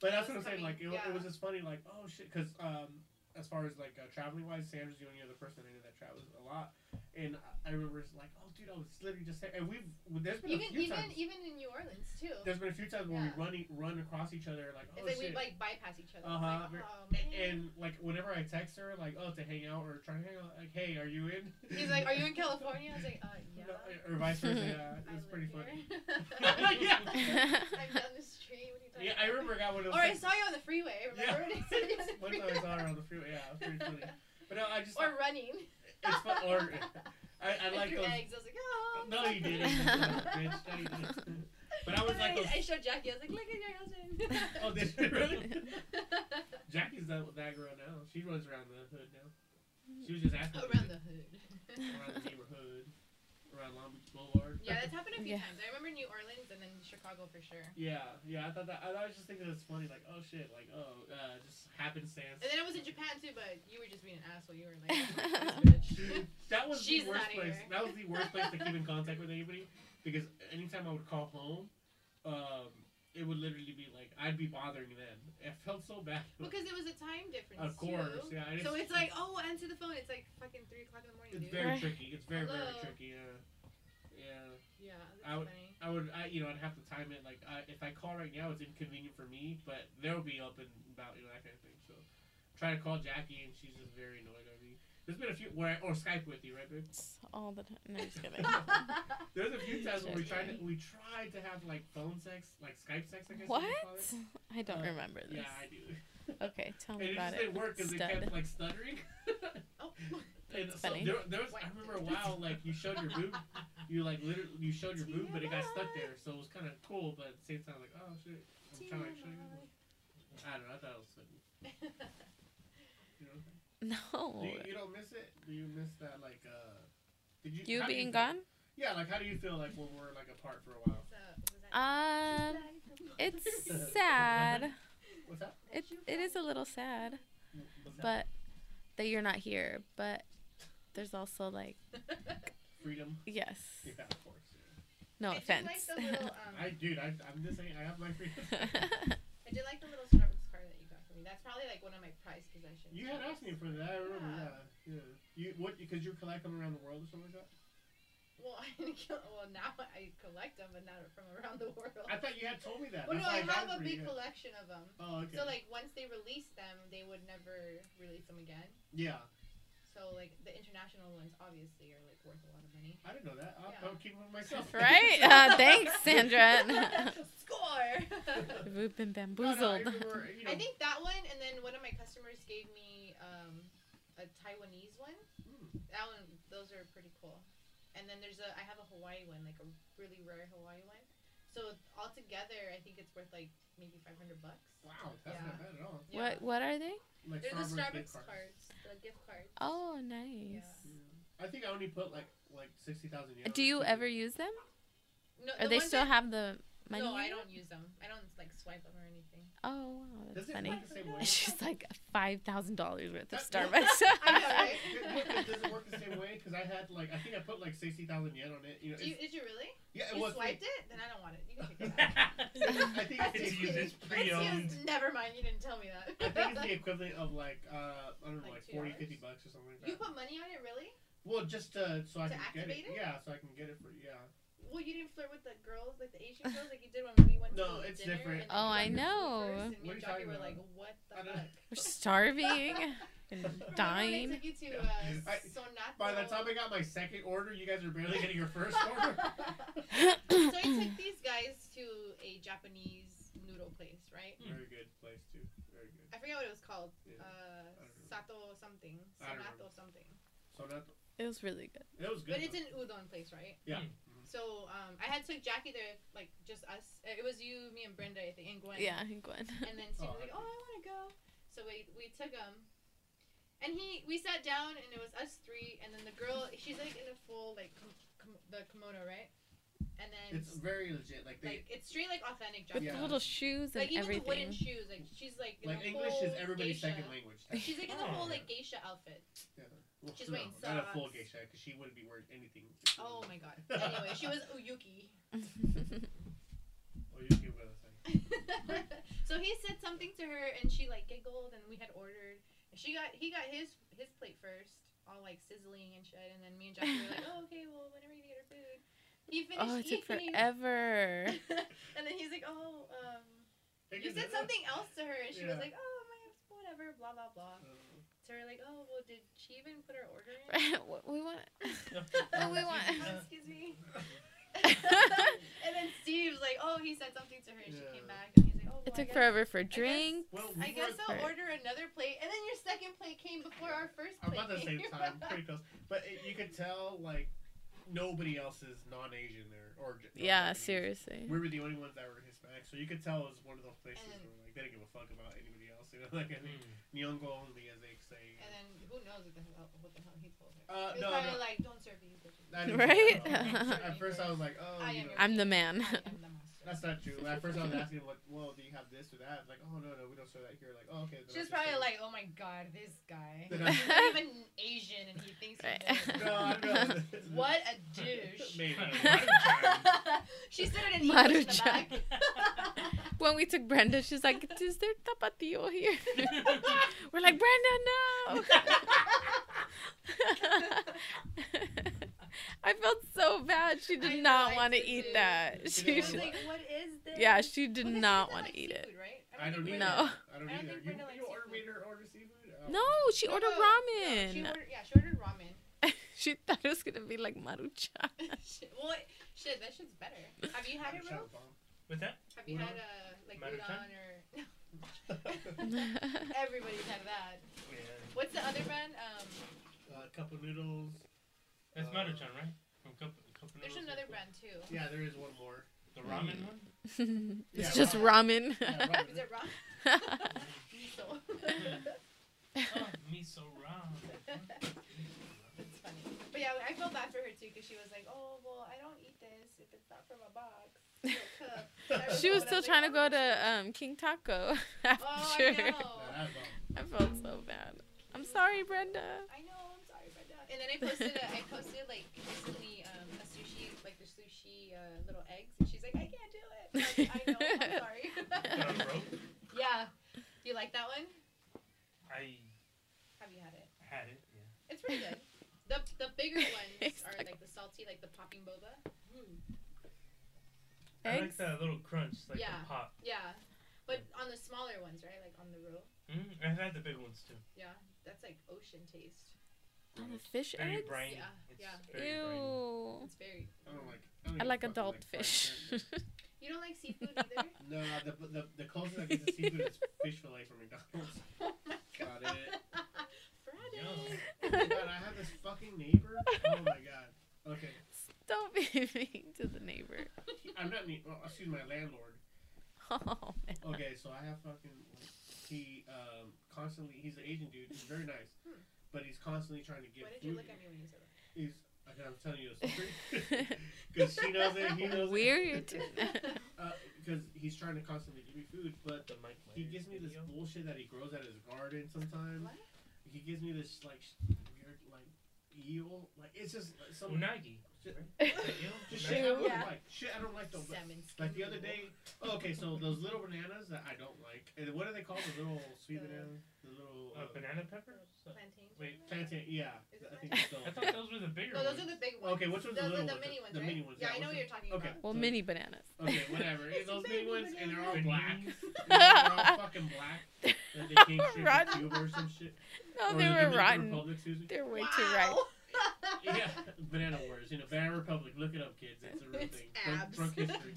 S3: But that's what
S4: That
S3: I'm
S4: was
S3: saying. Like, it,
S4: coming,
S3: wa- it was
S4: yeah.
S3: just funny. Like, oh shit, because um, as far as like uh, traveling wise, Sam's the only other person I knew that travels a lot, and I, I remember it's like, oh dude, I was literally just there, and we've well, there's been a
S4: Even
S3: few
S4: even
S3: times.
S4: even in New Orleans too.
S3: there's been a few times where we
S4: Yeah.
S3: run e- run across each other, like, oh
S4: it's like
S3: shit.
S4: we like bypass each other.
S3: Uh-huh.
S4: It's like, oh,
S3: A-
S4: man.
S3: and like whenever I text her, like, oh, to hang out or try to hang out, like, hey, are you in?
S4: He's like, "Are you in California?" I was like, "Uh, yeah."
S3: No, eh, or vice versa. Yeah,
S4: I
S3: it's
S4: live
S3: pretty
S4: here.
S3: funny.
S4: I'm
S3: Yeah.
S4: down the street. What are you talking
S3: Yeah, I
S4: about?
S3: remember I got one of those.
S4: Or I
S3: texts-
S4: saw you on the freeway. Remember when I said you on the
S3: One time
S4: freeway?
S3: I saw her on the freeway. Yeah, it was pretty funny. But no, I just
S4: Or running.
S3: It's fun, or I, I
S4: I
S3: like
S4: threw
S3: those.
S4: eggs. I was like, oh.
S3: No, you didn't, you bitch. No, you didn't. But I was
S4: And
S3: like
S4: then
S3: those.
S4: I, I showed Jackie. I was like, look at your husband.
S3: Oh, did you really? Jackie's that that girl now. She runs around the hood now. She was just asking
S4: Oh, Around the hood.
S3: around the neighborhood, around Long Beach Boulevard.
S4: yeah, that's happened a few
S5: Yeah.
S4: times. I remember New Orleans and then Chicago for sure.
S3: Yeah, yeah, I thought that. I, I was just thinking it's funny, like, oh shit, like, oh, uh, just happenstance.
S4: And then I was in Japan too, but you were just being an asshole. You were like, this bitch.
S3: that was
S4: She's
S3: the worst
S4: outta
S3: place.
S4: here.
S3: That was the worst place to keep in contact with anybody because anytime I would call home, um, it would literally be like I'd be bothering them. It felt so bad.
S4: because it was a time difference.
S3: Of course,
S4: too.
S3: yeah. and
S4: So it's like, oh, answer the phone. It's like fucking three o'clock in the morning,
S3: it's
S4: dude.
S3: very
S5: Right.
S3: tricky. It's very very
S4: Hello.
S3: tricky. Yeah, yeah.
S4: yeah,
S3: I
S4: that's
S3: would-
S4: funny.
S3: I would, I you know, I'd have to time it. Like, I, if I call right now, it's inconvenient for me, but they'll be up and about, you know, that kind of thing. So, try to call Jackie, and she's just very annoyed at me. There's been a few where or Skype with you, right, babe?
S5: It's all the time. No, just kidding.
S3: There's a few times where we tried to
S5: Joking.
S3: we tried to have like phone sex, like Skype sex, I guess. you
S5: what?
S3: would call it.
S5: I don't
S3: Uh,
S5: remember this.
S3: Yeah, I do.
S5: Okay, tell
S3: And it
S5: me about
S3: just
S5: it.
S3: didn't work because it
S5: Stud.
S3: kept like stuttering.
S4: Oh,
S3: and so
S5: funny.
S3: There, there was, I remember a while like you showed your boob, you like literally you showed your boob, but it got stuck there, so it was kind of cool, but at the same time like oh shit, I'm trying to like, show you. I don't know. I thought it was funny. You know?
S5: No.
S3: Do you, you don't miss it? Do you miss that like uh? Did you
S5: You
S3: how do
S5: being
S3: feel-
S5: gone?
S3: Yeah, like how do you feel like when we're like apart for a while?
S4: So, was that-
S5: Um, it's sad.
S3: What's that?
S5: It, it is a little sad,
S3: What's that?
S5: but that you're not here. But there's also like,
S3: Freedom.
S5: yes,
S3: Yeah, of course. yeah.
S5: no
S4: I
S5: offense.
S4: Did like the little, um,
S3: I dude, I, I'm just saying I have my freedom.
S4: I did like the little Starbucks card that you got for me. That's probably like one of my prized possessions.
S3: You had asked me for that. I remember. Yeah. Yeah. You what? Because you collect them around the world or something like that.
S4: Well, I didn't kill, well now I collect them, but not from around the world.
S3: I thought you had told me that.
S4: well, no,
S3: That's why
S4: I
S3: got
S4: have
S3: it
S4: a
S3: for
S4: big
S3: you.
S4: collection of them.
S3: Oh, okay.
S4: So like once they release them, they would never release them again.
S3: yeah,
S4: So like the international ones obviously are like worth a lot of money.
S3: I didn't know that. I'll,
S4: Yeah.
S3: I'll keep it for myself.
S5: right? Uh, thanks, Sandra.
S4: Score.
S5: We've been
S3: No, no, I
S5: bamboozled.
S3: remember, you know,
S4: I think that one, and then one of my customers gave me um, a Taiwanese one.
S3: mm,
S4: That one, those are pretty cool. And then there's a, I have a Hawaii one, like a really rare Hawaii one. So altogether, I think it's worth like maybe 500 bucks.
S3: wow, that's
S4: Yeah.
S3: not bad at all.
S5: What what are they?
S3: Like
S4: They're the
S3: gift
S4: Starbucks
S3: cards.
S4: cards, the gift cards.
S5: Oh, nice.
S3: Yeah. I think I only put like like sixty thousand yen. or
S5: Do you
S3: something.
S5: ever use them?
S4: No,
S5: Or
S4: the
S5: they
S4: ones
S5: still
S4: that-
S5: have the money?
S4: No, I
S5: in it?
S4: don't use them. I don't like swipe them or anything.
S5: Oh, wow, that's
S3: Does it
S5: funny.
S3: work the same way?
S5: She's like five thousand dollars worth of
S3: That-
S5: Starbucks.
S4: I know,
S3: Yeah,
S4: right?
S3: it- it- it doesn't work the same way because I had like I think I put like sixty thousand yen on it. You know,
S4: Do you,
S3: it's-
S4: did you really?
S3: yeah, it
S4: you
S3: was.
S4: swiped it? Then I don't want it. You can take it back.
S6: I
S3: I think it's
S6: It's
S3: basically-
S6: used as
S4: Let's
S6: pre-owned.
S4: use- Never mind, you didn't tell me that.
S3: I think it's the equivalent of like uh, I don't know,
S4: Like
S3: like,
S4: two
S3: forty,
S4: dollars?
S3: fifty 40, 50 bucks or something like that.
S4: you put money on it, really?
S3: well, just to, so I can get it.
S4: To activate it?
S3: Yeah, so I can get it for yeah.
S4: Well, you didn't flirt with the girls, like the Asian girls, like you did when we went
S3: No,
S4: to
S3: it's
S4: dinner.
S3: different.
S4: and
S5: Oh,
S4: you got
S5: I
S4: your food
S5: know.
S4: first, and
S3: What are
S4: me and
S3: you
S4: Jackie
S3: talking
S4: were
S3: about?
S4: like, what the
S3: I
S4: fuck?
S3: don't-
S5: We're starving and
S4: Remember when I
S5: dying.
S4: took you to uh,
S3: Yeah. I-
S4: Sonato?
S3: By the time I got my second order, you guys are barely getting your first order.
S4: so I took these guys to a Japanese noodle place, right?
S3: Very good place too. Very good.
S4: I forget what it was called.
S3: Yeah.
S4: Uh,
S3: I don't know.
S4: Sato something,
S3: I don't remember.
S4: Sonato something.
S3: So that
S5: It was really good.
S3: it was good.
S4: But it's
S3: though.
S4: an udon place, right?
S3: yeah.
S5: Mm-hmm.
S4: So um, I had took Jackie there, like just us. It was you, me, and Brenda, I think, and Gwen.
S5: Yeah, Gwen.
S4: And then Steve
S3: Oh,
S4: was like,
S3: okay.
S4: "Oh, I want to go." So we we took him, and he we sat down, and it was us three, and then the girl, she's like in a full like com- com- the kimono, right? And then
S3: It's very legit. Like they
S4: like it's straight like authentic
S5: With
S4: Japanese.
S3: Yeah.
S5: the little shoes and
S4: Like even the wooden
S5: everything.
S4: shoes, like she's like in
S3: like
S4: a
S3: English
S4: full
S3: is everybody's
S4: geisha.
S3: second language.
S4: She's like in
S6: Oh.
S4: a full like geisha outfit.
S3: Well,
S4: she's wearing
S3: Not a full
S4: socks.
S3: geisha because she wouldn't be wearing anything.
S4: Oh my god. Anyway, she was Uyuki.
S3: Oh, you can wear the thing.
S4: so he said something to her and she like giggled and we had ordered and she got he got his his plate first all like sizzling and shit and then me and Jackie were like oh okay well when are we gonna get our food he finished
S5: oh, it took
S4: eating
S5: forever.
S4: and then he's like oh um
S3: They
S4: you
S3: can do that.
S4: said something else to her and she was
S3: Yeah.
S4: like oh my whatever blah blah blah
S3: Uh,
S4: so we're like oh well did she even put her order in
S5: What we want. What we want.
S4: Oh, excuse me and then Steve's like oh he said something to her and she came
S3: Yeah.
S4: back and he's like oh well,
S5: It
S4: I
S5: took
S4: guess-
S5: forever for
S4: guess-
S5: drink.
S3: Well,
S4: I
S3: we
S4: guess
S3: were-
S4: I'll
S5: Right.
S4: order another plate, and then your second plate came before our first plate.
S3: about the same
S4: came.
S3: time, pretty close. But it, you could tell like nobody else is non-Asian there, or J- or
S5: Yeah,
S3: Japanese.
S5: seriously.
S3: We were the only ones that were Hispanic, so you could tell it was one of those places
S4: And- Mm-hmm.
S3: where like they didn't give a fuck about anybody else, you know, like I think Nyongo only, as they say.
S4: And then who knows what the hell, what the hell he told her?
S3: Uh,
S4: he was
S3: no,
S4: probably
S3: no.
S4: like, "Don't serve these bitches.
S3: I didn't
S5: Right?
S3: say that at all. at first, I was like, oh,
S4: I
S3: you
S4: am
S3: know,
S4: your-
S5: I'm the man.
S4: I am the master."
S3: that's not true. At first, I was asking like, well, do you have this or that? Like, oh no, no, we don't show that here. Like, oh okay. then
S4: She
S3: I'll
S4: was
S3: just
S4: probably
S3: say-
S4: like, "Oh my god, this guy.
S3: Then
S4: He's
S3: I-
S4: not even Asian, and he thinks
S5: Right.
S4: he's
S3: no,
S4: Asian.
S3: I know.
S4: What a douche."
S3: Maybe.
S4: she said it in English in the back.
S5: Maruchan. When we took Brenda, she's like, "Is there tapatio here?" We're like, "Brenda, no!" I felt so bad. She
S4: I
S5: did
S4: know,
S5: not
S4: I
S5: want to
S4: did too.
S5: eat that.
S3: She
S4: I
S5: She,
S3: didn't
S4: was
S3: wanna-
S4: like, "What is this?"
S5: yeah, she did
S4: Well, 'cause she
S5: not
S4: doesn't
S5: want
S4: like
S5: to eat it.
S4: seafood, right?
S3: I don't
S4: think
S3: either.
S4: Brenda-
S5: No.
S3: I don't
S4: I don't
S3: either.
S4: think
S3: You,
S4: Brenda likes
S3: you order
S4: seafood.
S3: me to order seafood? Oh.
S5: No, she
S4: No,
S5: ordered
S4: no, no,
S5: ramen.
S4: She ordered, yeah, she ordered ramen.
S5: she thought it was gonna be like marucha.
S4: shit, well, it- shit, that shit's better. Have you had it, Ro?
S6: With that?
S4: Have you
S6: Udon?
S4: had uh, like
S6: Maruchan?
S4: udon or? Everybody's had that.
S6: Yeah.
S4: What's the other brand? Um,
S3: uh, cup of noodles.
S6: That's
S3: Uh,
S6: Maruchan, right? From Cup, Cup of
S4: there's
S6: Noodles?
S4: another brand too.
S3: Yeah, there is one more.
S6: The ramen one?
S5: it's
S3: Yeah,
S5: just ramen.
S3: Yeah, ramen.
S4: Is it ramen? Miso.
S6: oh, miso ramen.
S4: That's funny. But yeah, I felt bad for her too because she was like, "Oh well, I don't eat this if it's not from a box." or a cup."
S5: She was
S4: And I
S5: still
S4: like,
S5: trying to
S4: "Oh,
S5: go to um, King Taco
S4: Oh, I
S5: after.
S3: Nah,
S4: know.
S3: that's bomb.
S5: I felt so bad. I'm sorry, Brenda.
S4: I know. I'm sorry, Brenda. And then I posted, a, I posted like recently um, a sushi, like the sushi uh, little eggs, and she's like, "I can't do it." I'm like, I know. I'm sorry.
S6: Got a rope.
S4: yeah. Do you like that one?
S6: I
S4: Have you had it?
S6: had it. Yeah.
S4: It's pretty good. The, the bigger ones
S5: He's
S4: are
S5: like-
S4: like Hmm. the salty, like the popping boba.
S6: I like
S5: Eggs.
S6: that little crunch, like
S4: Yeah.
S6: the pop.
S4: Yeah, but on the smaller ones, right? Like on the roll.
S6: Mm, I've had the big ones too.
S4: Yeah, that's like ocean taste.
S5: Oh, the fish
S6: Very
S5: eggs.
S6: briny.
S4: Yeah,
S6: It's
S4: yeah.
S6: very briny.
S5: Ew.
S4: It's very.
S3: I don't like. I, don't
S5: I
S3: even
S5: like
S3: fucking
S5: adult
S3: fried
S5: fish.
S3: shrimp.
S4: You don't like seafood either.
S3: no, uh, the, the the closest I get to seafood is fish fillet from McDonald's.
S4: oh my
S3: Got
S4: god.
S3: it.
S4: Friday.
S3: God, I have this fucking neighbor. Oh my god. Okay,
S5: Don't be mean to the neighbor.
S3: I'm not. Ne- well, excuse my landlord.
S5: Oh man.
S3: Okay, so I have fucking. He um, constantly. He's an Asian dude. He's very nice,
S4: Hmm.
S3: but he's constantly trying to get.
S4: Why did
S3: food.
S4: you look at me when you said that?
S3: He's. okay, I'm telling you a secret. Because she knows it. He knows
S5: Weird.
S3: it. Because he's trying to constantly give me food, but
S6: The Mike
S3: he
S6: Myers
S3: gives me this
S6: video.
S3: bullshit that he grows at his garden sometimes.
S4: What?
S3: He gives me this like sh- weird like eel. Like it's just like, some
S6: Unagi.
S3: shit.
S6: Eel?
S3: Just
S6: Unagi?
S3: shit I don't
S4: Yeah.
S3: like. Shit I don't like though. but-
S4: Salmon.
S3: Like the other day, oh, okay, so those little bananas that I don't like, and what are they called? The little sweet
S4: The-
S3: bananas, the little
S6: Uh,
S3: uh,
S6: banana pepper?
S4: Plantains. or
S6: Wait,
S4: whatever?
S3: plantain. Yeah,
S4: Is
S3: I
S4: it
S3: think
S4: plantain?
S3: it's
S6: I
S3: those.
S6: thought those were the bigger
S4: No,
S6: ones.
S4: those are the big ones.
S3: Okay, which one's
S4: Those
S3: the
S4: are
S3: little
S4: the
S3: ones?
S4: mini ones,
S3: The
S4: right?
S3: mini ones.
S4: Yeah, I
S3: what's
S4: know what
S3: the-
S4: you're talking
S3: Okay.
S4: about.
S5: well,
S3: so-
S5: mini bananas.
S3: Okay, whatever.
S4: It's
S3: those
S4: baby
S3: big ones, and they're all
S6: banana.
S3: black.
S6: Bananas.
S3: they're all fucking black. That they came straight
S5: Rotten.
S3: from Cuba or some shit. Or
S5: No, they
S3: the
S5: were
S3: Dominican
S5: rotten.
S3: Republic, excuse me.
S5: They're way too right.
S3: Yeah, Banana Wars. You know, Banana Republic. Look it up, kids. It's a real
S4: It's
S3: thing. Drunk-
S4: abs.
S3: Drunk history.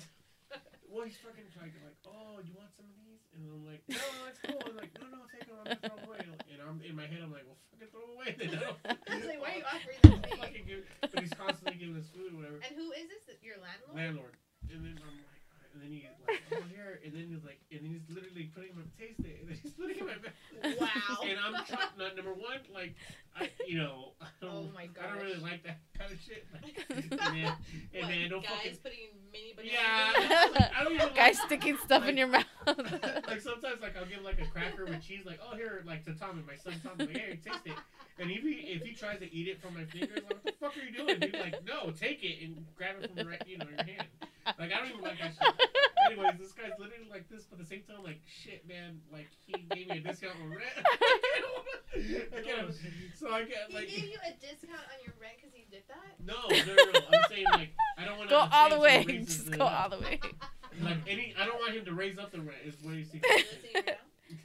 S3: Well, he's fucking trying to like, oh, you want some of these? And I'm like, no, it's cool. I'm like, no, no, take them. I'm gonna throw 'em away. And I'm in my head, I'm like, well, fucking throw 'em away. Then I
S4: I
S3: don't.
S4: was like, why are you offering
S3: I'll
S4: this to me?
S3: fucking give, but he's constantly giving us food, or whatever.
S4: And who is this? Your landlord?
S3: Landlord. And then I'm like, alright, and then he's like, oh here, and then he's like, and then he's literally putting my taste it, and then he's putting it in my mouth.
S4: Wow.
S3: And I'm trying, not number one, like, I, you know, I don't,
S4: Oh my
S3: I don't really
S4: gosh.
S3: like that kind of shit. Like, and then, and
S4: What,
S3: then I don't
S4: guys
S3: fucking,
S4: putting mini bananas.
S3: yeah,
S4: in your mouth?
S3: like, I don't even
S5: Guys
S3: like-
S5: sticking stuff in your mouth.
S3: like sometimes, like I'll give like a cracker with cheese, like oh here, like to Tom and my son Tom, like hey, taste it. And if he if he tries to eat it from my fingers, I'm like what the fuck are you doing? He's like no, take it and grab it from the right, you know, your hand. Like I don't even like that shit. Anyways, this guy's literally like this, but at the same time, like shit, man, like he gave me a discount on rent. I can't- so I get
S4: He
S3: like.
S4: gave you a discount on your rent because he did that?
S3: No, no, no, no. I'm saying like I don't want to
S5: go all the way. Just go all the way.
S3: Like any, I don't want him to raise up the rent. Is what he's saying.
S4: Is he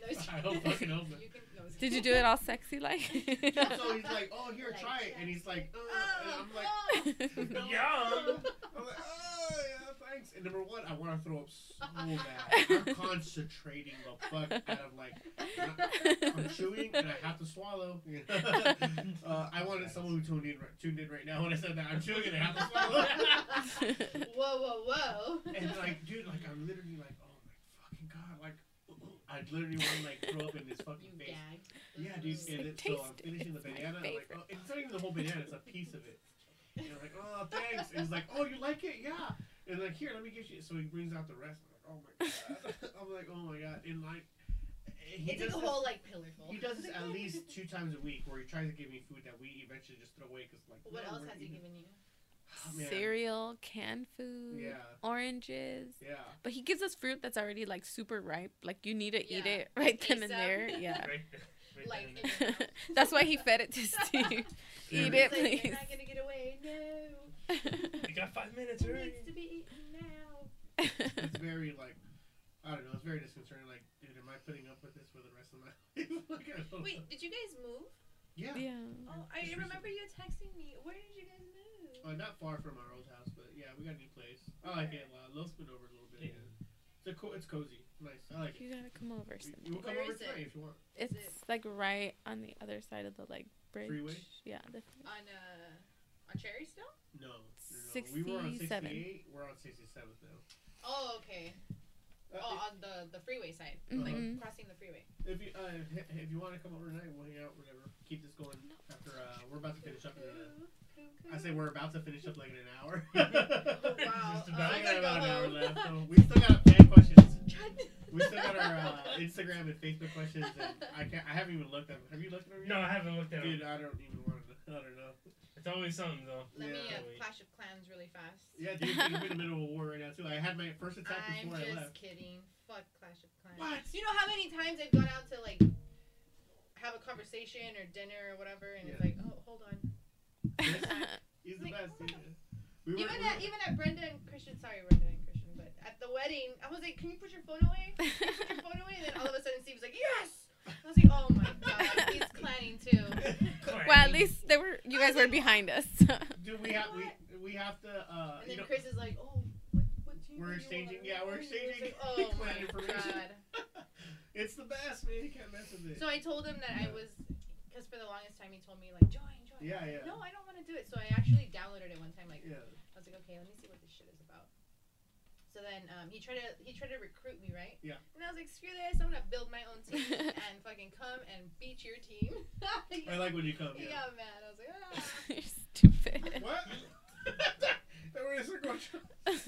S4: listening right
S3: I
S4: now? No, he's-
S3: hope fucking hope not.
S4: You can- no, he's-
S5: Did you do it all sexy like?
S3: so he's like, oh, here,
S4: Like,
S3: try it. And he's like,
S4: Oh,
S3: oh, and I'm like,
S4: oh.
S6: Yum!
S3: I'm like, oh, yeah, thanks. And number one, I want to throw up so bad. I'm concentrating the fuck out of like, I'm chewing and I have to swallow. uh, I wanted someone who tuned in, right- tuned in right now when I said that. I'm chewing and I have to swallow.
S4: Whoa, whoa, whoa.
S3: and like, dude, like, I'm literally like, oh my fucking god, like. uh, I literally want to like throw up in his fucking
S4: you
S3: face.
S4: gagged.
S3: Yeah, dude.
S5: Just,
S3: And
S5: like,
S3: it, so I'm
S5: taste it.
S3: finishing the
S5: It's my
S3: banana. I'm like,
S5: favorite.
S3: oh, it's not even the whole banana. It's a piece of it. And I'm like, oh, thanks. And he's like, oh, you like it? Yeah. And like, here, let me get you. So he brings out the rest. I'm like, oh my god. I'm like, oh my god. And like, he does
S4: It's like a
S3: this,
S4: whole like pillarful.
S3: he does this at least two times a week, where he tries to give me food that we eventually just throw away because like.
S4: What
S3: no,
S4: else
S3: we're
S4: has he
S3: eating-
S4: given you?
S3: Oh, man.
S5: Cereal, canned food,
S3: Yeah.
S5: oranges.
S3: Yeah.
S5: But he gives us fruit that's already like super ripe. Like you need to eat
S4: Yeah.
S5: it right then and
S4: ASAP.
S5: there. Yeah.
S6: Right there. Right
S4: Like,
S6: there.
S4: in your mouth.
S5: that's why he fed it to Steve.
S3: Yeah.
S5: eat
S4: He's
S5: it,
S4: like,
S5: please.
S4: You're not gonna get away. No.
S6: You got five minutes,
S4: It
S6: hurry.
S4: needs to be eaten now.
S3: It's very like. I don't know. It's very disconcerting. Like, dude, am I putting up with this for the rest of my life? like, I don't know.
S4: Wait, did you guys move?
S3: Yeah.
S5: Yeah.
S4: Oh, I
S3: Just
S4: remember you texting me. Where did you guys move?
S3: Uh, not far from our old house, but yeah, we got a new place. I like it a lot. Love's been over a little bit.
S6: Yeah.
S3: It's a co- It's cozy. Nice. I like it.
S5: You gotta come over
S3: You, you will come
S5: sometime.
S4: Where
S3: over
S4: is it?
S3: tonight if you want.
S5: It's
S4: it-
S5: like right on the other side of the like bridge.
S3: Freeway?
S5: Yeah. The,
S4: On uh, on Cherry still?
S3: No. no, no. We were on
S5: 67.
S3: 68. We're on 67th now.
S4: Oh, okay.
S3: Uh,
S4: Oh, on the the freeway side,
S3: Uh-huh.
S5: Mhm.
S4: like crossing the freeway.
S3: If you uh, if- if you want to come over tonight, we'll hang out. Whatever. Keep this going after uh, we're about to finish up. In a, I say we're about to finish up like in an hour.
S4: Oh, wow. Uh,
S6: Just about-
S3: we got
S4: I gotta go
S3: about an hour
S4: home.
S3: left. So we still got fan questions. We still got our uh, Instagram and Facebook questions, and I can't. I haven't even looked at them. Have you looked at them yet?
S6: No, I haven't looked at
S3: Dude,
S6: them.
S3: I don't even want to. I don't know.
S6: It's always something though.
S4: Let me
S3: Yeah.
S4: uh, Clash of Clans really fast.
S3: Yeah, dude, we're in the middle of a war right now too. I had my first attack
S4: I'm
S3: before
S4: just
S3: I left.
S4: kidding. Fuck Clash of Clans.
S3: What?
S4: You know how many times I've gone out to like have a conversation or dinner or whatever, and it's
S3: Yeah.
S4: like, oh, hold on.
S3: He's the
S4: Like, oh
S3: best.
S4: what?
S3: dude. We were,
S4: even
S3: we
S4: at
S3: were-
S4: even at Brenda and Christian. Sorry, Brenda and Christian, but at the wedding, I was like, can you put your phone away? Put your phone away, and then all of a sudden, Steve was like, yes. I was like, oh my god, he's planning
S3: Uh,
S4: too.
S6: Clans.
S5: well, at least they were. You guys were behind us.
S3: dude, we have we we have to. Uh,
S4: And
S3: you
S4: then
S3: know,
S4: Chris is like, oh, what, what team
S3: We're
S4: do you
S3: exchanging-
S4: wanna
S3: yeah, we're
S4: win?" It's
S3: exchanging
S4: like, oh
S3: clan
S4: my
S3: information.
S4: god.
S3: it's the best, man. You can't mess with it.
S4: So I told him that
S3: Yeah.
S4: I was, because for the longest time he told me like join, join.
S3: Yeah,
S4: I'm like,
S3: yeah.
S4: No, I don't want to do it. So I actually downloaded it one time. Like
S3: yeah.
S4: I was like, okay, let me see what this shit is about. So then um, he tried to he tried to recruit me, right?
S3: Yeah.
S4: And I was like, screw this, I'm gonna build my own team and fucking come and beat your team. he
S3: I like when you come. Yeah.
S4: got mad. I was like, ah.
S5: You're stupid.
S3: What? We're in a circle.
S5: Wait.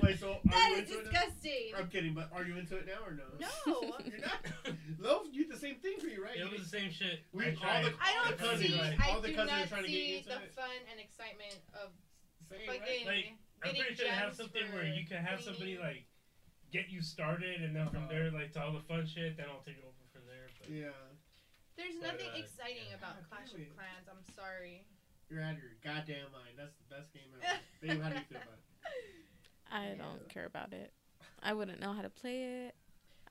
S3: Wait, so are
S4: that
S3: you
S4: is
S3: into it? Now?
S4: disgusting.
S3: I'm kidding, but are you into it now or no?
S4: No.
S3: You're not. Loaf, you did the same thing for you, right? You
S6: It was the same shit.
S3: We-
S6: I
S3: all
S6: tried.
S3: the-
S4: I
S3: All
S4: don't
S3: the cousins,
S4: see.
S3: right?
S4: I
S3: All the
S4: do
S3: cousins are
S4: not
S3: trying to get
S4: see
S3: into
S4: the
S3: it.
S4: fun and excitement of
S3: did the same, right?
S4: fucking.
S6: Like, I'm
S4: getting
S6: pretty sure they have
S4: gems
S6: something
S4: for
S6: where you can have somebody
S4: cleaning.
S6: like get you started, and then
S3: Uh-huh.
S6: from there, like to all the fun shit, then I'll take it over from there. But
S3: Yeah.
S4: There's
S6: But,
S4: nothing
S6: uh,
S4: exciting
S6: yeah.
S4: about
S3: Yeah,
S4: Clash
S3: really.
S4: of Clans. I'm sorry.
S3: You're out of your goddamn mind. That's the best game ever. Babe, how do you feel about it?
S5: I don't care about it. I wouldn't know how to play it.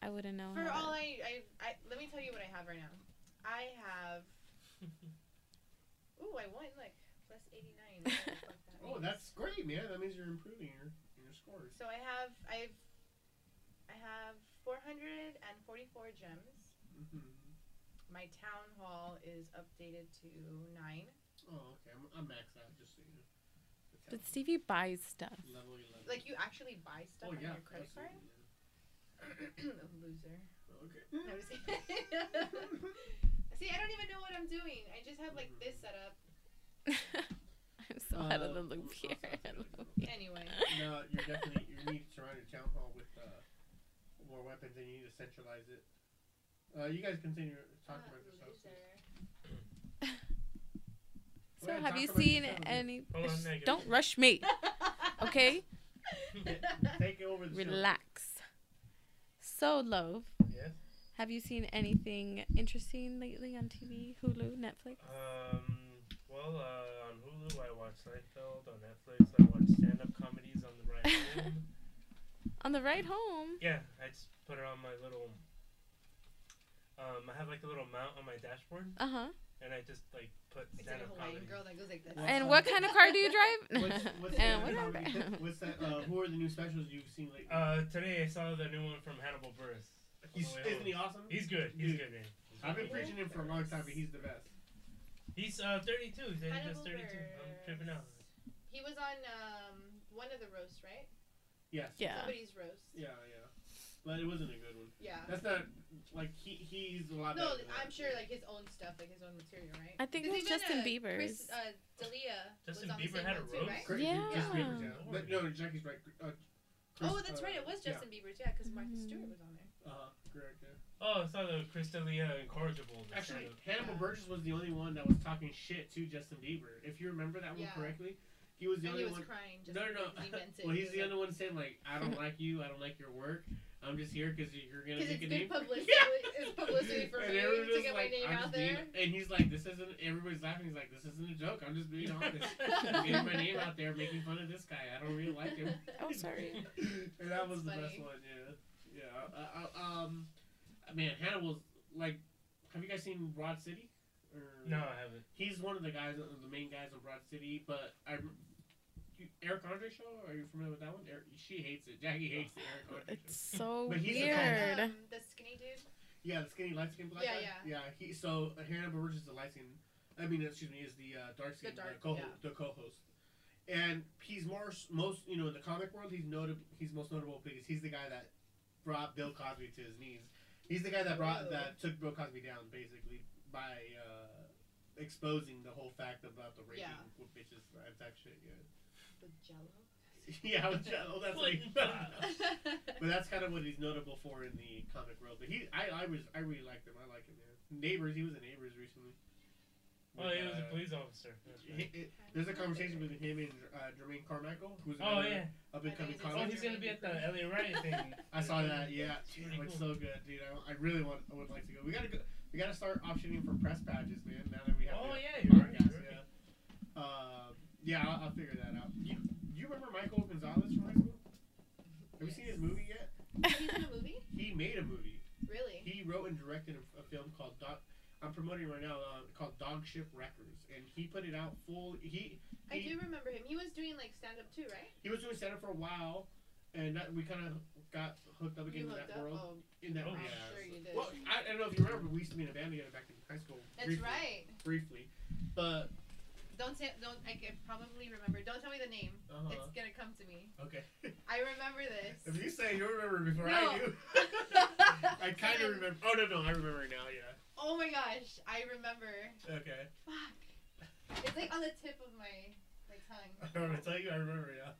S5: I wouldn't know.
S4: For
S5: how
S4: all
S5: to...
S4: I, I, I, let me tell you what I have right now. I have. Ooh, I won like plus 89. What the fuck that
S3: Oh,
S4: means.
S3: that's great, man. That means you're improving your your scores.
S4: So I have, I've, I have 444 gems.
S3: hmm
S4: My town hall is updated to nine.
S3: Oh, okay. I'm, I'm maxed out. Just so you know. Okay.
S5: But Stevie buys stuff.
S3: level eleven.
S4: Like you actually buy stuff
S3: oh
S4: on
S3: yeah. Oh,
S4: your credit card.
S3: absolutely,
S4: Loser.
S3: yeah.
S4: I was-
S3: Okay.
S4: See, I don't even know what I'm doing. I just have like this set up.
S5: I'm so
S3: Uh,
S5: out of the
S3: I'm
S5: loop here.
S3: sorry, I don't know.
S4: Anyway.
S3: no, you're definitely you need to surround your town hall with uh, more weapons, and you need to centralize it. Uh, you guys continue talking
S4: Uh,
S3: about yourselves. Go
S5: So
S3: ahead,
S5: have
S3: talk
S5: you
S3: about
S5: seen
S3: yourselves.
S5: any?
S6: Hold on,
S5: Shh,
S6: Megan.
S5: Don't rush me, okay?
S3: Take over the show.
S5: Relax. So Love,
S3: Yes.
S5: have you seen anything interesting lately on TV, Hulu, Netflix?
S6: Um, well, uh, on Hulu, I watch Seinfeld. On Netflix, I watch stand-up comedies on the right home.
S5: On the ride home.
S6: Yeah, I just put it on my little. Um, I have like a little mount on my dashboard,
S5: Uh huh.
S6: and I just like put
S4: It's like a
S6: stand-up
S4: Hawaiian
S6: comedy.
S4: girl that goes like this.
S3: Well,
S5: And
S3: um,
S5: what kind of car do you
S3: What's,
S5: drive?
S3: what's,
S5: and
S3: that,
S5: whatever.
S3: comedy- what's that? Uh, who are the new specials you've seen lately?
S6: Uh, today I saw the new one from Hannibal Buress. on the
S3: He's,
S6: way
S3: isn't
S6: home.
S3: he awesome?
S6: Oh, He's good. He's
S3: Dude.
S6: good, man.
S3: I've been preaching him for a long time, but he's the best.
S6: He's uh 32. He's
S4: Hannibal
S6: just 32.
S3: um,
S6: I'm tripping out.
S4: Buress. He was on um, one of the roasts, right?
S3: Yes.
S5: Yeah.
S4: Somebody's roast.
S3: Yeah, yeah. But it wasn't a good one.
S4: Yeah.
S3: That's not like he he's a lot
S4: No,
S3: better. than
S4: I'm
S3: that.
S4: sure like his own stuff, like his own material, right?
S5: I think
S4: 'Cause
S5: it was
S4: even,
S5: Justin
S4: uh,
S5: Bieber's.
S4: Chris, uh, D'Elia
S6: Justin
S4: was on the
S6: Bieber
S4: same
S6: had
S4: one
S6: a
S4: too,
S6: roast?
S4: right?
S3: Great, dude,
S5: Yeah.
S3: Justin Bieber's, yeah. But no, Jackie's right. Uh, Chris,
S4: oh, that's
S3: uh,
S4: right. It was
S3: yeah.
S4: Justin Bieber's, yeah, because Martha
S5: Mhm.
S4: Stewart was on there.
S3: Uh, correct. Yeah.
S6: Oh, I saw the Crystalia incorrigible. the
S3: Actually,
S6: stand-up.
S3: Hannibal Burgess was the only one that was talking shit to Justin Bieber. If you remember that one
S4: Yeah.
S3: correctly, he was the
S4: And
S3: only
S4: he was
S3: one.
S4: crying. Just
S3: No, no, no.
S4: because He meant it.
S3: well,
S4: He
S3: he's
S4: was
S3: the
S4: like,
S3: only one saying like, "I don't like you. I don't like your work. I'm just here because you're gonna
S4: Because
S3: make a
S4: it's
S3: name."
S4: good publicity. It's publicity for
S3: And
S4: me
S3: everyone's
S4: to
S3: just
S4: get my
S3: like,
S4: name
S3: "I'm
S4: out
S3: just being-"
S4: there.
S3: and he's like, "This isn't." Everybody's laughing. He's like, "This isn't a joke. I'm just being honest." I'm getting my name out there, making fun of this guy. I don't really like him.
S5: Oh, sorry.
S3: and that was
S4: That's
S3: the best
S4: funny.
S3: one, yeah. Yeah. Uh, uh, um, man, Hannibal's like, have you guys seen Broad City? Or
S6: No, I haven't.
S3: he's one of the guys, the main guys on Broad City. But I, rem- you, Eric Andre show. Are you familiar with that one? Eric, she hates it. Jackie hates the Eric Andre show.
S5: It's so
S3: But he's the
S5: weird.
S4: Um, the skinny dude.
S3: Yeah, the skinny light skinned black
S4: Yeah,
S3: guy. Yeah, He so uh, Hannah Burridge is the light skinned. I mean, excuse me, is the uh, dark skinned
S4: dark,
S3: co
S4: yeah.
S3: the co-host, and he's more s- most you know in the comic world he's notable he's most notable because he's the guy that brought Bill Cosby to his knees. He's the guy that brought
S4: Whoa.
S3: that took Bill Cosby down basically by uh, exposing the whole fact about the raping
S4: Yeah.
S3: with bitches and that shit. Yeah,
S4: The jello.
S3: yeah, with Jello, that's what he-
S6: Like,
S3: but that's kind of what he's notable for in the comic world. But he, I, I was, I really liked him. I like him. Man. Neighbors, he was in Neighbors recently.
S6: well,
S3: With,
S6: Oh, he was a
S3: uh,
S6: police officer. That's
S3: he-
S6: right.
S3: he- there's a conversation between him and uh, Jermaine Carmichael, who's
S6: Oh
S3: another
S6: yeah.
S3: up and coming
S4: I think
S6: Oh,
S3: comic.
S6: he's gonna be at the LA Riot thing.
S3: I saw that. Yeah,
S6: It's
S3: dude,
S6: pretty
S3: looks
S6: cool.
S3: so good, dude. I, I really want, I would like to go. We gotta go. We gotta start optioning for press badges, man. Now that we have.
S6: Oh
S3: the
S6: yeah, you're right.
S3: podcast,
S6: you're right.
S3: yeah. Um, yeah, I'll, I'll figure that out. You, you remember Michael Gonzalez from high school? Have you seen his movie yet?
S4: He's in a movie?
S3: He made a movie.
S4: Really?
S3: He wrote and directed a, a film called Dog. I'm promoting right now uh, called Dog Ship Records, and he put it out full. He
S4: I
S3: he,
S4: do remember him. He was doing like stand up too, right?
S3: he was doing stand up for a while, and that, we kind of got hooked up again
S4: you
S3: in
S4: looked
S3: that
S4: up.
S3: world.
S4: Oh,
S3: In that
S6: Oh,
S3: world.
S6: I'm
S3: yeah.
S4: sure you did.
S3: Well, I, I don't know if you remember, but we used to be in a band together back in high school.
S4: that's
S3: briefly,
S4: right.
S3: Briefly, but
S4: Don't say. Don't. I can probably remember. Don't tell me the name.
S3: uh-huh.
S4: It's gonna come to me.
S3: okay.
S4: I remember this.
S3: if you say you remember before I
S4: No.
S3: do, I kind of remember. Oh no, no, I remember now. Yeah.
S4: oh my gosh, I remember.
S3: Okay.
S4: Fuck. It's like on the tip of my my tongue.
S3: I want to tell you, I remember now.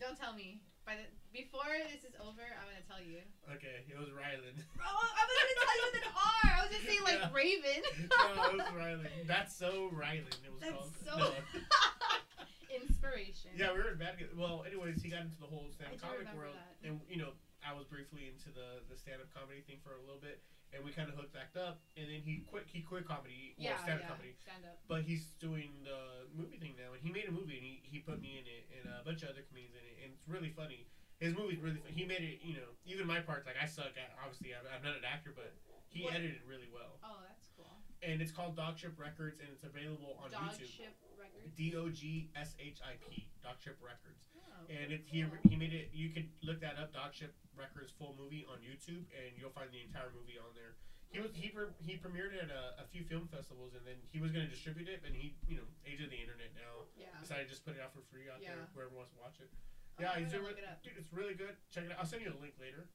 S4: Don't tell me. By the before this is over, I'm gonna tell you.
S3: Okay, it was Ryland.
S4: Bro, I was gonna tell you with an R. I was just saying like
S3: Yeah.
S4: Raven.
S3: no, it was Rylan. That's so Rylan. It was
S4: That's
S3: called.
S4: so-
S3: No.
S4: Inspiration.
S3: Yeah, we were in bad. Well, anyways, he got into the whole
S4: I
S3: stand-up
S4: do
S3: comic
S4: remember
S3: world,
S4: that.
S3: and you know, I was briefly into the the stand-up comedy thing for a little bit, and we kind of hooked back up, and then he quit. He quit comedy, well,
S4: Yeah.
S3: stand-up
S4: yeah.
S3: comedy.
S4: Stand up.
S3: But he's doing the movie thing now, and he made a movie, and he, he put me in it, and a bunch of other comedians in it, and it's really funny. His movie's really fun. He made it, you know, even my parts, like I suck at, obviously, I'm, I'm not an actor, but he
S4: What-
S3: edited it really well.
S4: Oh, that's cool.
S3: And it's called Dogship Records, and it's available on
S4: Dog
S3: YouTube.
S4: Ship Records.
S3: D O G S H I P, Dogship Records.
S4: Oh,
S3: And it, he,
S4: cool.
S3: he made it, you could look that up, Dogship Records full movie on YouTube, and you'll find the entire movie on there. He was he, pre- he premiered it at a, a few film festivals, and then he was going to distribute it, and he, you know, age of the internet now,
S4: Yeah.
S3: decided to just put it out for free out there,
S4: Uh-huh. Yeah.
S3: whoever wants to watch it.
S4: Oh,
S3: Yeah,
S4: I'm
S3: he's
S4: gonna
S3: doing
S4: look
S3: it-
S4: it up.
S3: dude, it's really good. Check it out. I'll send you a link later.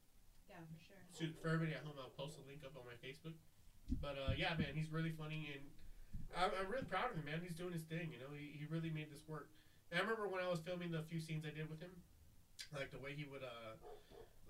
S4: Yeah, for sure.
S3: So for everybody at home, I'll post a link up on my Facebook. But uh, yeah, man, he's really funny, and I'm, I'm really proud of him, man. He's doing his thing, you know. He, he really made this work. And I remember when I was filming the few scenes I did with him, like the way he would, uh,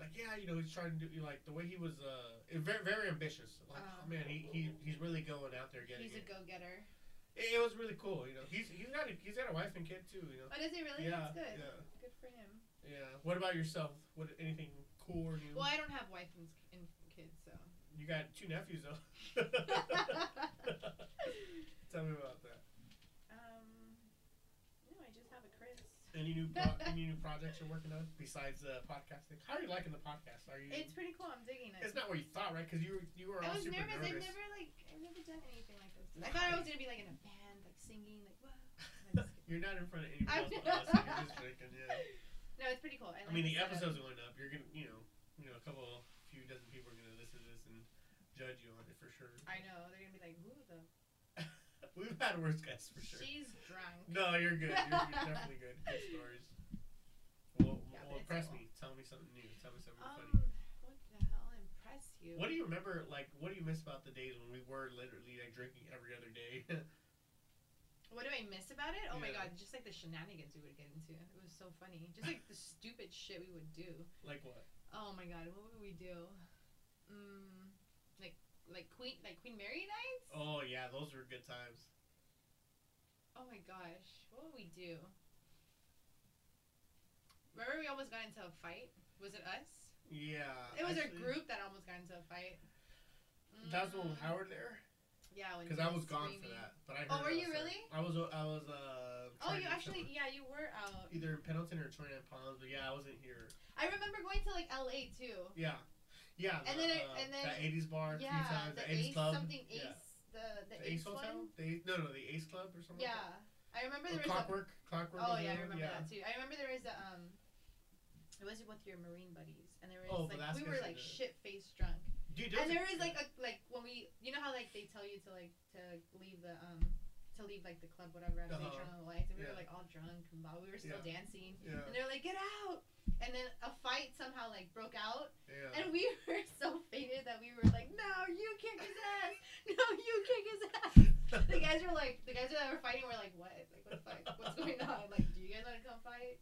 S3: like yeah, you know, he's trying to do like the way he was, uh, very very ambitious. Like oh,
S4: Uh-huh.
S3: man, he, he he's really going out there getting
S4: He's
S3: it.
S4: a go-getter.
S3: it. It was really cool, you know. He's he's got a, he's got a wife and kid too, you know.
S4: Oh, does he really?
S3: Yeah,
S4: That's good.
S3: yeah.
S4: Good for him.
S3: Yeah. What about yourself? What anything cool or new?
S4: Well, I don't have wife and, and kids, so.
S3: You got two nephews though. Tell me about that.
S4: um, no, I just have a Chris.
S3: Any new pro- any new projects you're working on besides uh, podcasting? How are you liking the podcast? Are you?
S4: It's pretty cool. I'm digging it.
S3: It's not what you thought, right? Because you were you were
S4: I
S3: all
S4: was
S3: super
S4: nervous.
S3: nervous.
S4: I've never like I've never done anything like this. I thought I was gonna be like in a band, like singing, like whoa. No, I'm just
S3: You're not in front of anyone else
S4: I'm-
S3: but us. and You're just drinking. Yeah.
S4: kidding. no, it's pretty cool. I, like
S3: I mean, the
S4: setup.
S3: episodes going up. You're gonna, you know, you know, a couple, few dozen people are gonna listen to this and judge you on it for sure.
S4: I know they're gonna be like, who the?
S3: We've had worse guests for sure.
S4: She's drunk.
S3: No, you're good. You're, you're definitely good. Good stories. Well,
S4: Yeah, but
S3: well
S4: it's
S3: impress
S4: cool.
S3: me. Tell me something new. Tell me something funny.
S4: Um, what the hell impressed you?
S3: What do you remember? Like, what do you miss about the days when we were literally like drinking every other day?
S4: What do I miss about it? Oh my
S3: Yeah.
S4: god, just like the shenanigans we would get into. It was so funny. Just like the stupid shit we would do.
S3: like what?
S4: Oh my god, what would we do? Mm, like like Queen like Queen Mary nights?
S3: Oh
S4: Oh.
S3: yeah, those were good times.
S4: my gosh, what would we do? Remember we almost got into a fight? Was it us?
S3: Yeah.
S4: It was
S3: Uh, actually,
S4: our group that almost got into a fight.
S3: That was when
S4: Mm,
S3: Howard there,
S4: Yeah, when
S3: because
S4: he
S3: I was gone for
S4: screaming.
S3: that. But I. Heard
S4: Oh,
S3: I
S4: were
S3: was
S4: you
S3: there.
S4: really?
S3: I was. I was. Uh,
S4: Oh,
S3: trying
S4: you
S3: to get
S4: actually,
S3: somewhere.
S4: yeah, you were out.
S3: Either in Pendleton or Twenty Nine Palms, but yeah, I wasn't here.
S4: I remember going to like LA too.
S3: Yeah, yeah.
S4: And
S3: the,
S4: then I-
S3: uh,
S4: and then-
S3: that eighties bar, a few
S4: Yeah,
S3: times,
S4: the
S3: eighties
S4: Ace
S3: club.
S4: something Ace,
S3: Yeah.
S4: the the
S3: The Ace
S4: eighth
S3: Hotel?
S4: one.
S3: They, no, no, the Ace Club or something.
S4: Yeah, I remember
S3: Like that. Or
S4: there was a
S3: clockwork, clockwork.
S4: Oh
S3: was
S4: yeah, I
S3: another one,
S4: remember
S3: yeah.
S4: that too. I remember there was a um, it was with your marine buddies, and there was
S3: Oh,
S4: like we
S3: Velasquez
S4: were
S3: did
S4: like
S3: it.
S4: shit faced drunk,
S3: Dude,
S4: and
S3: was
S4: there was like a like when we you know how like they tell you to like to leave the um to leave like the club whatever after they
S3: Uh-huh.
S4: turn on the lights, and we
S3: Yeah.
S4: were like all drunk and blah, we were still
S3: Yeah.
S4: dancing,
S3: Yeah,
S4: and they're like get out, and then a fight somehow like broke out,
S3: yeah.
S4: and we were so faded that we were like no you kick his ass, no you kick his ass the guys were like, the guys that were fighting were like, what? Like, what the fuck? What's going on? Like, do you guys want to come fight?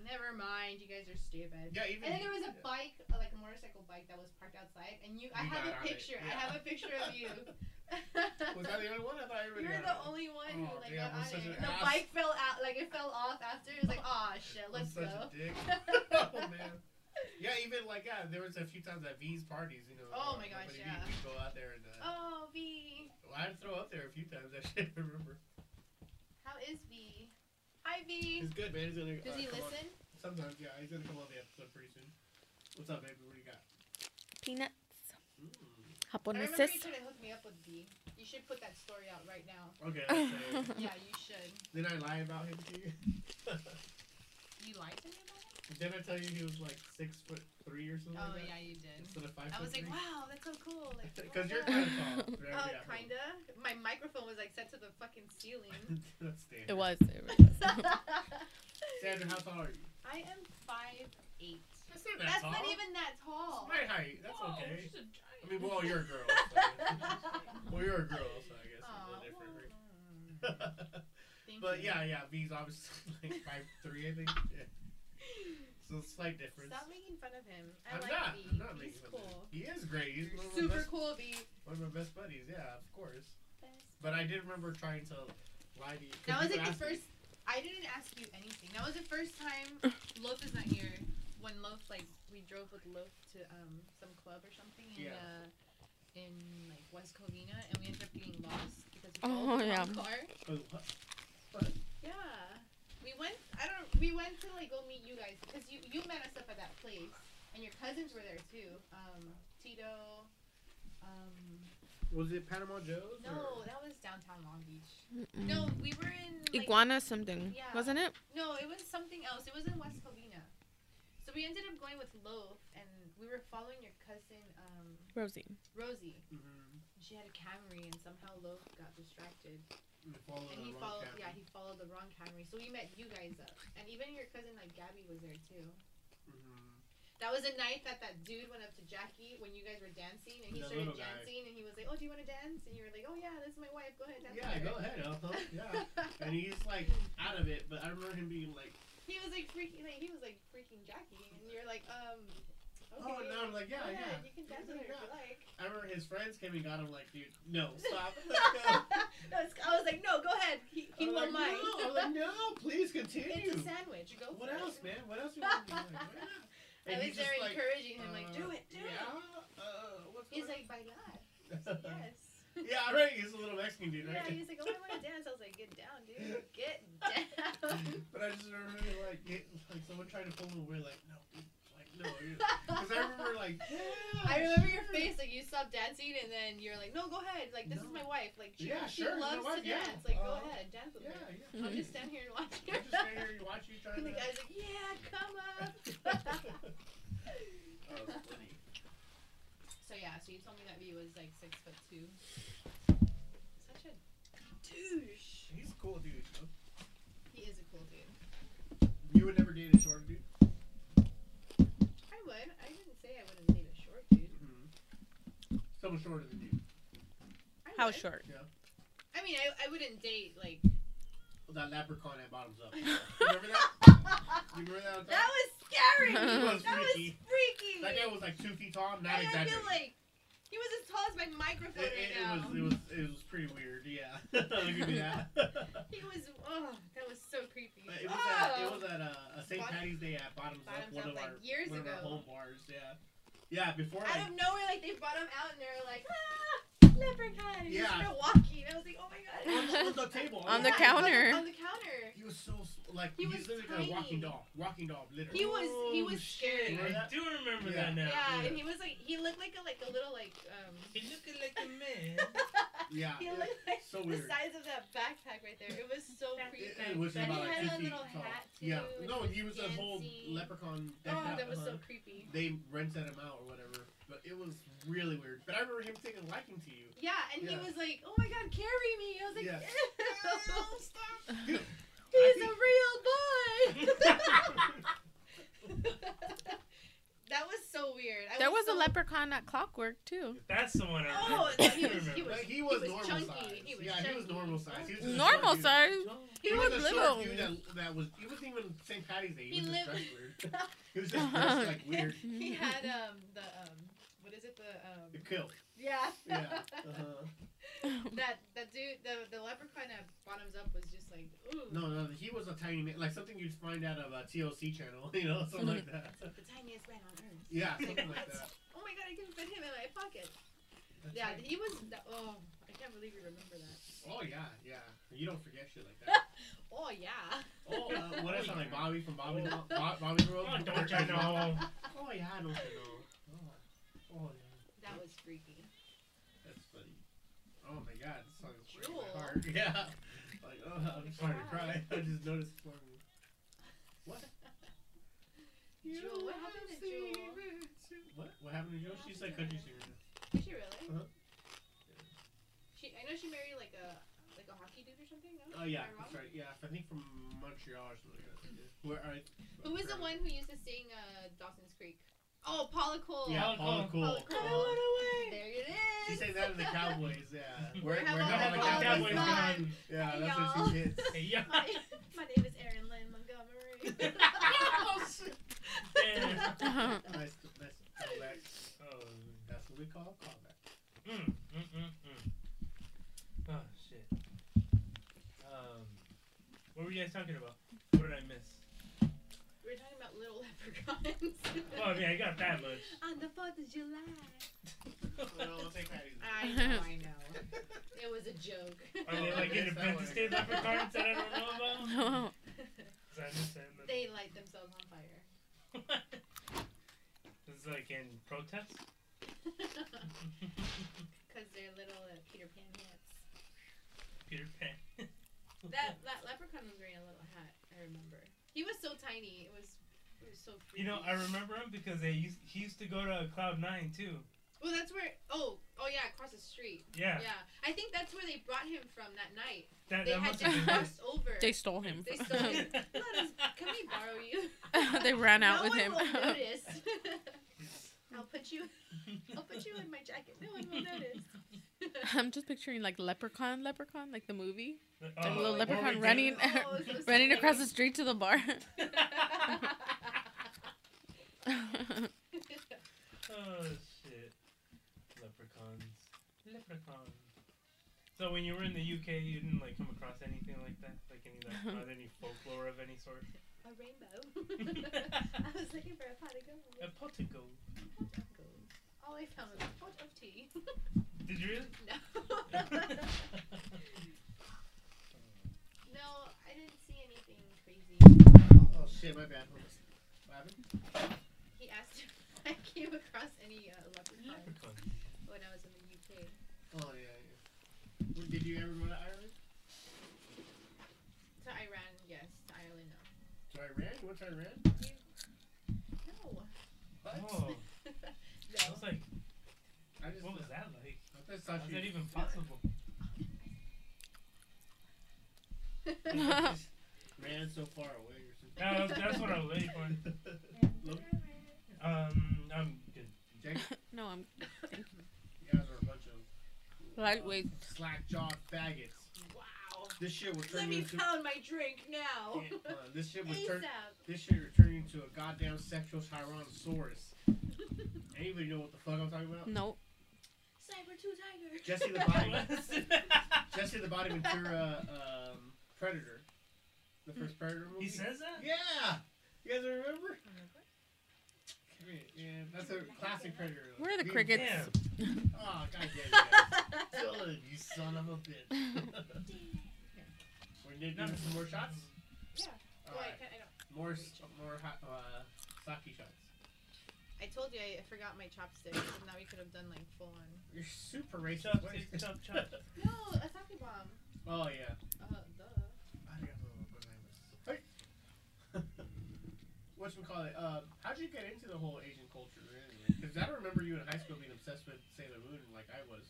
S4: Never mind, you guys are stupid.
S3: yeah, even.
S4: And then there was a
S3: yeah.
S4: bike, uh, like a motorcycle bike that was parked outside, and you, I
S3: You
S4: have
S3: got
S4: a
S3: on it,
S4: picture. I
S3: yeah.
S4: have a picture of you.
S3: Was that the only one? I thought I already
S4: you were
S3: got
S4: the
S3: it.
S4: only one who
S3: Aw,
S4: like
S3: damn,
S4: got
S3: I'm
S4: on
S3: such
S4: it.
S3: an
S4: The
S3: ass.
S4: bike fell out, like it fell off after. It was like, oh shit,
S3: I'm
S4: let's
S3: such
S4: go.
S3: a dick. oh man. Yeah, even like yeah, there was a few times at V's parties, you know.
S4: Oh
S3: uh,
S4: my gosh,
S3: when we-
S4: yeah.
S3: We'd go out there and. Uh,
S4: Oh V,
S3: well, I'd throw up there a few times. I should remember.
S4: how is V? Hi V.
S3: He's good, man. He's gonna.
S5: Does
S3: uh,
S5: he
S3: come on-
S5: listen?
S3: Sometimes, yeah. He's gonna come on the episode pretty soon. What's up, baby? What do you got?
S5: Peanuts.
S3: Mm.
S4: I remember
S5: Japoneses.
S4: you tried to hook me up with V. You should put that story out right now.
S3: Okay. I'll say.
S4: Yeah, you should.
S3: Did I lie about him to you?
S4: You lied to me about
S3: Did I tell you he was like six foot three or something?
S4: it? Oh
S3: like
S4: yeah,
S3: that?
S4: you did.
S3: Instead of five
S4: I
S3: foot
S4: was like,
S3: three?
S4: wow, that's so cool. Like, oh my
S3: Because you're
S4: God.
S3: kind of tall.
S4: Oh, kinda. My microphone was like set to the fucking ceiling.
S3: That's standard.
S5: It was. It was.
S4: I
S3: Sandra, how tall are you?
S4: am five eight.
S3: That's not that
S4: That's
S3: tall.
S4: not even that tall.
S3: my height. That's okay.
S7: She's a
S3: I
S7: giant.
S3: mean, well, you're a girl. so I guess- well, you're a girl, so I guess
S4: Aw,
S3: it's a different.
S4: well,
S3: right?
S4: mm, thank
S3: but
S4: you.
S3: yeah, yeah, V's obviously like five three, I think. Yeah. So it's a slight difference.
S4: Stop making fun of him. I
S3: I'm
S4: like
S3: not.
S4: V.
S3: I'm not making
S4: He's
S3: fun of him.
S4: cool.
S3: He is great. He's
S4: You're
S3: one of, my
S4: super
S3: best,
S4: cool, V.
S3: one of my best buddies. Yeah, of course.
S4: Best.
S3: But I did remember trying to lie to you. 'cause
S4: That was
S3: you
S4: like the
S3: asked me-
S4: first. I didn't ask you anything. That was the first time Loaf is not here. When Loaf, like, we drove with Loaf to um some club or something
S3: Yeah.
S4: in uh, in like West Covina, and we ended up getting lost because we
S5: Oh,
S4: followed the
S5: yeah.
S4: wrong car.
S3: Oh, what?
S4: Yeah, we went. I don't. We went to like go meet you guys because you you met us up at that place, and your cousins were there too. Um, Tito. Um,
S3: Was it Panama Joe's?
S4: no,
S3: or-
S4: that was downtown Long Beach. No, we were in. Like,
S7: Iguana something,
S4: Yeah.
S7: wasn't it?
S4: No, it was something else. It was in West Covina. So we ended up going with Loaf, and we were following your cousin um,
S7: Rosie.
S4: Rosie.
S3: Mhm.
S4: She had a Camry, and somehow Loaf got distracted,
S3: We followed Oh,
S4: and
S3: the
S4: he
S3: wrong
S4: followed.
S3: camera.
S4: Yeah, he followed the wrong Camry. So we met you guys up, and even your cousin like Gabby was there too.
S3: Mhm.
S4: That was a night that that dude went up to Jackie when you guys were dancing, and he
S3: The
S4: started
S3: little guy.
S4: dancing, and he was like, "Oh, do you want to dance?" And you were like, "Oh yeah, this is my wife. Go ahead, dance."
S3: Yeah, go ahead, Elton. Yeah. and he's like out of it, but I remember him being like,
S4: he was like freaking, like he was like freaking Jackie, and you're like, um. Okay.
S3: oh, no, I'm like, yeah, yeah.
S4: you can dance
S3: Yeah,
S4: with her if
S3: yeah.
S4: you like.
S3: I remember his friends came and got him like, dude, no, stop. Let's go.
S4: I was- I was like, no, go ahead. He, he
S3: I'm
S4: won
S3: like,
S4: mine.
S3: No. I'm like, no, please continue.
S4: it's a sandwich. Go
S3: what
S4: for
S3: else,
S4: it.
S3: man? What else you want to do? Like, why not? And
S4: At
S3: he's
S4: least they're
S3: just like,
S4: encouraging him, like, do
S3: uh,
S4: it, do it.
S3: yeah, uh, what's
S4: He's
S3: going
S4: like, bailar.
S3: on?
S4: Yes.
S3: yeah, right. He's a little Mexican dude, right?
S4: Yeah, he's like, oh, I want to dance. I was like, get down, dude. Get down.
S3: but I just remember like it, like someone trying to pull him away, like no, dude, like no, because I remember like yeah,
S4: I remember your
S3: sure.
S4: face, like you stopped dancing, and then you're like, "No, go ahead. Like this is
S3: No.
S4: my wife. Like she,
S3: Yeah,
S4: she
S3: sure, my
S4: loves
S3: wife,
S4: to
S3: yeah.
S4: dance. Like go
S3: Uh,
S4: ahead, dance with
S3: Yeah,
S4: me.
S3: yeah.
S4: I'll just stand here and
S3: I
S4: watch her."
S3: just stand here and uh, watch you trying
S4: and
S3: to.
S4: the guy's like, "Yeah, come up."
S3: that was Oh, funny.
S4: So yeah, so you told me that V was like six foot two. Such a douche.
S3: He's a cool dude. though.
S4: He is a cool dude.
S3: You would never date a short dude.
S4: I would. I didn't say I wouldn't date a short dude.
S3: Someone shorter than you.
S4: I
S7: How
S4: would.
S7: short?
S4: I mean, I, I wouldn't date like.
S3: Well, that leprechaun at bottoms up. You remember that?
S4: that
S3: You remember that? on top?
S4: was scary.
S3: He
S4: that
S3: was
S4: was freaky.
S3: freaky. That guy was like two feet tall. Not
S4: I, I
S3: exactly.
S4: feel like he was as tall as my
S3: it,
S4: microphone
S3: it- it
S4: right now.
S3: was it was it was pretty weird. Yeah. Look at that.
S4: he was. Oh, that was so creepy.
S3: But it was
S4: oh.
S3: at, it was at uh, a St.
S4: Bottom-
S3: Patty's Day at Bottoms, Up,
S4: Bottoms
S3: one
S4: up
S3: of
S4: like
S3: our
S4: years
S3: one of our
S4: ago.
S3: home bars. Yeah, yeah. Before
S4: Out
S3: like,
S4: of nowhere, like they brought him out and they were like, ah, leprechaun. And
S3: Yeah.
S4: He started walking. I was like, oh my god.
S3: on, the, on the table
S7: On the
S3: table.
S4: Yeah,
S7: counter.
S4: On the counter.
S3: He was so s- like
S4: He
S3: he's
S4: was
S3: literally a
S4: tiny.
S3: walking doll, walking doll, literally.
S4: He was he
S6: Oh,
S4: was
S6: shit,
S4: scary.
S6: I do remember
S3: Yeah.
S6: that now.
S4: Yeah,
S3: Yeah.
S4: and he was like he looked like a like a little like um
S6: He looking like a man.
S3: Yeah.
S4: He
S3: it-
S4: looked like
S3: so
S4: the
S3: weird.
S4: size of that backpack right there. It was so
S7: That-
S3: It,
S4: creepy.
S3: it was
S4: And
S3: about
S4: he
S3: like
S4: had
S3: two
S4: a
S3: feet
S4: little
S3: tall.
S4: hat too.
S3: yeah.
S4: and
S3: No, he was a whole
S4: dancing.
S3: leprechaun.
S4: Oh,
S3: decked out,
S4: that was so
S3: uh-huh.
S4: creepy.
S3: They rented him out or whatever, but it was really weird. But I remember him taking a liking to you.
S4: Yeah, and
S3: Yeah.
S4: he was like, "Oh my God, carry me!" I was like,
S3: Yeah.
S4: "Ew, stop.
S3: Dude,
S4: He's
S3: I
S4: a real boy." that was so weird. I
S5: There was a
S4: so-
S5: leprechaun at Clockwork too.
S6: That's someone I
S4: Oh,
S6: remember.
S4: he was, he was,
S3: Like he was,
S4: he was
S3: normal
S4: chunky.
S3: size.
S4: He was
S3: yeah,
S4: chunky.
S3: he was normal size. He was just a short
S5: Normal
S3: dude.
S5: size.
S3: He,
S5: He
S3: was,
S5: was
S3: a short
S5: little.
S3: dude that, that was. He wasn't even St. Patty's Day. He,
S4: He
S3: was just
S4: lived-
S3: dressed weird. he was just dressed like weird.
S4: He had um the um what is it the um
S3: The kill.
S4: yeah
S3: Yeah. Uh-huh.
S4: that that dude the the leprechaun at bottoms up was just like ooh
S3: No, no, he was a tiny man, like something you'd find out of a TLC channel, you know, something like that.
S4: the tiniest man on earth.
S3: Yeah, something like that.
S4: Oh my god, I can fit him in my pocket.
S3: That's
S4: Yeah,
S3: right.
S4: he was. that- Oh, I can't believe you remember that.
S3: Oh yeah, yeah. You don't forget shit like that.
S4: Oh yeah.
S3: Oh, uh, what else? Like Bobby from Bobby,
S6: Oh.
S3: Bo- Bo- Bobby World.
S6: Oh, don't you know?
S3: Oh yeah, I don't you know. Oh, oh yeah.
S4: That was freaky.
S3: That's funny. Oh my god, this song is breaking
S4: Jewel.
S3: my heart. Yeah. Like, oh, I'm starting to cry. I just noticed for me. What?
S4: Jewel, what happened to Jewel?
S3: What? What happened to Jewel?
S4: What
S3: She's like
S4: happened to
S3: country
S4: her?
S3: singer now.
S4: Did she really?
S3: Uh-huh.
S4: She, I know she married like a like a hockey dude or something.
S3: Oh
S4: No?
S3: yeah,
S4: Am I wrong? Mm-hmm.
S3: that's right. Yeah, I think from Montreal or something. Like that. Where I,
S4: Who was the one who used to sing uh, Dawson's Creek? Oh, Paula Cole.
S3: Yeah, Oh,
S6: Paula
S3: Paula Cole.
S4: Paula Cole.
S6: away.
S4: There it is.
S3: She sang that in the Cowboys. Yeah.
S4: Where have all
S3: having
S4: the
S3: a
S4: Cowboys
S3: Cowboys
S4: gone?
S3: game. Yeah,
S4: Hey,
S3: that's
S4: y'all.
S3: what she hits.
S6: Hey, yeah.
S4: my, my name is Erin Lynn Montgomery.
S3: Oh,
S6: Yeah.
S5: Uh-huh.
S3: Nice, nice callback.
S6: Oh,
S3: That's what we call a callback.
S6: mm, mm, mm, mm. Oh, shit. Um, what were you guys talking about? What did I miss?
S4: We're talking about little leprechauns.
S6: Oh, I mean, I got that much.
S4: On the 4th of July.
S3: Well, take that easy.
S4: I know, I know. It was a joke.
S6: Are they like Independence Day leprechauns that I don't know about? 'Cause I missed that. in the-
S4: They light themselves on fire.
S6: This is like in protest?
S4: Because they're little uh, Peter Pan hats.
S6: Peter Pan.
S4: That, that leprechaun was wearing a little hat, I remember. He was so tiny. It was, it was so freaky.
S6: You know, I remember him because they used, he used to go to Cloud Nine too.
S4: Well, that's where. Oh, oh yeah, across the street.
S6: Yeah,
S4: Yeah. I think that's where they brought him from that night.
S6: that,
S4: They
S6: that
S4: had
S6: must
S4: to
S6: have been.
S5: just-
S4: cross over.
S5: They stole him.
S4: They stole him. Let us- Can we borrow you?
S5: they ran
S4: no
S5: out with
S4: one
S5: him.
S4: Will notice. I'll put you. I'll put you in my jacket. No one will notice.
S5: I'm just picturing like leprechaun, leprechaun, like the movie,
S6: Oh,
S5: like a little
S6: what
S5: leprechaun
S6: we did-
S5: running,
S4: Oh, so
S5: running
S4: scary.
S5: across the street to the bar.
S6: Oh shit, leprechauns, leprechaun. So when you were in the UK, you didn't like come across anything like that, like any leprechaun, any folklore of any sort.
S4: a rainbow. I was looking for a pot of
S6: A
S4: gold.
S6: pot of gold.
S4: All Oh, I found was a pot of tea.
S6: Did you really?
S4: no. no, I didn't see anything crazy.
S3: Oh shit, my bad. What was- what happened?
S4: He asked if I came across any uh, leprechaun
S6: leprechaun.
S4: when I was in the UK.
S3: Oh yeah, yeah. Well, Did you ever go to Ireland?
S4: To Iran, yes. To Ireland, no.
S3: To Iran? You went to Iran?
S4: No.
S3: What?
S6: Oh, I
S4: no.
S6: was like,
S3: I just.
S6: what was that like?
S3: I just
S6: How
S3: thought
S6: is
S3: you.
S6: that even possible?
S3: ran so far away or something.
S6: Yeah, that's, that's what I was waiting for.
S3: Look,
S6: Um, I'm good.
S3: Jake,
S5: no, I'm
S3: you guys are a bunch of uh,
S5: lightweight.
S3: slack jawed faggots.
S4: Wow.
S3: This shit would
S4: Let
S3: turn you
S4: me
S3: into.
S4: pound my drink now.
S3: Yeah, hold on. this shit would
S4: ASAP.
S3: turn. This shit would turn you into a goddamn sexual tyrannosaurus. Anybody know what the fuck I'm talking about?
S5: Nope.
S4: Cyber 2 Tiger.
S3: Jesse the Body.
S6: he
S3: Jesse the Body Ventura, um, Predator. The first Predator movie.
S6: says that?
S3: Yeah. You guys remember? Yeah, that's a classic Predator.
S5: Where are the
S3: Yeah.
S5: crickets?
S6: Damn.
S3: Oh, goddamn. yeah. Dylan, you son of a bitch. We're gonna do some more shots.
S4: Yeah.
S3: All right.
S4: I, can't- I don't.
S3: More, s- more hot, uh, sake shots.
S4: I told you I forgot my chopsticks, and now we could have done like full on.
S3: You're super
S6: Chop,
S3: racist. What is-
S6: chop, chop.
S4: No, a sake bomb.
S3: oh yeah.
S4: Uh, duh.
S3: What you call it? Uh, how'd you get into the whole Asian culture? Because I don't remember you in high school being obsessed with Sailor Moon like I was.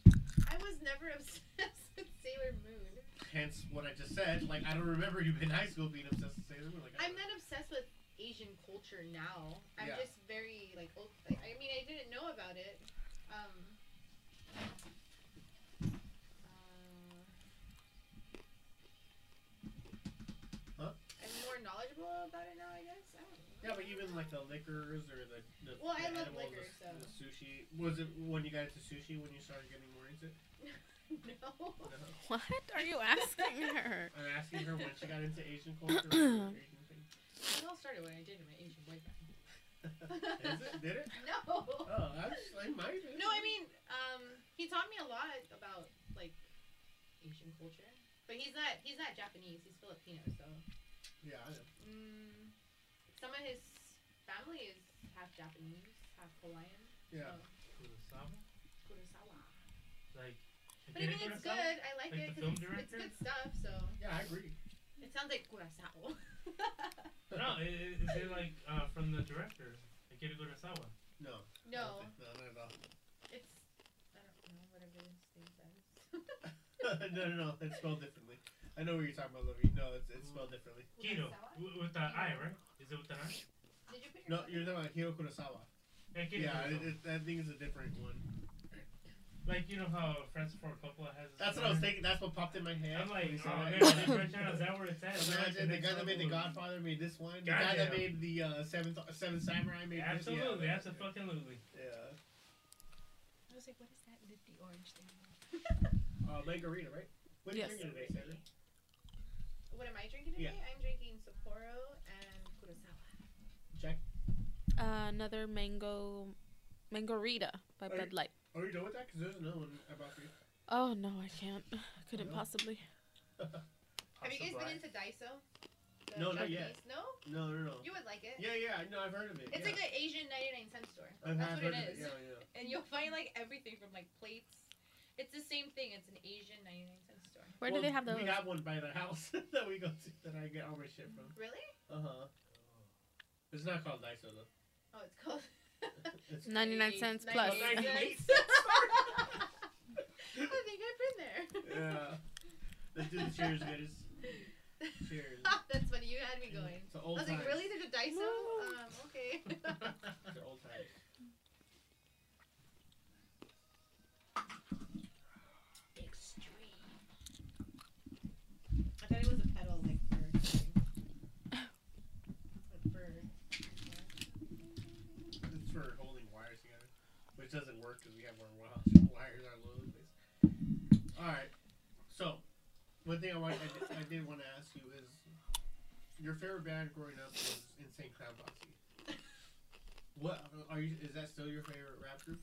S4: I was never obsessed with Sailor Moon.
S3: Hence what I just said. Like I don't remember you in high school being obsessed with Sailor Moon like I
S4: I'm
S3: was.
S4: not obsessed with Asian culture now. I'm
S3: Yeah.
S4: just very like old. Like, I mean, I didn't know about it. Um,
S3: Huh?
S4: uh, I'm more knowledgeable about it now, I guess. I don't know.
S3: Yeah, but even like the liquors or the, the
S4: Well,
S3: the
S4: I love
S3: animals,
S4: liquors,
S3: the,
S4: so-
S3: the sushi. Was it when you got into sushi when you started getting more into it?
S4: no.
S3: No.
S5: What are you asking her?
S3: I'm asking her when she got into Asian culture. or Asian things.
S4: It all started when I dated my Asian boyfriend.
S3: Is it? Did it?
S4: No.
S3: Oh, I, was, I might. have.
S4: No, I mean, um, he taught me a lot about like Asian culture, but he's not he's not Japanese. He's Filipino, so
S3: Yeah, I know.
S4: mm, some of his family is half Japanese, half Hawaiian.
S3: Yeah.
S6: Kurosawa?
S4: So Kurosawa.
S6: Like,
S4: But I mean, it's
S6: Kurosawa?
S4: good. I like,
S6: Like
S4: it 'cause
S6: the film
S4: it's, it's
S6: director?
S4: good stuff. So
S3: Yeah, I agree.
S4: it sounds like Kurosawa.
S6: No, i- i- is it like uh, from the director, Akira Kurosawa?
S3: No.
S4: no,
S3: No, not at all.
S4: it's I don't know whatever his name says.
S3: no, no, no. It's spelled differently. I know what you're talking about, Lovey. No, it's, it's spelled differently.
S6: Kino,
S4: Kurosawa?
S6: w- with the I, right? Is it with the I?
S4: Did you put your
S3: No, you're talking about Hiro Kurosawa.
S6: Yeah, Akira
S3: Yeah, it,
S6: Kurosawa.
S3: it, I think it's a different one.
S6: Like, you know how Francis Ford Coppola has his
S3: That's what I was thinking. That's what popped in my head.
S6: I'm
S3: when you
S6: like,
S3: said
S6: oh, man,
S3: that.
S6: this right now, is that where it's at? Is that like
S3: Imagine the
S6: next
S3: guy that made The
S6: level?
S3: Godfather made this one. The guy that
S6: Goddamn.
S3: made the uh, Seventh Seven Samurai made this. Yeah,
S6: Absolutely,
S3: yeah, yeah.
S6: absolutely.
S3: Yeah.
S4: I was like, what is that nifty orange thing?
S3: Uh, margarita, right? What are
S5: Yes.
S3: you drinking today, Sandra?
S4: What am I drinking
S3: Yeah.
S4: today? I'm drinking Sapporo and Kurosawa.
S3: Jack.
S5: Uh, another mango, mangorita by
S3: Are-
S5: Bud Light.
S3: Are Oh, you done with that? Because there's another one about you.
S5: Oh no, I can't. I couldn't
S3: No.
S5: possibly.
S4: Have you guys
S6: Possibly.
S4: been into Daiso? The
S3: No, not yet.
S4: Japanese- No,
S3: No, no, no.
S4: you would like it.
S3: Yeah, yeah. No, I've heard of it.
S4: It's
S3: yeah.
S4: like an Asian 99 cent store.
S3: I've
S4: That's
S3: heard
S4: what
S3: of
S4: it is.
S3: Yeah, yeah.
S4: And you'll find like everything from like plates. It's the same thing. It's an Asian 99 cent store.
S5: Where
S3: Well,
S5: do they have those?
S3: We have one by the house that we go to that I get all my shit from.
S4: Really?
S3: Uh huh. It's not called Daiso though.
S4: Oh, it's called.
S3: It's-
S5: 99 cents plus.
S4: 99 cents. I think I've been there.
S3: yeah. Let's do the cheers, guys. Cheers.
S4: That's funny. You had me going.
S3: It's the
S4: I
S3: old
S5: Oh,
S4: was like,
S3: times.
S4: really? There's a Daiso? Um, okay.
S3: It's the old times.
S4: Extreme. I thought it was a pedal, like for. Like for.
S3: It's for holding wires together, which doesn't work because we have our wires, wires all over the place. All right. So, one thing I want, I did, I did want to ask you is, your favorite band growing up was Insane Clown Posse. What are you? Is that still your favorite rap group?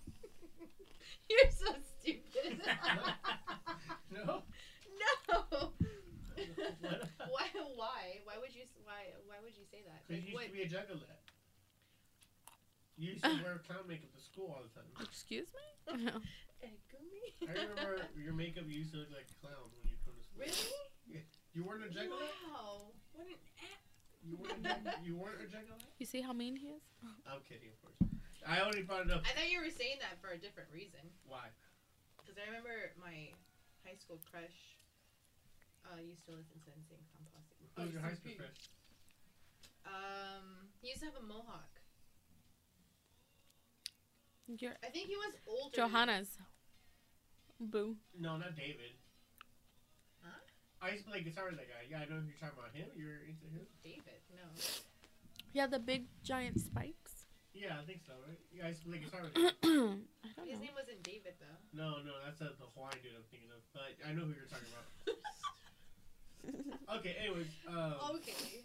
S4: You're so stupid.
S3: No.
S4: no.
S3: What?
S4: why? Why? Why would you? s- Why? Why would you say that?
S3: Because
S4: Like,
S3: you
S4: what?
S3: used to be a juggler. You used to wear clown makeup to school all the time.
S5: Excuse me? No.
S4: Egumi?
S3: I remember your makeup. You used to look like a clown when you come to school.
S4: really?
S3: You weren't a juggler.
S4: Wow. What an ass.
S3: You weren't. A jugg- you weren't a juggler.
S5: You see how mean he is?
S3: I'm kidding, of course. I only brought it up.
S4: I thought you were saying that for a different reason.
S3: Why?
S4: Because I remember my high school crush uh, used to listen to Insane Clown Posse.
S3: Who's your
S4: Justin
S3: high school
S4: Bieber.
S3: crush?
S4: Um, he used to have a mohawk.
S5: You're
S4: I think he was older. than-
S5: Johanna's. Boo.
S3: No, not David.
S4: Huh?
S3: I used to play guitar with that guy. Yeah, I know if you're talking about him. You're into him.
S4: David. No.
S5: Yeah, the big giant spikes.
S3: Yeah, I think so. Right? You guys play guitar with him.
S5: I don't
S4: His
S5: know.
S4: name wasn't David though.
S3: No, no, that's uh the Hawaiian dude I'm thinking of. But I know who you're talking about. okay. Anyways, um,
S4: Oh, Okay.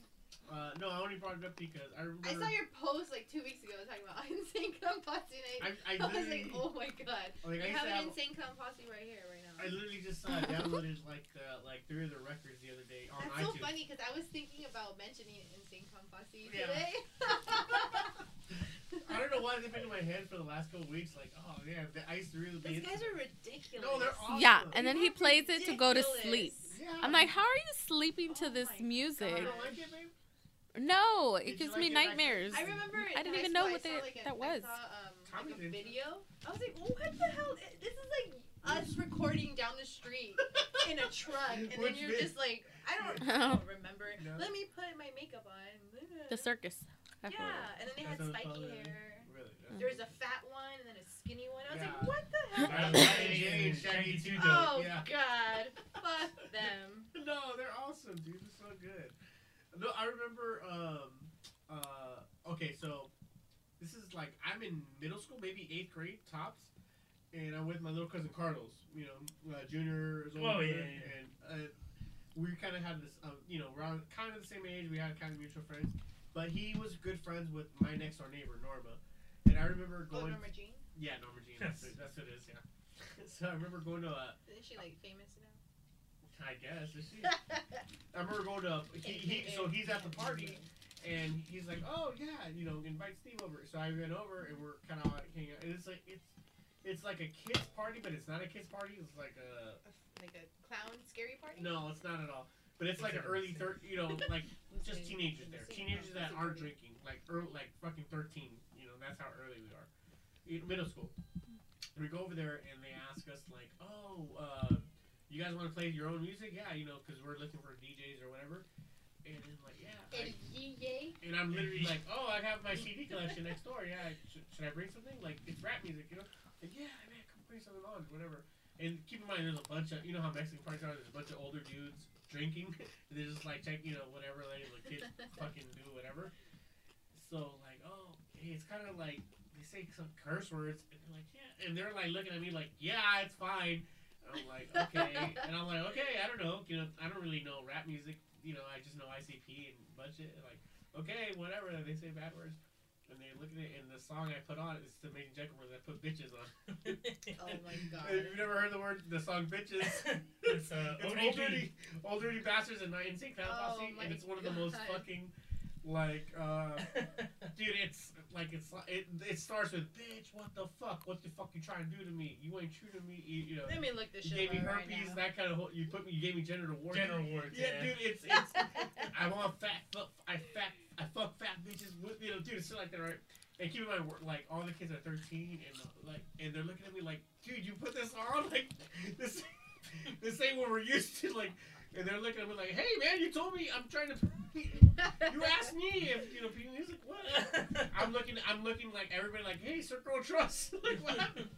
S3: uh, no, I only brought it up because I remember.
S4: I saw your post like two weeks ago talking about insane clown posse
S3: I,
S4: night.
S3: I,
S4: I, was like,
S3: literally,
S4: oh my god.
S3: like, I
S4: You
S3: used
S4: have
S3: to
S4: an
S3: have,
S4: insane clown posse right here, right now.
S3: I literally just uh, downloaded like uh, like three of the records the other day on
S4: That's so
S3: iTunes.
S4: funny because I was thinking about mentioning insane clown posse
S3: Yeah.
S4: today.
S3: I I don't know why they've been in my head for the last couple weeks. Like, oh yeah, the ice really. be
S7: These
S3: into
S7: guys
S3: it.
S7: are ridiculous.
S3: No, they're awesome.
S5: Yeah, and then he plays it to go to sleep.
S7: Ridiculous.
S3: Yeah.
S5: I'm like, how are you sleeping to
S7: Oh
S5: this
S7: my
S3: I
S5: music?
S3: don't like it, babe.
S5: No,
S3: Did you
S5: it gives
S3: like
S5: me
S3: it back then?
S5: nightmares.
S7: I remember. in
S5: I didn't
S7: high
S5: even
S7: school,
S5: know
S7: I
S5: what
S7: saw,
S5: they-
S7: like, a-
S5: that
S7: I
S5: was.
S7: saw, um,
S3: Comedy
S7: like a
S3: did.
S7: video. I was like, well, what the hell? I- This is like
S4: Us recording down the street in a truck, and then
S3: Which
S4: you're
S3: bit?
S4: just like,
S7: I don't, I don't remember.
S3: No.
S7: Let me put my makeup on.
S5: The circus.
S7: Yeah, and then they had
S3: That's what
S7: spiky
S3: it's called,
S7: hair.
S3: Really.
S7: There was a fat one and then a skinny one. I was
S3: Yeah.
S7: like, what the
S3: Yeah,
S7: hell?
S3: Shaggy and Shaggy
S6: Shaggy
S3: too,
S6: too,
S3: though.
S7: Oh
S3: Yeah.
S7: god, fuck them.
S3: No, they're awesome, dude. They're so good. No, I remember. Um, uh, okay, so this is like I'm in middle school, maybe eighth grade tops, and I'm with my little cousin Carlos. You know, uh, junior is
S6: Oh,
S3: older,
S6: yeah, yeah.
S3: and uh, we kind of had this. Um, you know, around kind of the same age. We had kind of mutual friends, but he was good friends with my next door neighbor Norma, and I remember
S4: oh,
S3: going.
S4: Norma Jean?
S3: Yeah, Norma Jean. That's, it- that's what it is. Yeah. So I remember going to. Uh,
S4: Isn't she like famous now?
S3: I guess. Is she? I remember going to he, he so he's at the party and he's like, oh yeah, you know, invite Steve over. So I went over and we're kind of hanging out. And it's like it's it's like a kids party, but it's not a kids party. It's like a
S4: like a clown scary party?
S3: no, it's not at all. But it's like an early third, you know, like just teenagers there, teenagers that aren't drinking, like early, like fucking thirteen. You know, that's how early we are. In middle school, and we go over there and they ask us like, "Oh, uh, you guys want to play your own music? Yeah, you know, because we're looking for DJs or whatever." And I'm like, "Yeah." I-
S4: yay.
S3: and I'm literally like, "Oh, I have my CD collection next door. Yeah, I- should, should I bring something? Like it's rap music, you know?" Like, yeah, man, come bring something on, whatever. And keep in mind, there's a bunch of you know how Mexican parties are. There's a bunch of older dudes drinking. and they're just like check, you know, whatever. Letting the kids fucking do whatever. So like, oh, hey, it's kind of like they say some curse words, and they're like, yeah, and they're like looking at me like, yeah, it's fine. And I'm like, okay, and I'm like, okay, I don't know, you know, I don't really know rap music, you know, I just know ICP and bunch of like, okay, whatever. And they say bad words, and they look at it, and the song I put on is the main Jekyll where I put bitches on.
S4: Oh my god.
S3: If you've never heard the word, the song bitches.
S6: It's, uh,
S3: Oh. It's
S6: ODB.
S3: old dirty, old dirty bastards and Night in Sync Clown
S4: Oh
S3: Posse,
S4: my
S3: and it's one of the most
S4: God.
S3: fucking, like, uh, dude, it's like it's li- it, it starts with bitch, what the fuck, what the fuck you trying to do to me? You ain't true to me, you, you know.
S4: Let me look this
S3: You
S4: shit
S3: gave me
S4: up right
S3: herpes,
S4: now.
S3: that kind of whole, you put me, you gave me genital warning.
S6: General Ward.
S3: Yeah, dude, it's it's. I want fat, fuck, I fat, I fuck fat bitches with you know, dude, it's shit like that, right? And keep in mind, we're, like all the kids are thirteen, and uh, like, and they're looking at me like, dude, you put this on, like, this, this ain't what we're used to, like, and they're looking at me like, hey man, you told me I'm trying to, you asked me if you know, people music, what? I'm looking, I'm looking like everybody like, hey, circle of trust, like what happened?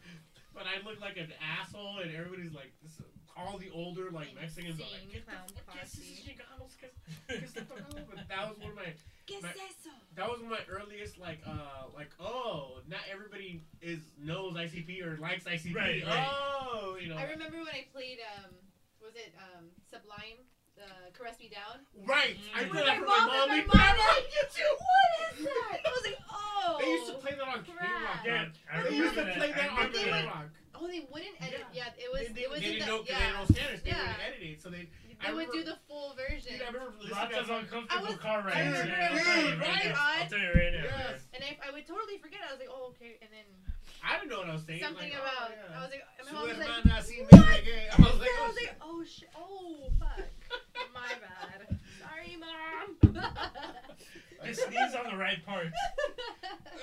S3: But I look like an asshole, and everybody's like, this is, all the older like Mexicans are like,
S4: Insane
S3: get the
S4: clown
S3: fuck, yes, this is
S4: posse.
S3: Chicanos, get- get the fuck out. But that was one of my,
S7: ¿Qué
S3: My-
S7: es eso?
S3: that was one of my earliest like, uh, like oh, not everybody is knows ICP or likes ICP.
S6: Right, right.
S3: Oh, you know,
S4: I remember when I played, um, was it um, Sublime? Uh, Caress Me Down?
S3: right? I
S6: With
S3: put that for
S4: my mom
S3: my
S4: Mm-hmm.
S3: mom and
S4: and my mom
S3: grandma
S4: and-
S3: on YouTube.
S4: What is that? I was like, oh.
S3: They used to play that on K
S4: Crap.
S3: Rock.
S6: Yeah, I
S3: They used
S6: remember
S3: to
S6: that.
S3: play
S6: I
S3: that on
S6: remember
S3: K
S6: that.
S3: Rock.
S4: Oh, they wouldn't edit. Yeah, it was.
S3: They, they,
S4: it was
S3: they
S4: in
S3: didn't
S4: the,
S3: know 'cause they
S4: yeah.
S3: didn't know Spanish. They
S4: Yeah.
S3: wouldn't edit it, so they.
S4: They
S3: I
S4: would do
S3: remember-
S4: the full version.
S3: Dude, I remember listening
S6: Lots
S3: to that
S6: of
S3: song.
S4: I
S6: uncomfortable
S4: was-
S6: car rides.
S3: I
S6: man.
S3: remember-
S6: I'll tell you right
S4: Right?
S6: now. I'll tell you right now.
S3: Yes.
S4: and I, I would totally forget. I was like, oh, okay. And then
S3: I didn't know what I was saying.
S4: something
S3: like, Oh,
S4: about.
S3: yeah.
S4: I was like, and my
S3: Su
S4: mom was like,
S3: hermana sí me
S4: "What?"
S3: pegué. I was like,
S4: I
S3: oh,
S4: was like,
S3: shit.
S4: oh shit, oh fuck, my bad. Sorry, mom.
S6: Just sneeze on the right part.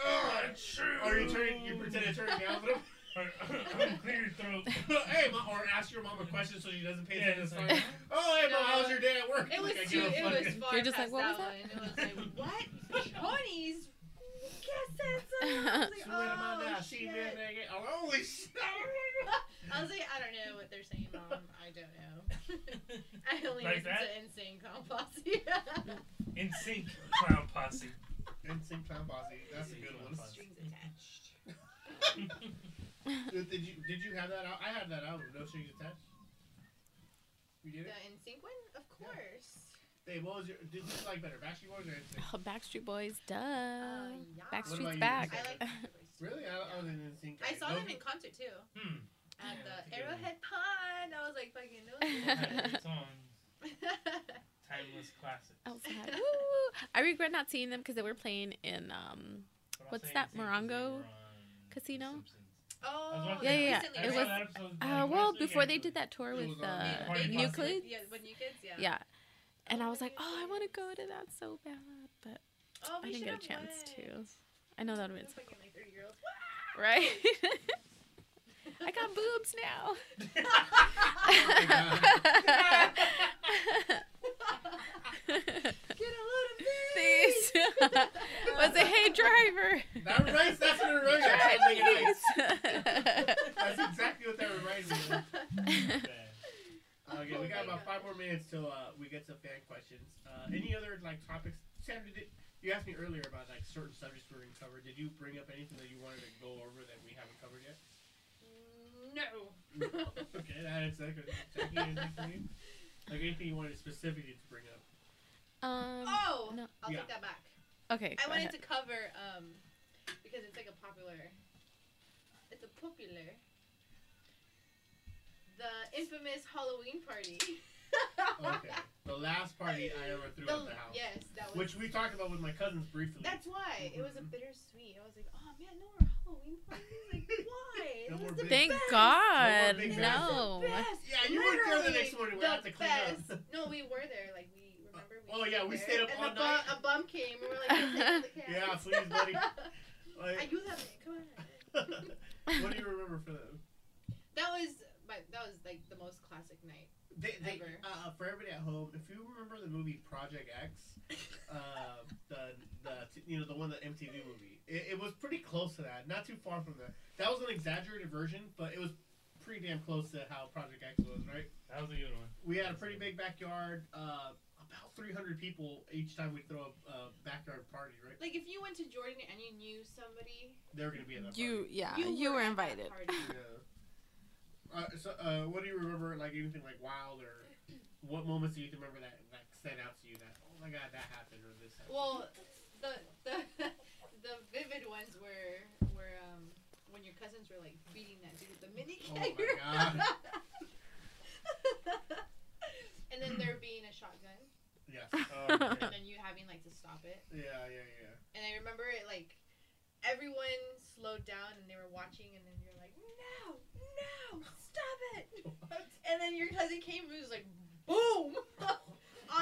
S4: oh,
S3: Ugh, Or you turn, you pretend to turn down for them.
S6: Or- or Clear your throat.
S3: hey, mom, or ask your mom a question so she doesn't pay
S6: Yeah,
S3: attention.
S6: it's
S3: to the
S6: like-
S3: song. oh, hey, mom,
S4: No.
S3: how's your day at work?
S4: It was
S3: Like, I
S4: too.
S3: give a
S4: It
S3: fuck.
S4: was far
S5: You're just
S4: past
S5: like, what was
S4: that, one. It was like, what? Ponies? Yes,
S3: Su
S4: that's. I was like,
S3: hermana
S4: oh
S3: sí me
S4: shit.
S3: pegué. Oh, holy shit.
S4: I was like, I don't know what they're saying, mom. I don't know. I only
S6: Like
S4: listen
S6: that?
S4: to Insane Clown Posse.
S6: In sync, clown posse.
S3: Instant clown posse. That's a good one.
S4: Strings attached.
S6: Hmm.
S3: Did did you did you have that out? I had that out. No strings attached. You
S4: The
S3: did it.
S4: Insane one, of course.
S3: Hey, what was your? Did you like better, Backstreet Boys or Instinct?
S5: Oh, Backstreet Boys, duh.
S4: Uh, yeah.
S3: What about
S5: Backstreet's
S3: you,
S5: back.
S4: I like.
S3: Really, I, I was an Instinct.
S4: I saw them in concert too.
S6: Hmm.
S4: At
S3: Yeah, that's a
S4: the
S3: good one.
S4: Arrowhead Pond. I was like, fucking no.
S6: Timeless Songs, timeless classics.
S5: Oh, I was sad. Woo! I regret not seeing them because they were playing in um, What's that, Morongo Casino?
S4: Oh,
S5: Yeah, yeah,
S4: recently,
S5: yeah, it
S4: right?
S5: was- Uh, well, before they did that tour
S3: It
S5: with
S3: was on
S5: uh,
S6: Party Bus.
S5: Nucleus,
S4: Yeah, with new kids, yeah.
S5: yeah, and I
S4: Oh,
S5: was like,
S4: yeah,
S5: oh, I
S4: yeah,
S5: want to go to that so bad, but
S4: Oh,
S5: I
S4: we should
S5: didn't get a
S4: have
S5: chance
S4: went.
S5: to. I know that would
S4: We're
S5: have been
S4: fucking like 30 year olds.
S5: so right. I got boobs now.
S4: Get a load of
S5: This was a hey driver.
S3: That reminds. That's what it reminds me. of. Talladega Nights. That's exactly what that reminds me. of. Uh, yeah, we
S4: Oh my
S3: got about
S4: God.
S3: five more minutes till uh, we get some fan questions. Uh, any other like topics? Sam, did it, you asked me earlier about like certain subjects we are going to cover. Did you bring up anything that you wanted to go over that we haven't covered yet?
S4: No.
S3: okay, that is like, Jackie, anything for you? like anything you wanted specifically to bring up?
S5: um.
S4: Oh,
S5: no.
S4: I'll
S3: Yeah.
S4: take that back.
S5: Okay.
S4: I
S5: go
S4: wanted
S5: ahead.
S4: to cover um because it's like a popular it's a popular the infamous Halloween party.
S3: Oh, Okay, the last party I ever threw at the house,
S4: Yes, that was
S3: which we talked about with my cousins briefly.
S4: that's why it was a
S3: Mhm.
S4: bittersweet. I was like, oh man, no more Halloween parties. Like, why?
S3: No
S4: This
S3: more
S4: is the
S3: big-
S5: Thank
S4: best.
S5: God,
S3: big
S5: no.
S4: Best.
S3: Yeah, you weren't there the
S4: Literally
S3: next morning when I had
S4: the
S3: to clean up.
S4: best. No, we were there. Like we remember. We
S3: Oh, yeah, we
S4: there,
S3: stayed up
S4: and
S3: all
S4: a bum,
S3: night.
S4: A bum came. We were like, "Get the cat."
S3: Yeah, please, buddy.
S4: I
S3: Like,
S4: use that. Come on.
S3: what do you remember for them?
S4: That was my that was like the most classic night.
S3: They, they,
S4: Ever.
S3: uh, for everybody at home, if you remember the movie Project X, uh, the the you know the one the MTV movie, it, it was pretty close to that, not too far from that. That was an exaggerated version, but it was pretty damn close to how Project X was, right?
S6: That was a good one.
S3: We had a pretty big backyard, uh, about 300 people each time we throw a, a backyard party, right?
S4: Like if you went to Jordan and you knew somebody,
S3: They were gonna be at that.
S5: You yeah,
S4: you,
S5: you, were
S4: at that
S5: invited.
S4: party.
S3: party. Yeah. Uh, so, uh, what do you remember? Like anything like wild or what moments do you remember that that stand out to you? That oh my god, that happened or this happened.
S4: Well, the the the vivid ones were were um when your cousins were like beating that dude with the mini
S3: Oh my
S4: kegger.
S3: God.
S4: and then there being a shotgun,
S3: Yes.
S6: Oh,
S4: and then you having like to stop it.
S3: Yeah, yeah, yeah.
S4: And I remember it like everyone slowed down and they were watching, and then you're like, no, no, stop it. and then your cousin came and was like, boom,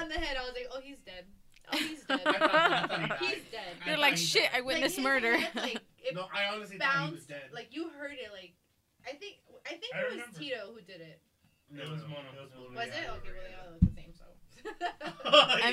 S4: on the head. I was like, oh, he's dead. Oh, he's dead.
S3: I thought, I thought he died.
S4: he's dead.
S3: I
S5: You're
S3: thought
S5: like
S3: he
S5: shit.
S3: died.
S5: I witnessed
S4: his
S5: murder.
S4: head, like it
S3: no, I honestly thought he was
S4: bounced.
S3: dead.
S4: Like you heard it. Like I think I think
S6: I
S4: it was
S6: remember.
S4: Tito who did it.
S3: no,
S6: It was
S3: no,
S6: mono.
S3: It was mono. Oh,
S4: Was
S3: yeah, I
S4: it? Okay,
S3: remember,
S4: well they
S3: yeah.
S4: all look the same. So.
S5: I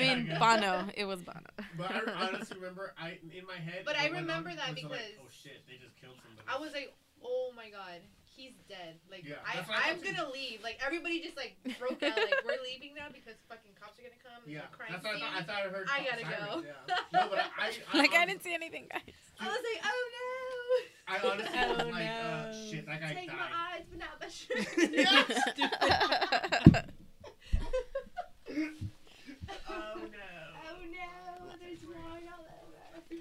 S3: Yeah,
S5: mean
S3: guess.
S5: Bono. It was Bono.
S3: But I honestly remember, I in my head.
S4: But
S3: what
S4: I
S3: went
S4: remember
S3: on
S4: that
S3: was like,
S4: because
S3: oh shit, they just killed somebody.
S4: I was like, oh my god, he's dead. Like
S3: Yeah,
S4: I,
S3: that's what I
S4: I'm
S3: thought too.
S4: gonna leave. Like everybody just like broke out. Like we're leaving now because fucking cops are gonna come.
S3: Yeah,
S4: Yeah, crime
S3: that's what I thought. I thought I heard.
S4: scene. I gotta
S3: sirens,
S4: go.
S3: Yeah. No, but I, I, I
S5: Like I
S3: honestly-
S5: didn't see anything, guys.
S4: I was like, oh
S3: I honestly
S5: Oh,
S3: was like, uh,
S5: no.
S3: shit, that
S4: no,
S3: guy
S4: take my
S3: died.
S4: eyes but not my shirt.
S3: Oh
S4: oh no, there's wine all over.
S3: no.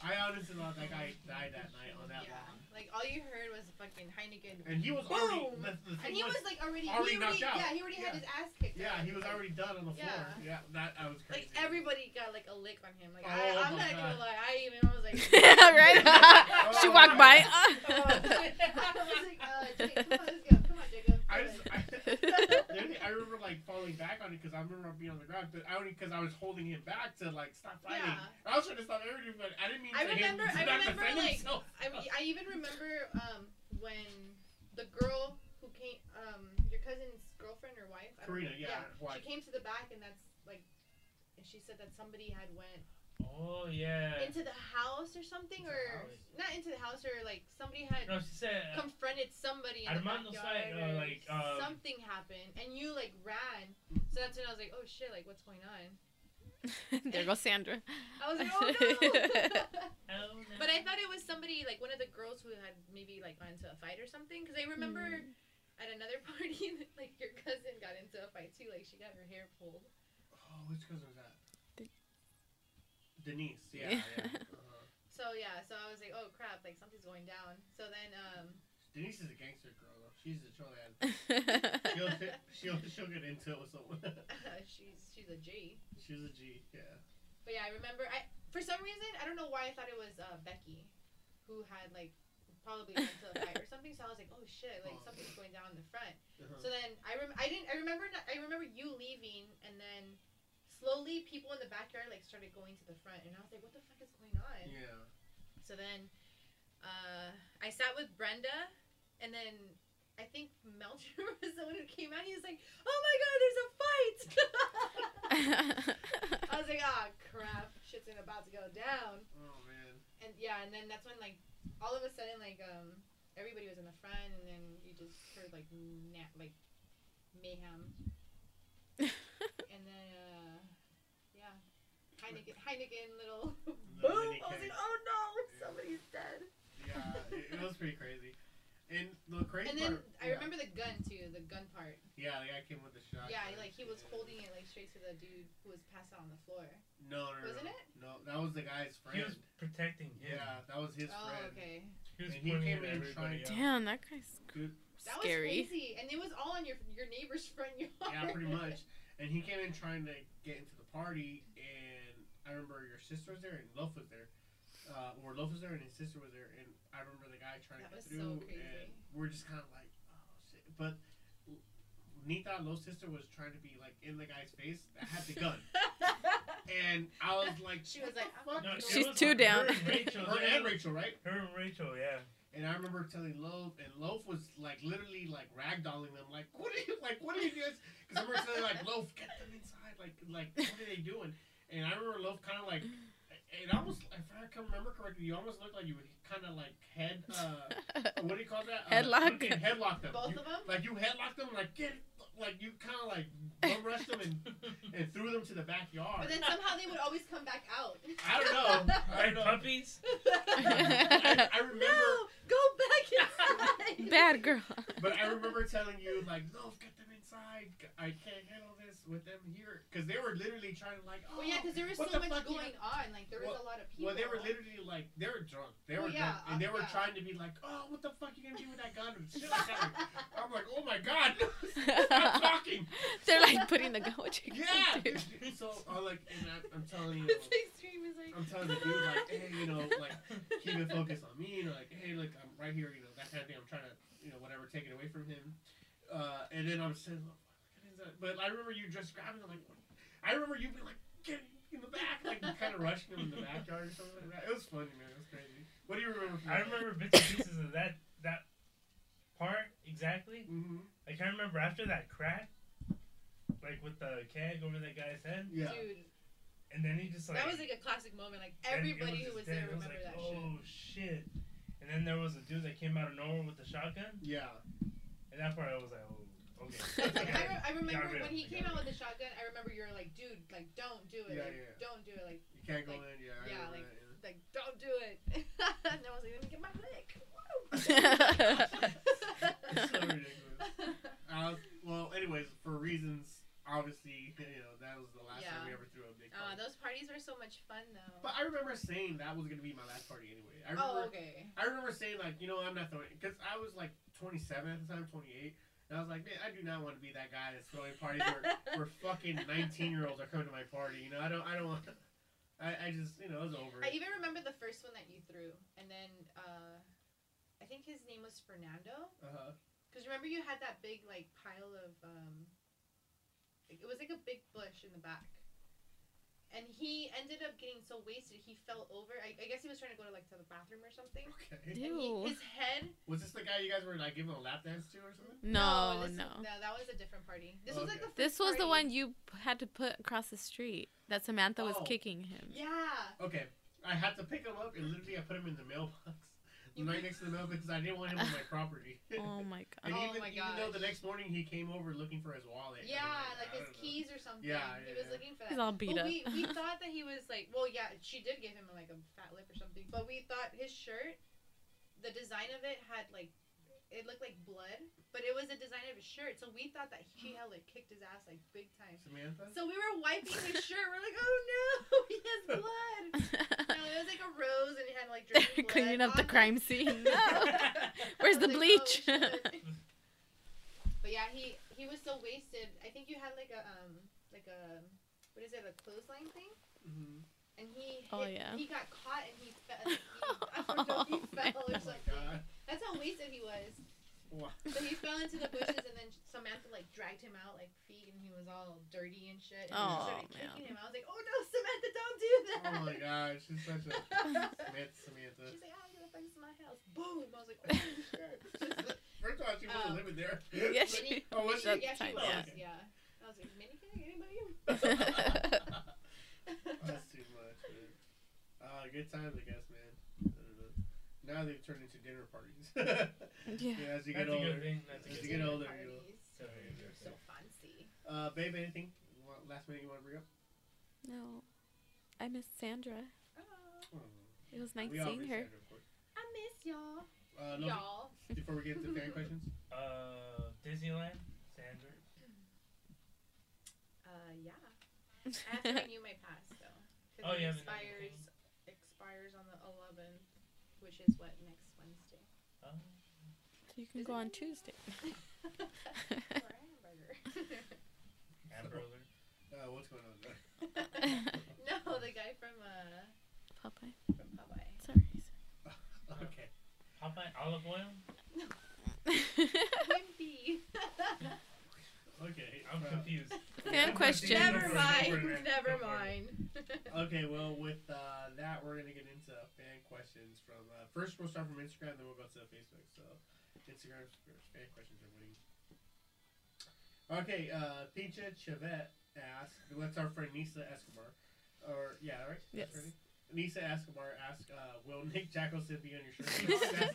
S3: I honestly thought that guy died that night on that
S4: Yeah,
S3: one.
S4: like all you heard was fucking Heineken.
S3: And he was already.
S4: Boom.
S3: The, the thing
S4: And he
S3: was,
S4: was like already,
S3: Already
S4: he already
S3: knocked out.
S4: yeah, he already had
S3: Yeah.
S4: his ass kicked.
S3: Yeah,
S4: out.
S3: he was already done on the floor.
S4: Yeah.
S3: Yeah, that I was crazy.
S4: Like everybody got like a lick on him. Like
S3: Oh,
S4: I, I'm
S3: my
S4: not
S3: God.
S4: gonna lie, I even I was like,
S5: right? she walked
S4: I
S5: by.
S4: was like, uh, Jacob, come on, let's go. Come on, Jacob.
S3: I
S4: Come
S3: just, I,
S4: on.
S5: uh.
S3: the only- I remember like falling back on it because I remember being on the ground, but I only because I was holding him back to like stop fighting.
S4: Yeah.
S3: I was trying to stop everything, but I didn't mean
S4: I
S3: to
S4: remember-
S3: him to
S4: I
S3: not
S4: remember,
S3: defend
S4: like,
S3: himself.
S4: I, re- I even remember um, when the girl who came, um, your cousin's girlfriend or wife, I don't
S3: Karina,
S4: know,
S3: yeah, why?
S4: she came to the back and that's like, and she said that somebody had went
S6: oh yeah.
S4: into the house or something,
S6: Into the
S4: or
S6: house.
S4: not into the house, or like somebody had
S6: No, she said. uh,
S4: confronted somebody in
S6: Armando
S4: the
S6: said,
S4: backyard,
S6: uh,
S4: or
S6: like, um,
S4: something happened, and you like ran. So that's when I was like, oh shit, like what's going on?
S5: there goes Sandra.
S4: I was like, oh no.
S6: oh, no.
S4: But I thought it was somebody like one of the girls who had maybe like gone into a fight or something. Because I remember at another party, that, like your cousin got into a fight too. Like she got her hair pulled.
S3: Oh, which cousin was that?
S5: Den-
S3: Denise. Yeah. yeah.
S5: Yeah.
S3: Uh,
S4: So yeah, so I was like, oh crap, like something's going down. So then, um,
S3: Denise is a gangster girl though. She's a troll ass. She'll, she'll she'll get into it with someone.
S4: she's she's a G.
S3: She's a G. Yeah.
S4: But But yeah, I remember. I for some reason I don't know why I thought it was uh, Becky, who had like probably gone to the fight or something. So I was like, oh shit, like something's going down in the front.
S3: Uh-huh.
S4: So then I rem- I didn't I remember not- I remember you leaving and then slowly people in the backyard like started going to the front and I was like, what the fuck is going on?
S3: Yeah.
S4: So then uh, I sat with Brenda, and then I think Melcher was the one who came out. He was like, "Oh my god, there's a fight!" I was like, "Ah, crap, shit's in- about to go down."
S3: Oh man.
S4: And yeah, and then that's when like all of a sudden like um everybody was in the front, and then you just heard like na- like mayhem, and then uh, yeah. Heineken, Heineken, little boom! I was like,
S3: mini-keg.
S4: "Oh no, somebody's dead!"
S3: Yeah, it, it was pretty crazy. And the crazy
S4: And then
S3: part,
S4: I
S3: yeah.
S4: remember the gun too, the gun part.
S3: Yeah, the guy came with the shot.
S4: Yeah, like he was holding it like straight to the dude who was passed out on the floor.
S3: No, no, no. no.
S4: Wasn't it?
S3: No, that was the guy's
S6: He
S3: friend.
S6: was protecting him.
S3: yeah, that was his
S4: oh,
S3: friend.
S4: okay.
S6: He was
S3: And he
S6: pointing
S3: came
S6: at
S3: in
S6: everybody
S3: trying-
S6: else.
S5: Damn, that guy's
S3: Dude,
S4: That was
S5: scary.
S4: crazy, and it was all on your your neighbor's front yard.
S3: Yeah, pretty much. And he came in trying to get into the party, and I remember your sister was there and Loaf was there. Uh, or Loaf was there and his sister was there, and I remember the guy trying
S4: That
S3: to
S4: was
S3: get
S4: so
S3: through,
S4: crazy.
S3: and we're just kind of like, oh shit. But Nita, Loaf's sister, was trying to be like in the guy's face. I had the gun, and I was like,
S4: She was
S3: "What
S4: like,
S3: the
S4: "I'm
S3: fuck?"
S6: No, it
S5: She's
S6: was
S5: too
S6: her
S5: down.
S6: and Rachel,
S3: her
S6: they
S3: and
S6: were-
S3: Rachel, right?
S6: Her and Rachel, yeah.
S3: And I remember telling Loaf, and Loaf was like literally like ragdolling them, like what are you like what are you doing? Because I remember telling like Loaf, get them inside, like like what are they doing? And I remember Loaf kind of like, it almost if I can remember correctly, you almost looked like you kind of like head, uh, what do you call that? Uh,
S5: Headlock.
S3: freaking headlock them.
S4: Both
S3: You-
S4: of them?
S3: Like you headlocked them, like get, like you kind of like bum rushed them and and threw them to the backyard.
S4: But then somehow they would always come back out.
S3: I don't know. I
S6: Like
S3: don't know.
S6: puppies?
S3: I, I remember.
S4: no, go back inside.
S5: Bad girl.
S3: But I remember telling you, like, no, get them inside. I can't handle this with them here. Because they were literally trying to, like, oh,
S4: Well, yeah, because there was
S3: What
S4: so
S3: the
S4: much
S3: fuck, you
S4: going on. Like there was
S3: Well-
S4: a lot of people.
S3: Well, they were literally, like, they were drunk. They
S4: Well,
S3: were
S4: yeah,
S3: drunk. And they
S4: uh,
S3: were
S4: yeah.
S3: trying to be like, oh, what the fuck you going to do with that gun? And shit like that. I'm like, oh my God, stop talking.
S5: They're like putting the gun. What you
S3: Yeah.
S5: gonna do?
S3: dude. So I'm like, and I, I'm telling you.
S4: it's extreme. It's like.
S3: I'm telling the dude, like, hey, you know, like, keep it focused on me. You know, like, hey, look, I'm right here. You know, that kind of thing. I'm trying to, you know, whatever, take it away from him. Uh, and then I'm saying, oh, what is that? But I remember you just grabbing him. Like, what? I remember you being like, get in the back, like, you kind of rushing him in the backyard or something like that. It was funny, man. It was crazy. What do you remember? From
S6: I remember bits and pieces of that that part exactly.
S3: hmm
S6: Like I remember after that crack, like with the keg over that guy's head,
S3: Yeah.
S4: Dude,
S6: and then he just like
S4: that was like a classic moment. Like
S6: and it
S4: everybody who
S6: just
S4: was
S6: dead.
S4: there
S6: It was
S4: remembered
S6: like,
S4: that
S6: oh shit. And then there was a dude that came out of nowhere with a shotgun,
S3: Yeah.
S6: and that part I was like, oh, okay.
S4: shit. Like, I,
S6: okay.
S4: re- I remember
S6: rid of
S4: when
S6: it,
S4: he
S6: got
S4: came out
S6: rid
S4: with the shotgun. I remember you're like, dude, like don't do it.
S3: Yeah,
S4: like,
S3: yeah.
S4: Don't do it. Like
S3: You can't go
S4: Like,
S3: in. Yeah. I
S4: yeah,
S3: remember
S4: like-
S3: that, yeah.
S4: like, don't do it. and I was like, let me get my lick.
S3: It's so ridiculous. Uh, well, anyways, for reasons, obviously, you know, that was the last time
S4: Yeah.
S3: we ever threw a big
S4: oh,
S3: party.
S4: those parties were so much fun, though.
S3: But I remember saying that was gonna be my last party anyway. I remember,
S4: oh, okay.
S3: I remember saying like, you know, I'm not throwing because I was like 27 at the time, 28, and I was like, man, I do not want to be that guy that's throwing parties where, where fucking 19 year olds are coming to my party. You know, I don't, I don't want. I, I just, you know, it was over.
S4: I even remember the first one that you threw, and then uh, I think his name was Fernando.
S3: Uh-huh.
S4: Because remember, you had that big like pile of um, like, it was like a big bush in the back, and he ended up getting so wasted he fell over. I, I guess he was trying to go to like to the bathroom or something.
S3: Okay.
S4: And
S5: Ew.
S4: he, his head.
S3: Was this the guy you guys were like giving a lap dance to or something?
S5: No,
S4: this-
S5: no.
S4: No, that was a different party. This was like
S3: Okay.
S4: the. First
S5: This was the
S4: party.
S5: one you had to put across the street that Samantha was
S3: Oh.
S5: kicking him.
S4: Yeah.
S3: Okay, I had to pick him up and literally I put him in the mailbox,
S4: You-
S3: right next to the mailbox because I didn't want him on my property.
S5: Oh my god.
S3: And
S4: Oh
S3: even,
S4: my
S3: even though the
S4: gosh.
S3: next morning he came over looking for his wallet.
S4: Yeah,
S3: I'm
S4: like
S3: I
S4: his
S3: don't know.
S4: keys or something.
S3: Yeah,
S4: he
S3: yeah,
S4: was
S3: yeah.
S4: looking for that.
S5: He's all beat
S4: But
S5: up.
S4: We, we thought that he was like, well, yeah, she did give him like a fat lip or something. But we thought his shirt, the design of it had like, it looked like blood, but it was a design of his shirt. So we thought that she had like kicked his ass like big time.
S3: Samantha.
S4: So we were wiping his shirt. We're like, oh no, he has blood. No, it was like a rose, and it had like
S5: They're
S4: dripping blood
S5: cleaning up the
S4: on it.
S5: crime scene. No. Where's
S4: I
S5: the
S4: was like,
S5: bleach?
S4: "Oh, shit." but yeah, he he was so wasted. I think you had like a um like a what is it a clothesline thing?
S3: Mhm.
S4: and he
S5: Oh,
S4: hit-
S5: yeah.
S4: he got caught and he fell. He, I don't know if he
S5: Oh,
S4: fell or
S3: my
S5: man.
S4: something.
S3: god.
S4: That's how wasted he was.
S3: Wow.
S4: So he fell into the bushes and then Samantha like dragged him out like feet and he was all dirty and shit. And
S5: Oh,
S4: she started
S5: man.
S4: kicking him. I was like, oh no, Samantha, don't do that.
S3: Oh my god, she's such a Samantha. Samantha.
S4: She's like, "Oh, I don't give a fuck, this is my house. Boom! I was like, oh shit.
S3: First of all, she wasn't
S4: Um,
S3: living there.
S5: Yes,
S4: Mini-
S5: she-
S3: oh, was she?
S5: That's
S4: yeah, she
S5: fine,
S4: was.
S3: yeah.
S4: Yeah. I was like, minicag? Anybody?
S3: Oh, That's too much, man. Uh, good times, I guess, man. I don't know. Now they've turned into dinner parties.
S5: yeah.
S3: Yeah, as you get
S6: That's a
S3: older.
S6: good thing. That's a
S3: As
S6: good
S3: you get
S6: thing.
S3: older,
S4: Parties.
S3: you'll-
S6: Sorry,
S4: They're
S6: you're
S4: so
S6: so-
S4: fancy.
S3: Uh, babe, anything? you want- Last minute you want to bring up?
S5: No, I miss Sandra.
S4: Oh,
S3: Oh,
S5: It was nice
S3: we all
S5: seeing
S3: miss
S5: her.
S3: Sandra, of course.
S4: I miss y'all.
S3: Uh, Lofi,
S4: y'all.
S3: Before we get to fan questions,
S6: Uh, Disneyland, Sandra.
S4: Uh, yeah. I have to renew my pass though. 'cause
S6: Oh,
S4: it
S6: you haven't done
S4: expires
S6: anything.
S4: expires on the 11th, which is what next Wednesday.
S6: Oh,
S5: You can go on Tuesday.
S4: Or I am burger.
S6: Amber Alert.
S3: uh, what's going on there?
S4: no, the guy from uh
S5: Popeye.
S4: from Hawaii.
S5: Sorry.
S3: Okay.
S6: Popeye olive oil.
S4: Wimpy.
S3: Okay.
S6: I'm
S3: uh,
S6: confused.
S5: Fan question.
S4: Never
S3: Go for it, go for
S4: mind.
S3: it.
S4: Never
S6: Go for it.
S4: mind.
S3: Okay, well, with uh, that, we're going to get into fan questions from. Uh, first, we'll start from Instagram, then we'll go to Facebook. So, Instagram fan questions are winning. Okay, uh, Pincha Chavette asked, what's our friend Nisa Escobar? Or, yeah, right? That's
S5: Yes.
S3: her name? Nisa Escobar asked, uh, will Nick Jackelson be on your shirt? We always ask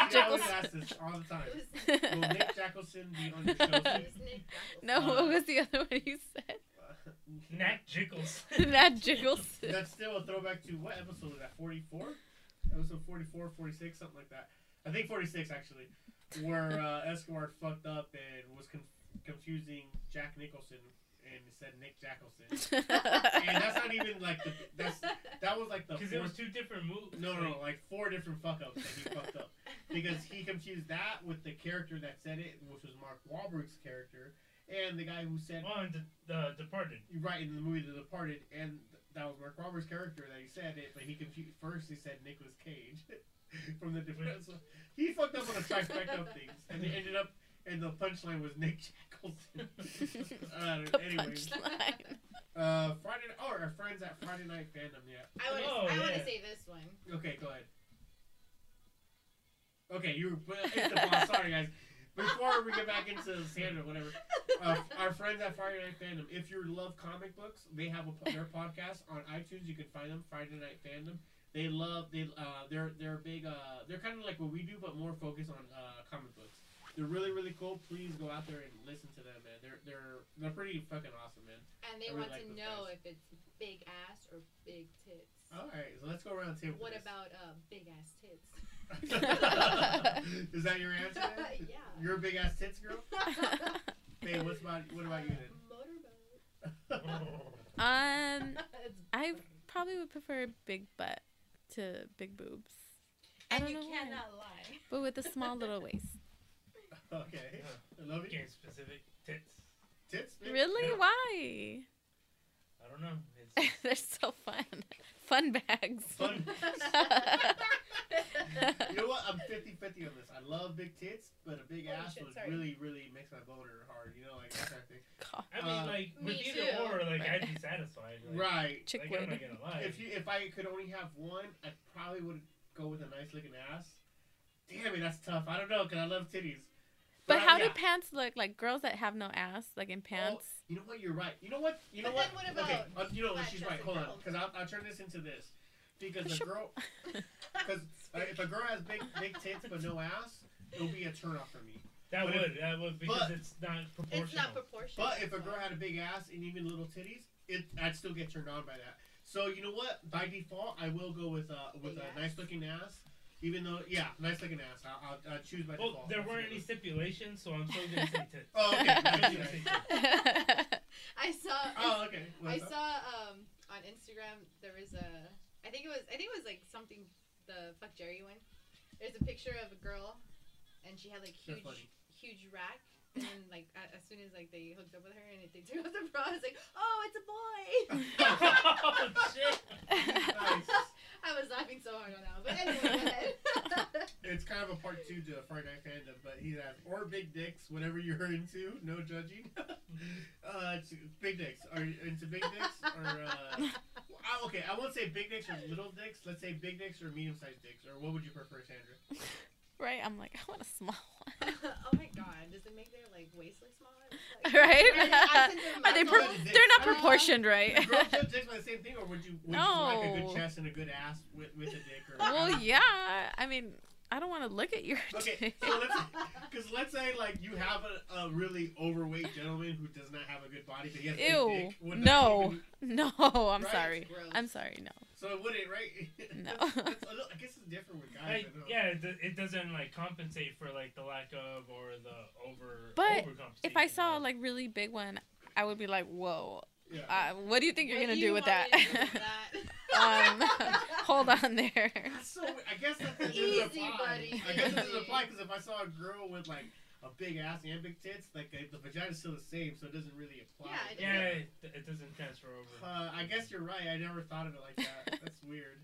S3: this- we always ask this all the time.
S4: It was,
S3: Will Nick Jackelson be on your show? Uh,
S4: it
S3: soon?
S4: was Nick Jacobs.
S5: no, what was the other one you said?
S6: Nat Jiggles.
S5: Nat Jiggles.
S3: That's still a throwback to what episode was that? 44? Episode 44, 46, something like that. I think 46, actually, where uh, Escobar fucked up and was conf- confusing Jack Nicholson and said Nick Jackelson. and that's not even like the. That's, that was like the.
S6: Because it was
S3: Fourth,
S6: two different moves.
S3: no, no,
S6: like-
S3: no, like four different fuck ups that he fucked up. Because he confused that with the character that said it, which was Mark Wahlberg's character, and the guy who said
S6: Well, oh, and the, the Departed.
S3: you right in the movie The Departed, and that was Mark Wahlberg's character that he said it, but he confused. First, he said Nicolas Cage from the Departed. So he fucked up on the trifecta of things, and it ended up, and the punchline was Nick Shackleton. uh,
S5: the
S3: anyway,
S5: punchline.
S3: uh, Friday. Oh, our friends at Friday Night Fandom. Yeah.
S4: I want to
S6: Oh,
S4: I want
S6: yeah.
S4: to say this one.
S3: Okay, go ahead. Okay, you. were- It's the boss. Sorry, guys. Before we get back into Sandra, whatever uh, our friends at Friday Night Fandom. If you love comic books, they have a, po- their podcast on iTunes. You can find them Friday Night Fandom. They love they uh, they're they're big uh, they're kind of like what we do, but more focused on uh, comic books. They're really really cool. Please go out there and listen to them, man. They're they're they're pretty fucking awesome, man.
S4: And they
S3: I really
S4: want
S3: like
S4: to
S3: those
S4: know
S3: guys.
S4: if it's big ass or big tits.
S3: All right, so let's go around the table.
S4: What
S3: with
S4: about uh, big ass tits?
S3: this. Is that your answer? man?
S4: yeah.
S3: You're a big ass tits girl. Hey, what's about what about you
S4: Uh, Motorboat.
S3: then?
S5: um,
S4: It's
S5: I probably would prefer big butt to big boobs, I
S4: and
S5: don't
S4: you
S5: know why.
S4: cannot lie.
S5: but with a small little waist.
S3: okay, I love you.
S6: Game specific tits.
S3: Tits, man.
S5: Really?
S6: Yeah.
S5: Why?
S6: I don't know. It's
S5: They're so fun. Fun bags.
S3: Fun. You know what? I'm 50 50 on this. I love big tits, but a big
S4: Holy
S3: ass
S4: shit,
S3: would
S4: sorry.
S3: really, really makes my boner hard. You know, like that kind of thing.
S5: God.
S6: I mean,
S3: Uh,
S6: like
S4: Me
S6: with either
S4: too.
S6: or, like I'd be
S5: Right.
S6: satisfied. Like,
S3: Right.
S5: Chick
S6: Like, I'm
S5: would.
S6: not gonna lie.
S3: If you, if I could only have one, I probably would go with a nice looking ass. Damn it, that's tough. I don't know, cause I love titties.
S5: But
S3: I-
S5: how
S3: yeah. Oh,
S5: do pants look? Like girls that have no ass, like in pants.
S3: You know what? You're right. You know what? You know
S4: But
S3: what?
S4: then what
S3: okay.
S4: about
S3: uh, you know what?
S4: flat
S3: She's right.
S4: chested
S3: Hold on,
S4: girls?
S3: because I'll, I'll turn this into this. Because
S5: Push
S3: a
S5: up.
S3: girl, because uh, if a girl has big big tits but no ass, it'll be a turn off for me.
S6: that
S3: but
S6: would
S3: if-
S6: that would because
S3: but-
S6: it's not proportional.
S4: it's not proportional.
S3: But if a girl had a big ass and even little titties, it I'd still get turned on by that. So you know what? By default, I will go with a with
S4: Big
S3: a
S4: ass?
S3: nice looking ass. Even though, yeah, nice looking ass. I'll, I'll, I'll choose by
S6: well,
S3: default.
S6: there weren't any stipulations, so I'm still gonna say tits.
S3: Oh, okay.
S6: I'm
S3: Nice,
S6: still gonna
S3: nice.
S6: say tits.
S4: I saw.
S3: oh, okay.
S4: I
S3: What's up?
S4: saw um on Instagram there was a I think it was I think it was like something the fuck Jerry one. There's a picture of a girl and she had like
S3: They're
S4: huge
S3: funny.
S4: huge rack and then like a- as soon as like they hooked up with her and they took off the bra I was like oh it's a boy
S6: oh shit!
S3: dicks, whatever you're into, no judging. uh, to- big dicks. Are you into big dicks or? Uh, I- okay, I won't say big dicks or little dicks. Let's say big dicks or medium-sized dicks. Or what would you prefer, Sandra?
S5: Right? I'm like, I want a small one.
S4: oh my god, does it make their like waist look smaller? It's like-
S5: right? Are they? Pro-
S3: muscles?
S5: they're not
S3: Uh,
S5: proportioned,
S3: Do
S5: right?
S3: Girls judge dicks by the same thing, or would you? Would you like a
S5: No.
S3: good chest and a good ass with, with a dick? Or
S5: well, yeah. I mean, I don't want to look at your.
S3: Okay,
S5: dick.
S3: so let's because let's say like you have a, a really overweight gentleman who does not have a good body, but he has a big
S5: Ew.
S3: dick. would that
S5: No.
S3: even-
S5: No. I'm
S3: Right?
S5: sorry.
S4: Gross.
S5: I'm sorry. No.
S3: so it wouldn't, right?
S5: No.
S3: That's- that's a little- I guess it's different with guys.
S6: Like,
S3: I know.
S6: yeah, it, do- it doesn't like compensate for like the lack of or the over.
S5: But
S6: overcompensation
S5: If I saw a
S6: of-
S5: like really big one, I would be like, whoa.
S3: Yeah.
S5: Uh, what do you think you're
S4: What
S5: gonna
S4: do
S5: do,
S4: you
S5: with
S4: want
S5: that?
S4: me to do with
S5: um, hold on there.
S3: That's so. weird. I guess that doesn't
S4: Easy,
S3: apply.
S4: buddy,
S3: I guess it
S4: easy.
S3: doesn't apply because if I saw a girl with like a big ass and big tits, like the, the vagina's still the same, so it doesn't really apply.
S4: Yeah, it
S6: Yeah, it, it doesn't transfer over.
S3: Uh, I guess you're right. I never thought of it like that. That's weird.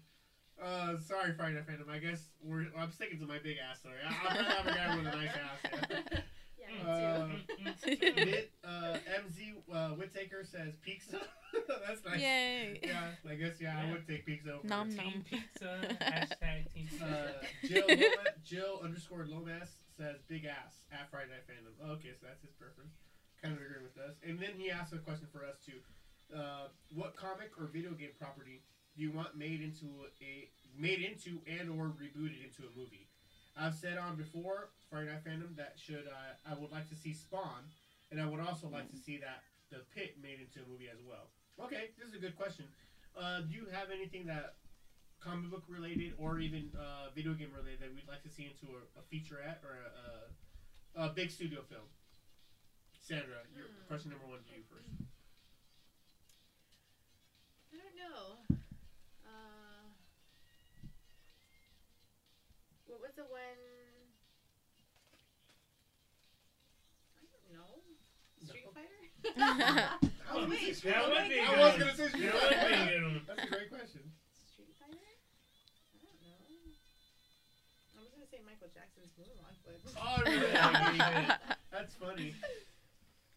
S3: Uh, sorry, Friday Night Phantom. I guess we're. I'm sticking to my big ass story. I, I'd rather have a guy with a nice ass.
S7: Yeah,
S6: Mm,
S7: me
S3: Uh,
S5: Yay.
S3: Mid, uh, MZ uh, Whittaker says pizza. That's nice. Yeah, I guess yeah, I
S6: Yeah.
S3: would take pizza. Over
S5: Nom
S3: it.
S6: Team
S5: nom.
S6: pizza. Hashtag team
S3: Uh,
S6: pizza.
S3: Jill, Loma, Jill underscore Lomas says big ass at Friday Night Fandom. Oh, okay, so that's his preference. Kind of agreeing with us. And then he asked a question for us too. Uh, what comic or video game property do you want made into a made into and or rebooted into a movie? I've said on before Friday Night Fandom that should uh, I would like to see Spawn, and I would also like to see that the Pit made into a movie as well. Okay, this is a good question. Uh, do you have anything that comic book related or even uh, video game related that we'd like to see into a, a featurette or a, a, a big studio film? Sandra, your
S4: Hmm.
S3: question number one to you first.
S4: I don't know. Uh, what was the one? I don't know. Street
S3: No.
S4: Fighter?
S3: I was gonna say
S4: Wait,
S3: Street
S6: that would
S3: Fighter.
S6: be
S3: I
S6: good.
S3: was gonna say Street
S6: You know what
S3: Fighter.
S6: I mean?
S3: That's a great question.
S4: Street Fighter? I don't know. I was gonna say Michael Jackson's Moonwalk, but
S3: Oh, really? I mean, That's funny.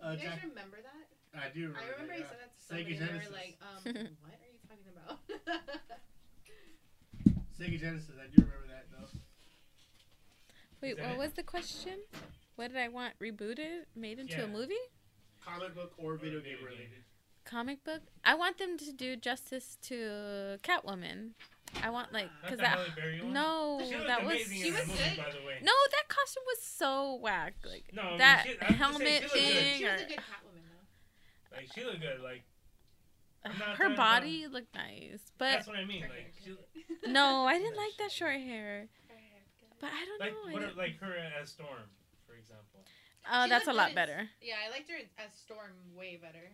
S3: Uh,
S4: you guys
S3: Jack,
S4: remember that?
S3: I do remember.
S4: I remember
S3: yeah.
S4: you said that to
S3: Sega
S4: somebody, and they
S3: Genesis.
S4: were like, um, "What are you talking about?"
S3: Sega Genesis. I do remember that though.
S5: Wait,
S6: Is that
S5: what
S6: it?
S5: was the question? What did I want? Rebooted? Made into
S6: Yeah.
S5: a movie?
S3: Comic book or video game related.
S5: Comic book? I want them to do justice to Catwoman. I want like
S6: Not
S5: because
S6: the
S5: that
S6: Halle Berry one?
S5: no
S6: She looked
S5: that was
S6: amazing
S4: she
S6: in that
S4: was
S6: movie,
S4: good.
S6: by the way.
S5: no that costume was so whack like
S6: No, I mean,
S5: that
S6: she- I'm just saying
S5: helmet
S6: she looked good.
S5: thing
S4: she
S5: or
S4: was a good Catwoman, though.
S6: Like she looked good. Like I'm not
S5: her
S6: trying to-
S5: body looked nice but
S6: that's what I mean. Like she,
S5: no I didn't like that short hair but I don't
S6: like
S5: know I
S6: what,
S5: didn't-
S6: like her as Storm, for example.
S5: oh
S4: She
S5: that's a
S4: looked
S5: lot
S4: good in s-
S5: better
S4: Yeah, I liked her as Storm way better.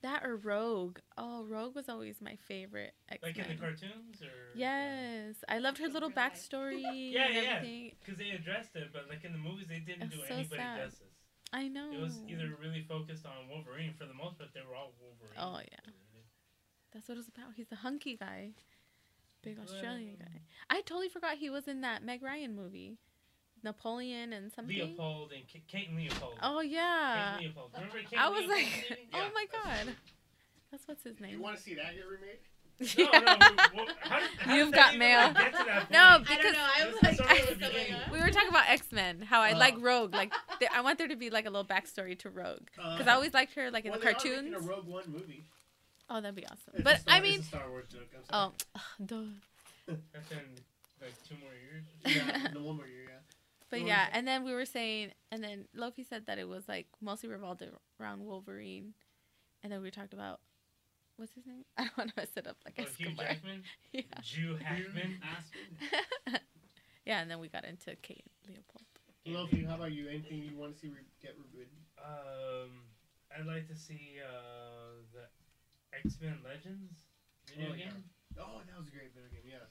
S5: that or Rogue oh Rogue was always my favorite
S6: Like in the
S5: X-Men.
S6: cartoons or uh,
S5: Yes, I loved her little
S4: Real life.
S5: backstory
S6: Yeah,
S5: and
S6: yeah.
S5: everything.
S6: Because they addressed it, but like in the movies, they didn't
S5: It's
S6: do
S5: so
S6: anybody
S5: sad. Hmm.
S6: justice.
S5: I know.
S6: It was either really focused on Wolverine for the most part. They were all Wolverine.
S5: Oh, yeah. That's what it was about. He's the hunky guy, big Australian guy. I totally forgot he was in that Meg Ryan movie, Napoleon and something.
S6: Leopold and K- Kate and Leopold.
S5: Oh yeah.
S6: Kate Leopold. Remember Kate
S5: I was
S6: Leopold's
S5: like,
S6: name?
S5: oh
S3: Yeah,
S5: my
S3: that's-
S5: god, that's what's his
S3: You
S5: name.
S3: want to see that get remade?
S6: No, no, we- we- how did- how
S5: You've
S6: did
S5: got
S6: that even,
S5: mail.
S6: like, get to that
S5: No, I
S6: point?
S4: I
S5: don't
S4: don't
S5: Because-
S4: know.
S5: know,
S4: I
S6: I
S4: was
S6: was
S4: like,
S6: That's like, what
S4: I
S6: I was
S4: was
S6: thinking.
S4: going
S5: We were talking about X Men. How I
S3: Oh.
S5: like Rogue. Like th- I want there to be like a little backstory to Rogue because I always liked her like in
S3: Uh, well,
S5: the
S3: they are making
S5: cartoons.
S3: A Rogue One movie.
S5: Oh, that'd be awesome.
S3: It's a
S5: But
S3: Star,
S5: I mean,
S3: it's a Star Wars joke. I'm sorry.
S5: oh, duh.
S6: That's in like two more years.
S3: yeah, no, one more year. Yeah.
S5: But
S3: Or-
S5: yeah, and then we were saying, and then Loki said that it was like mostly revolved around Wolverine, and then we talked about what's his name? I don't want to mess it up like
S6: Oh, Hugh
S5: Escobar.
S6: Jackman,
S5: Yeah.
S6: Jew Hackman.
S3: Aspen.
S5: yeah, and then we got into Kate Leopold.
S3: Lofi, how about you? Anything you want to see re- get rebooted?
S6: Um, I'd like to see uh, the X Men Legends video
S3: Oh, yeah.
S6: game.
S3: Oh, that was a great video game. Yeah,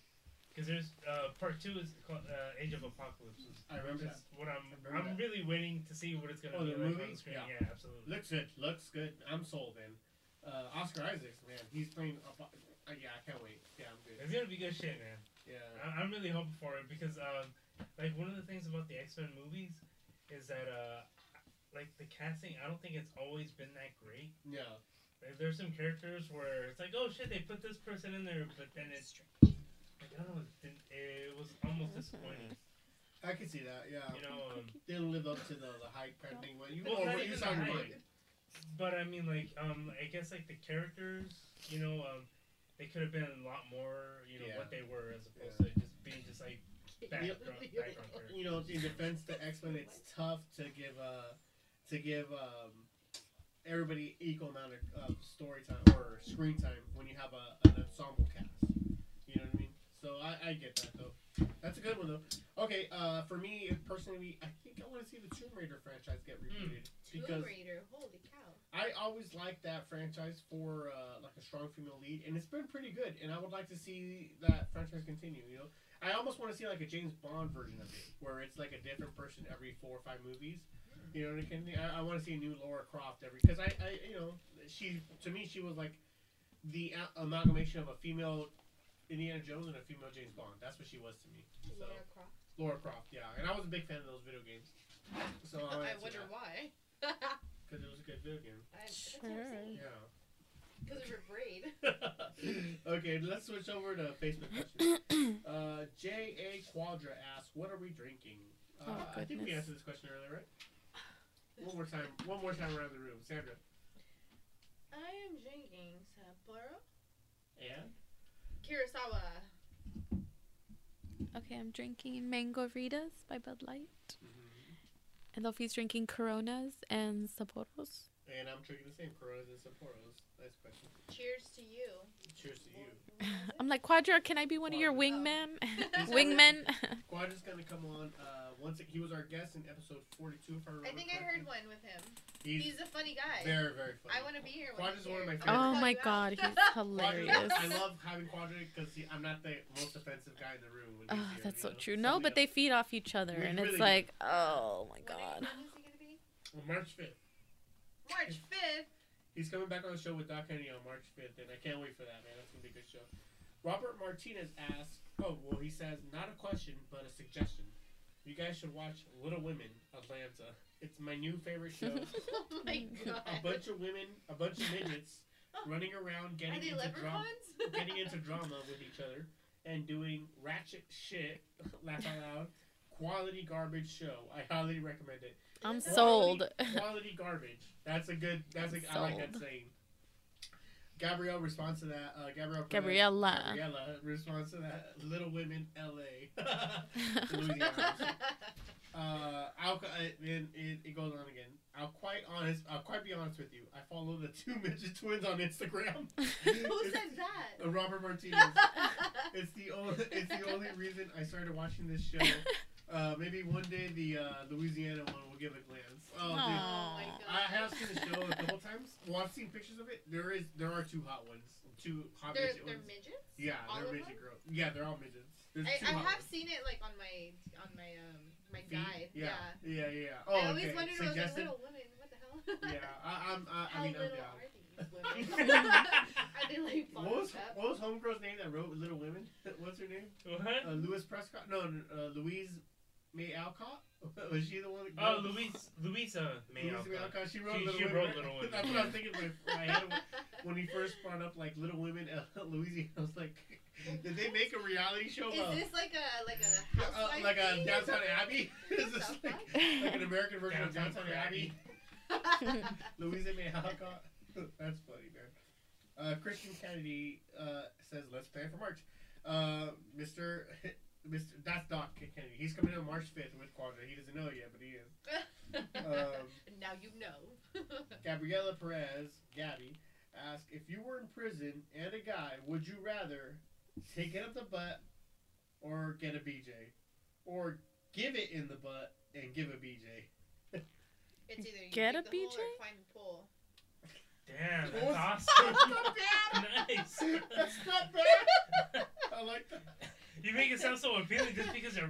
S6: Because there's uh, part two is called uh, Age of Apocalypse. is-
S3: I remember that.
S6: That's what I'm.
S3: remember
S6: I'm
S3: that.
S6: really waiting to see what it's gonna
S3: Oh, the
S6: be like on
S3: movie?
S6: the screen.
S3: Yeah.
S6: Yeah, absolutely.
S3: Looks good. Looks good. I'm sold in. Uh, Oscar Isaacs, man, he's playing. A, uh, yeah, I can't wait. Yeah, I'm good.
S6: It's gonna be good shit, man.
S3: Yeah.
S6: I- I'm really hoping for it because, um, like, one of the things about the X Men movies is that uh, like the casting, I don't think it's always been that great.
S3: Yeah.
S6: Like, there's some characters where it's like, oh shit, they put this person in there, but then it, like, I don't know, it, didn't- it was almost disappointing.
S3: I can see that. Yeah.
S6: You know, um,
S3: They don't live up to the, the hype kind of thing. Well, you
S6: Well,
S3: oh,
S6: not
S3: what
S6: even
S3: you're
S6: the
S3: talking about.
S6: hype. But I mean, like, um, I guess like the characters, you know, um, they could have been a lot more, you know,
S3: Yeah.
S6: what they were as opposed
S3: Yeah.
S6: to just being just like
S3: You-
S6: background, background characters.
S3: you know, in defense to X Men, it's tough to give uh to give um everybody equal amount of, of story time or screen time when you have a, an ensemble cast. You know what I mean? So I, I get that though. That's a good one though. Okay, uh, for me personally, I think I want to see the Tomb Raider franchise get rebooted because
S7: Tomb Raider, holy cow.
S3: I always liked that franchise for uh, like a strong female lead, and it's been pretty good. And I would like to see that franchise continue. You know, I almost want to see like a James Bond version of it, where it's like a different person every four or five movies. You know, what I can I, I want to see a new Laura Croft every because I, I you know she to me she was like the a- amalgamation of a female Indiana Jones and a female James Bond. That's what she was to me. So
S7: Lara Croft.
S3: Laura Croft, yeah, and I was a big fan of those video games. So
S7: I wonder why. I-
S3: because it was a good video game.
S7: that's what I'm saying.
S3: Yeah.
S7: Because of her braid.
S3: okay, let's switch over to Facebook questions. Uh, J.A. Quadra asks, what are we drinking? Uh,
S5: Oh,
S3: I think we
S5: goodness.
S3: answered this question earlier, right? One more time, one more time around the room. Sandra.
S7: I am drinking Sapporo
S3: And?
S7: Kurosawa.
S5: Okay, I'm drinking Mango Ritas by Bud Light.
S3: Mm-hmm.
S5: And Elfie's drinking Coronas and Sapporo's.
S3: And I'm drinking the same, Coronas and Sapporos. Nice question.
S7: Cheers to you.
S3: Cheers to you.
S5: I'm like, Quadra, can I be one of your
S3: Quadra.
S5: wingmen?
S3: He's
S5: wingmen?
S3: Quadra's gonna come on, uh, once, he was our guest in episode 42, if I remember
S7: I think I heard
S3: correctly.
S7: one with him.
S3: He's,
S7: He's a funny guy.
S3: very, very funny.
S7: I want to be here. when
S3: Quadra's
S7: he's
S3: one of
S7: here.
S3: my
S7: I'm
S5: oh
S7: gonna
S3: favorite.
S7: call
S5: my
S7: you
S3: Quadra-
S5: god, he's
S7: out.
S5: hilarious.
S3: I love having Quadra because I'm not the most offensive guy in the room. When he's
S5: Oh,
S3: here,
S5: that's
S3: you
S5: so
S3: know?
S5: true. No,
S3: Somebody
S5: but
S3: else-
S5: they feed off each other,
S3: We
S5: and
S3: really
S5: it's
S3: do.
S5: like, oh my
S7: When are you-
S5: god.
S7: when is he gonna be?
S3: On March 5th.
S7: March 5th.
S3: He's coming back on the show with Doc Kennedy on March 5th, and I can't wait for that, man. That's going to be a good show. Robert Martinez asks, oh, well, he says, not a question, but a suggestion. You guys should watch Little Women, Atlanta. It's my new favorite show.
S7: Oh my god.
S3: a bunch of women, a bunch of midgets running around
S7: Are
S3: getting
S7: they
S3: into drama,
S7: leprechauns?
S3: getting into drama with each other and doing ratchet shit, laugh out loud, quality garbage show. I highly recommend it.
S5: I'm
S7: Quality-
S5: sold.
S3: Quality garbage. That's a good. That's a, I like that
S5: Sold.
S3: saying. Gabrielle responds to that. Uh, Gabrielle. Perez-
S5: Gabriella.
S3: Gabriella responds to that. Little Women, L.A. Louisiana. Uh, I'll, I, it, it, it goes on again. I'll quite honest. I'll quite be honest with you. I follow the two midget twins on Instagram.
S7: Who
S3: It's-
S7: said that?
S3: uh, Robert Martinez. it's the only. It's the only reason I started watching this show. Uh, maybe one day the uh, Louisiana one will give a glance. Oh, dude.
S5: Aw.
S7: oh my god.
S3: I have seen the show a couple times. Well, I've seen pictures of it. There is there are two hot ones, two hot
S7: They're,
S3: midget
S7: they're
S3: ones.
S7: midgets?
S3: yeah,
S7: all
S3: they're
S7: of
S3: midget
S7: them?
S3: girls. Yeah, they're all midgets. There's
S7: I,
S3: two
S7: I
S3: hot
S7: have
S3: ones.
S7: seen it like on my on my um my
S3: Feet?
S7: guide.
S3: Yeah,
S7: Yeah.
S3: yeah, yeah. yeah. Oh,
S7: I always
S3: okay.
S7: wondered when I was like,
S3: Suggested.
S7: little women, what the hell?
S3: yeah, I, I'm. I,
S7: How
S3: I mean, uh, I'm down.
S7: little are these women? Are they like
S3: What was
S7: boxed up?
S3: what was homegirl's name that wrote Little Women? What's her name?
S6: What?
S3: Uh, Louis Prescott? No, uh, Louise May Alcott. was she the one? That
S6: oh, Luis, Luisa May
S3: Louise May
S6: Alcott.
S3: Alcott. She wrote
S6: She-
S3: Little
S6: she
S3: Women.
S6: wrote
S3: right?
S6: Little Women,
S3: That's what I
S6: yeah.
S3: was thinking when I had it when he first brought up like Little Women, uh, Louisiana, I was like, did they make a reality show
S7: Is
S3: about
S7: this like a like a
S3: uh,
S7: housewife
S3: like a
S7: thing?
S3: Downtown Abbey? Is this
S7: South
S3: like, like an American version of
S6: Downtown
S3: Downtown Abbey?
S6: Abbey.
S3: Louisa May Alcott. That's funny, man. Uh, Christian Kennedy uh, says, "Let's plan for March." Uh, Mister, Mister, that's Doc Kennedy. He's coming on March fifth with Quadra. He doesn't know it yet, but he is. Um,
S7: now you know.
S3: Gabriela Perez, Gabby, asked if you were in prison and a guy, would you rather take it up the butt or get a BJ, or give it in the butt and give a BJ?
S7: it's either you
S5: Get
S7: dig
S5: a
S7: the hole
S5: BJ?
S7: Or find the pole.
S6: Damn,
S3: What?
S6: that's
S3: That's
S6: awesome.
S3: not bad.
S6: nice.
S3: That's not bad. I like that.
S6: You make it sound so appealing just because it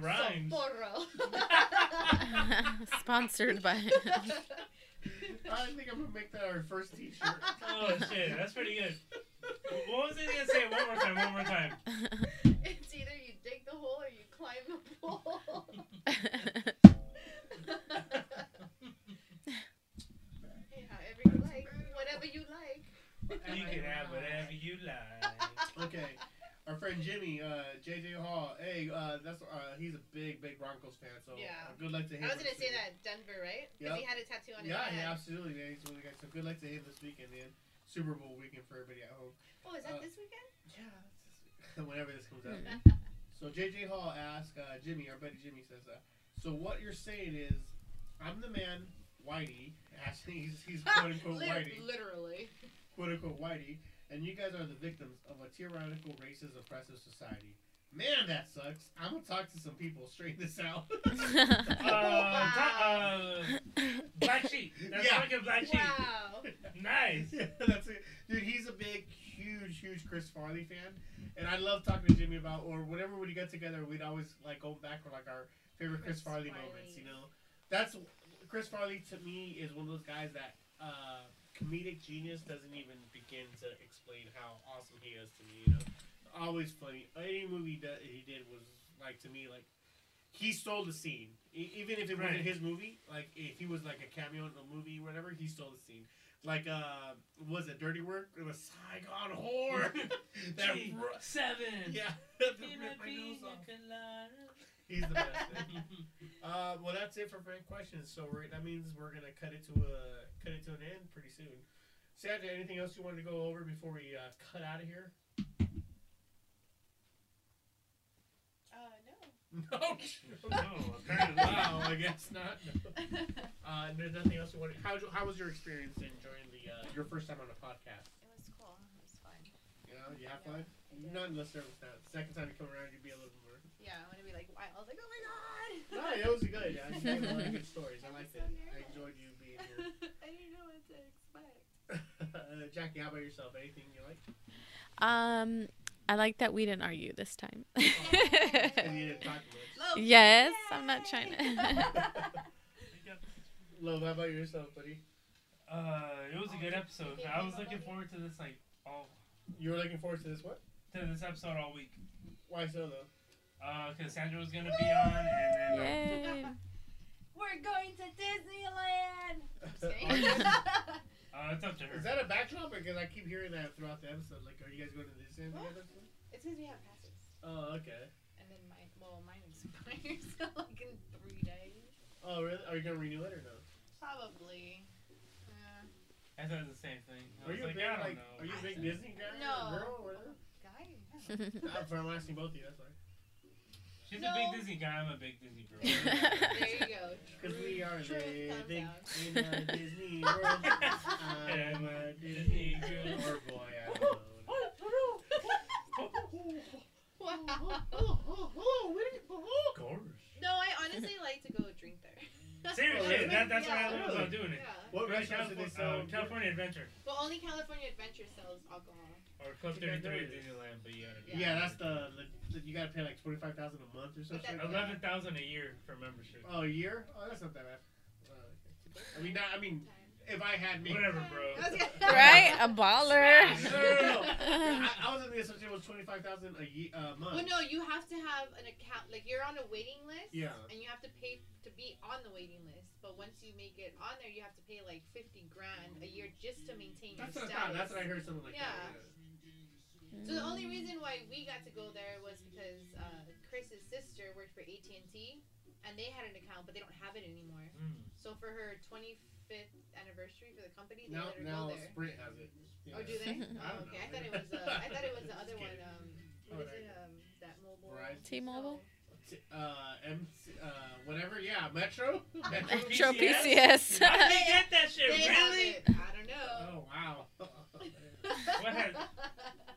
S6: rhymes.
S7: Sapporo.
S5: Sponsored by.
S3: I think I'm gonna make that our first T-shirt.
S6: Oh shit, that's pretty good. What was it gonna say? One more time, one more time.
S7: it's either you dig the hole or you climb the pole.
S6: you like?
S3: Okay. Our friend Jimmy, uh, JJ Hall. Hey, uh, that's uh, he's a big, big Broncos fan. So
S4: Yeah.
S3: uh, good luck to him.
S4: I was gonna
S3: this
S4: say
S3: weekend.
S4: that Denver, right? Because he
S3: Yep.
S4: had a tattoo on his
S3: Yeah, yeah,
S4: head.
S3: absolutely. Man. He's really good. So good luck to him this weekend, man. Super Bowl weekend for everybody at home.
S4: Oh, is that
S3: Uh,
S4: this weekend?
S3: Yeah. Whenever this comes out. So JJ Hall asked uh, Jimmy, our buddy Jimmy says, uh, "So what you're saying is, I'm the man, Whitey. Actually, he's, he's quote unquote
S4: Lit-
S3: Whitey,
S4: Literally.
S3: quote unquote Whitey, and you guys are the victims of a tyrannical, racist, oppressive society. Man, that sucks. I'm gonna talk to some people, straighten this out.
S6: Uh, ta- uh, black sheep. That's
S3: Yeah.
S6: fucking black sheep.
S4: Wow.
S6: Nice.
S3: yeah, that's it. Dude, he's a big, huge, huge Chris Farley fan, and I love talking to Jimmy about or whenever we got together, we'd always like go back for like our favorite Chris,
S4: Chris
S3: Farley,
S4: Farley.
S3: moments. You know, that's Chris Farley to me is one of those guys that uh, comedic genius doesn't even begin to explain how awesome he is to me. You know, always funny. Any movie that he did was like to me like. He stole the scene, E- even if it
S6: Right.
S3: wasn't his movie. Like if he was like a cameo in a movie, or whatever, he stole the scene like uh was it dirty work it was saigon whore that
S6: Gee,
S3: ru-
S6: seven.
S3: yeah that ripped my nose off.
S6: That's
S3: he's the best man. uh well that's it for frank questions so we're, that means we're gonna cut it to a cut it to an end pretty soon Sandra, anything else you wanted to go over before we uh, cut out of here
S4: Uh, no.
S3: no Oh,
S6: No, apparently.
S3: wow i guess not no.
S4: it
S3: uh there's nothing else you wanted how, how was your experience enjoying the uh, your first time on a podcast
S4: was cool. It was fun.
S3: you know you have fun
S4: Yeah, did.
S3: not unless there was that second time you come around you'd be a little more
S4: Yeah, I want to be like wild. I was like, oh my
S3: No,
S4: god.
S3: it was good. I you guys are really good stories. I liked it. I enjoyed you being here.
S4: I didn't know what to expect.
S3: uh, Jackie, how about yourself? Anything you like?
S5: um, I like that we didn't argue this time.
S3: And you didn't talk much.
S4: Loki,
S5: Yes, I'm not
S4: yay!
S5: trying
S3: Love, how about yourself, buddy?
S6: Uh, it was a good episode. I was looking forward to this like all
S3: You were looking forward to this what?
S6: to this episode all week.
S3: Why so though?
S6: Uh, cause Sandra was gonna be on, and then uh,
S5: Yay.
S7: We're going to Disneyland.
S4: Just kidding.
S6: uh, it's up to her.
S3: Is that a backdrop? Because I keep hearing that throughout the episode. Like, are you guys going to this end together?
S4: it's because we have passes.
S3: Oh, okay.
S4: And then my, well, mine expires like in three days.
S3: Oh, really? Are you gonna renew it or no?
S4: Probably. Uh,
S6: I thought it was the same thing. I
S3: Are
S6: was
S3: you a
S6: like,
S3: big
S6: I don't
S3: like?
S6: know.
S3: Are you a big Disney guy?
S4: No.
S3: Or girl or whatever?
S4: guy?
S3: Uh, for- I'm asking both of you. That's why.
S6: She's a
S4: No.
S6: big Disney guy. I'm a big Disney girl.
S4: There you go.
S3: Because we are
S4: Truth
S3: living
S4: comes
S3: in a Disney world. I'm a Disney girl. Or boy, I don't know.
S4: Wow. No, I honestly like to go drink there.
S6: Seriously, that, that's why I
S3: Yeah.
S6: was about doing
S4: Yeah.
S6: it.
S3: What restaurants did they
S6: California,
S3: sell?
S6: uh, California Adventure
S4: But only California Adventure sells alcohol.
S6: or Club
S3: Yeah,
S6: 33
S3: there
S6: at
S3: it is.
S6: Disneyland, but you gotta do
S3: Yeah,
S6: it.
S3: that's the, the, the you gotta pay like twenty five thousand a month or something.
S4: that-
S3: Like that.
S6: eleven thousand a year for membership.
S3: Oh, a year? Oh, that's not that bad. Oh, okay. I mean, not, I mean, if I had me,
S6: Whatever, bro.
S4: I was gonna-
S5: right? A
S3: No, no, no, no.
S5: baller.
S3: I, I was under the assumption it was twenty five thousand a year a month.
S4: Well, no, you have to have an account. Like you're on a waiting list.
S3: Yeah.
S4: And you have to pay to be on the waiting list. But once you make it on there, you have to pay like fifty grand a year just to maintain
S3: That's
S4: your
S3: what I
S4: status.
S3: thought. That's what I heard. Something like that.
S4: Yeah. So the only reason why we got to go there was because uh, Chris's sister worked for AT and T, and they had an account, but they don't have it anymore.
S6: Mm.
S4: So for her 25th anniversary for the company, they
S3: Now,
S4: let her
S3: now
S4: go there.
S3: Sprint has it. Yeah.
S4: Oh, do they?
S3: I
S4: Oh,
S3: don't know.
S4: okay. I thought it was. Uh, I thought it was the other
S3: Just
S4: one.
S3: kidding.
S4: Um, what is
S3: Alright.
S4: it? Um, that mobile.
S3: Verizon?
S5: T-Mobile?
S3: T- uh, M- uh, whatever. Yeah, Metro. Metro.
S5: Metro PCS.
S6: PCS? How did they get that shit?
S4: They have
S6: Really?
S4: it. I don't
S3: Oh
S4: know.
S3: wow.
S6: What?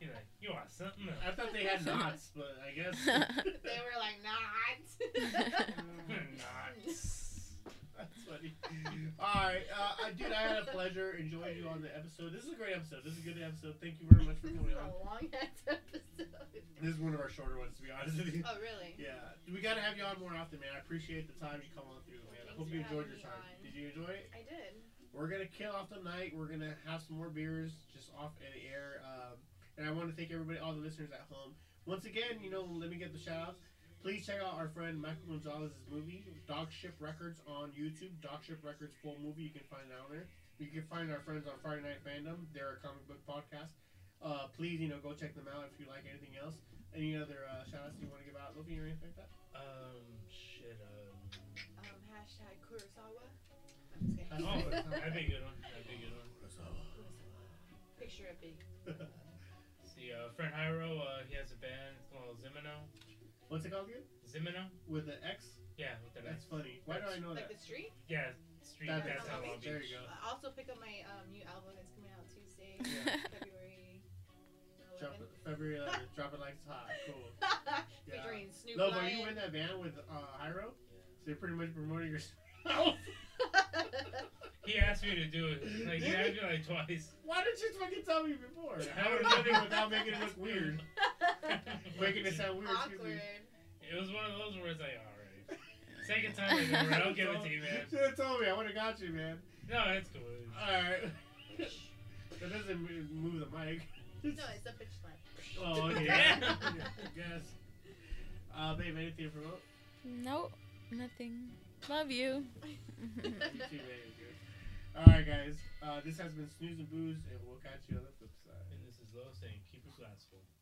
S6: You're like, you want something else?
S3: I thought they had knots, but I guess
S4: they were like, not.
S3: That's funny. All right, uh, I- dude, I had a pleasure enjoying you on the episode. This is a great episode. This is a good episode. Thank you very much for
S4: this is
S3: coming on.
S4: a long ass episode.
S3: This is one of our shorter ones, to be honest with you.
S4: Oh really?
S3: Yeah, we gotta have you on more often, man. I appreciate the time you come on through, man. I
S4: Thanks
S3: hope
S4: for
S3: you enjoyed your
S4: having me
S3: time.
S4: on.
S3: Did you enjoy it?
S4: I did.
S3: We're gonna kill off the night. We're gonna have some more beers just off in the air. Um, and I want to thank everybody, all the listeners at home. Once again, you know, let me get the shout outs. Please check out our friend Michael Gonzalez's movie, Dogship Records, on YouTube. Dogship Records full movie, you can find it on there. You can find our friends on Friday Night Fandom. They're a comic book podcast. Uh, please, you know, go check them out if you like anything else. Any other uh, shout outs you want to give out, Luffy, or anything like that?
S6: Um, shit. Um,
S7: Um, hashtag Kurosawa. I'm just kidding.
S6: oh, that'd be a good one. That'd be a good one.
S7: Picture a big.
S6: See, uh, friend Hyro, uh, he has a band it's called Zimino.
S3: What's it called again?
S6: Zimino?
S3: With the X?
S6: Yeah, with the
S3: That's funny. Why do I know
S7: Like
S3: that?
S7: the street?
S6: Yeah, street
S3: That-
S6: that's how Long
S3: There
S6: Beach.
S3: you go.
S7: Uh, also pick up my um, new album. It's coming out Tuesday,
S3: Yeah.
S7: February
S3: Drop
S7: 11th.
S3: it- February 11th. Drop it like it's hot. Cool. Yeah.
S7: Featuring Snoop
S3: No,
S7: Lion.
S3: but were you in that band with uh, Hyro? So you're pretty much promoting yourself.
S6: He asked me to do it. Like, he
S3: Did
S6: asked me like twice.
S3: Why didn't you fucking tell me before?
S6: Yeah.
S3: I would have done it without making it look weird. Making it sound weird. excuse me.
S7: Awkward.
S6: It was one of those where it's like, alright. Second time, like, alright, I'll give it to you, man.
S3: Should have told me. I would have got you, man.
S6: No, it's cool. It's-
S3: All right. that doesn't move- move the mic.
S7: No, it's a bitch slap.
S3: Oh, okay.
S6: Yeah.
S3: yeah. I guess. Uh, babe, anything to promote?
S5: Nope, nothing. Love you.
S3: You too, babe. All right, guys. Uh, this has been Snooze and Booze, and we'll catch you on the flip side.
S6: And this is Low saying, keep your glass full.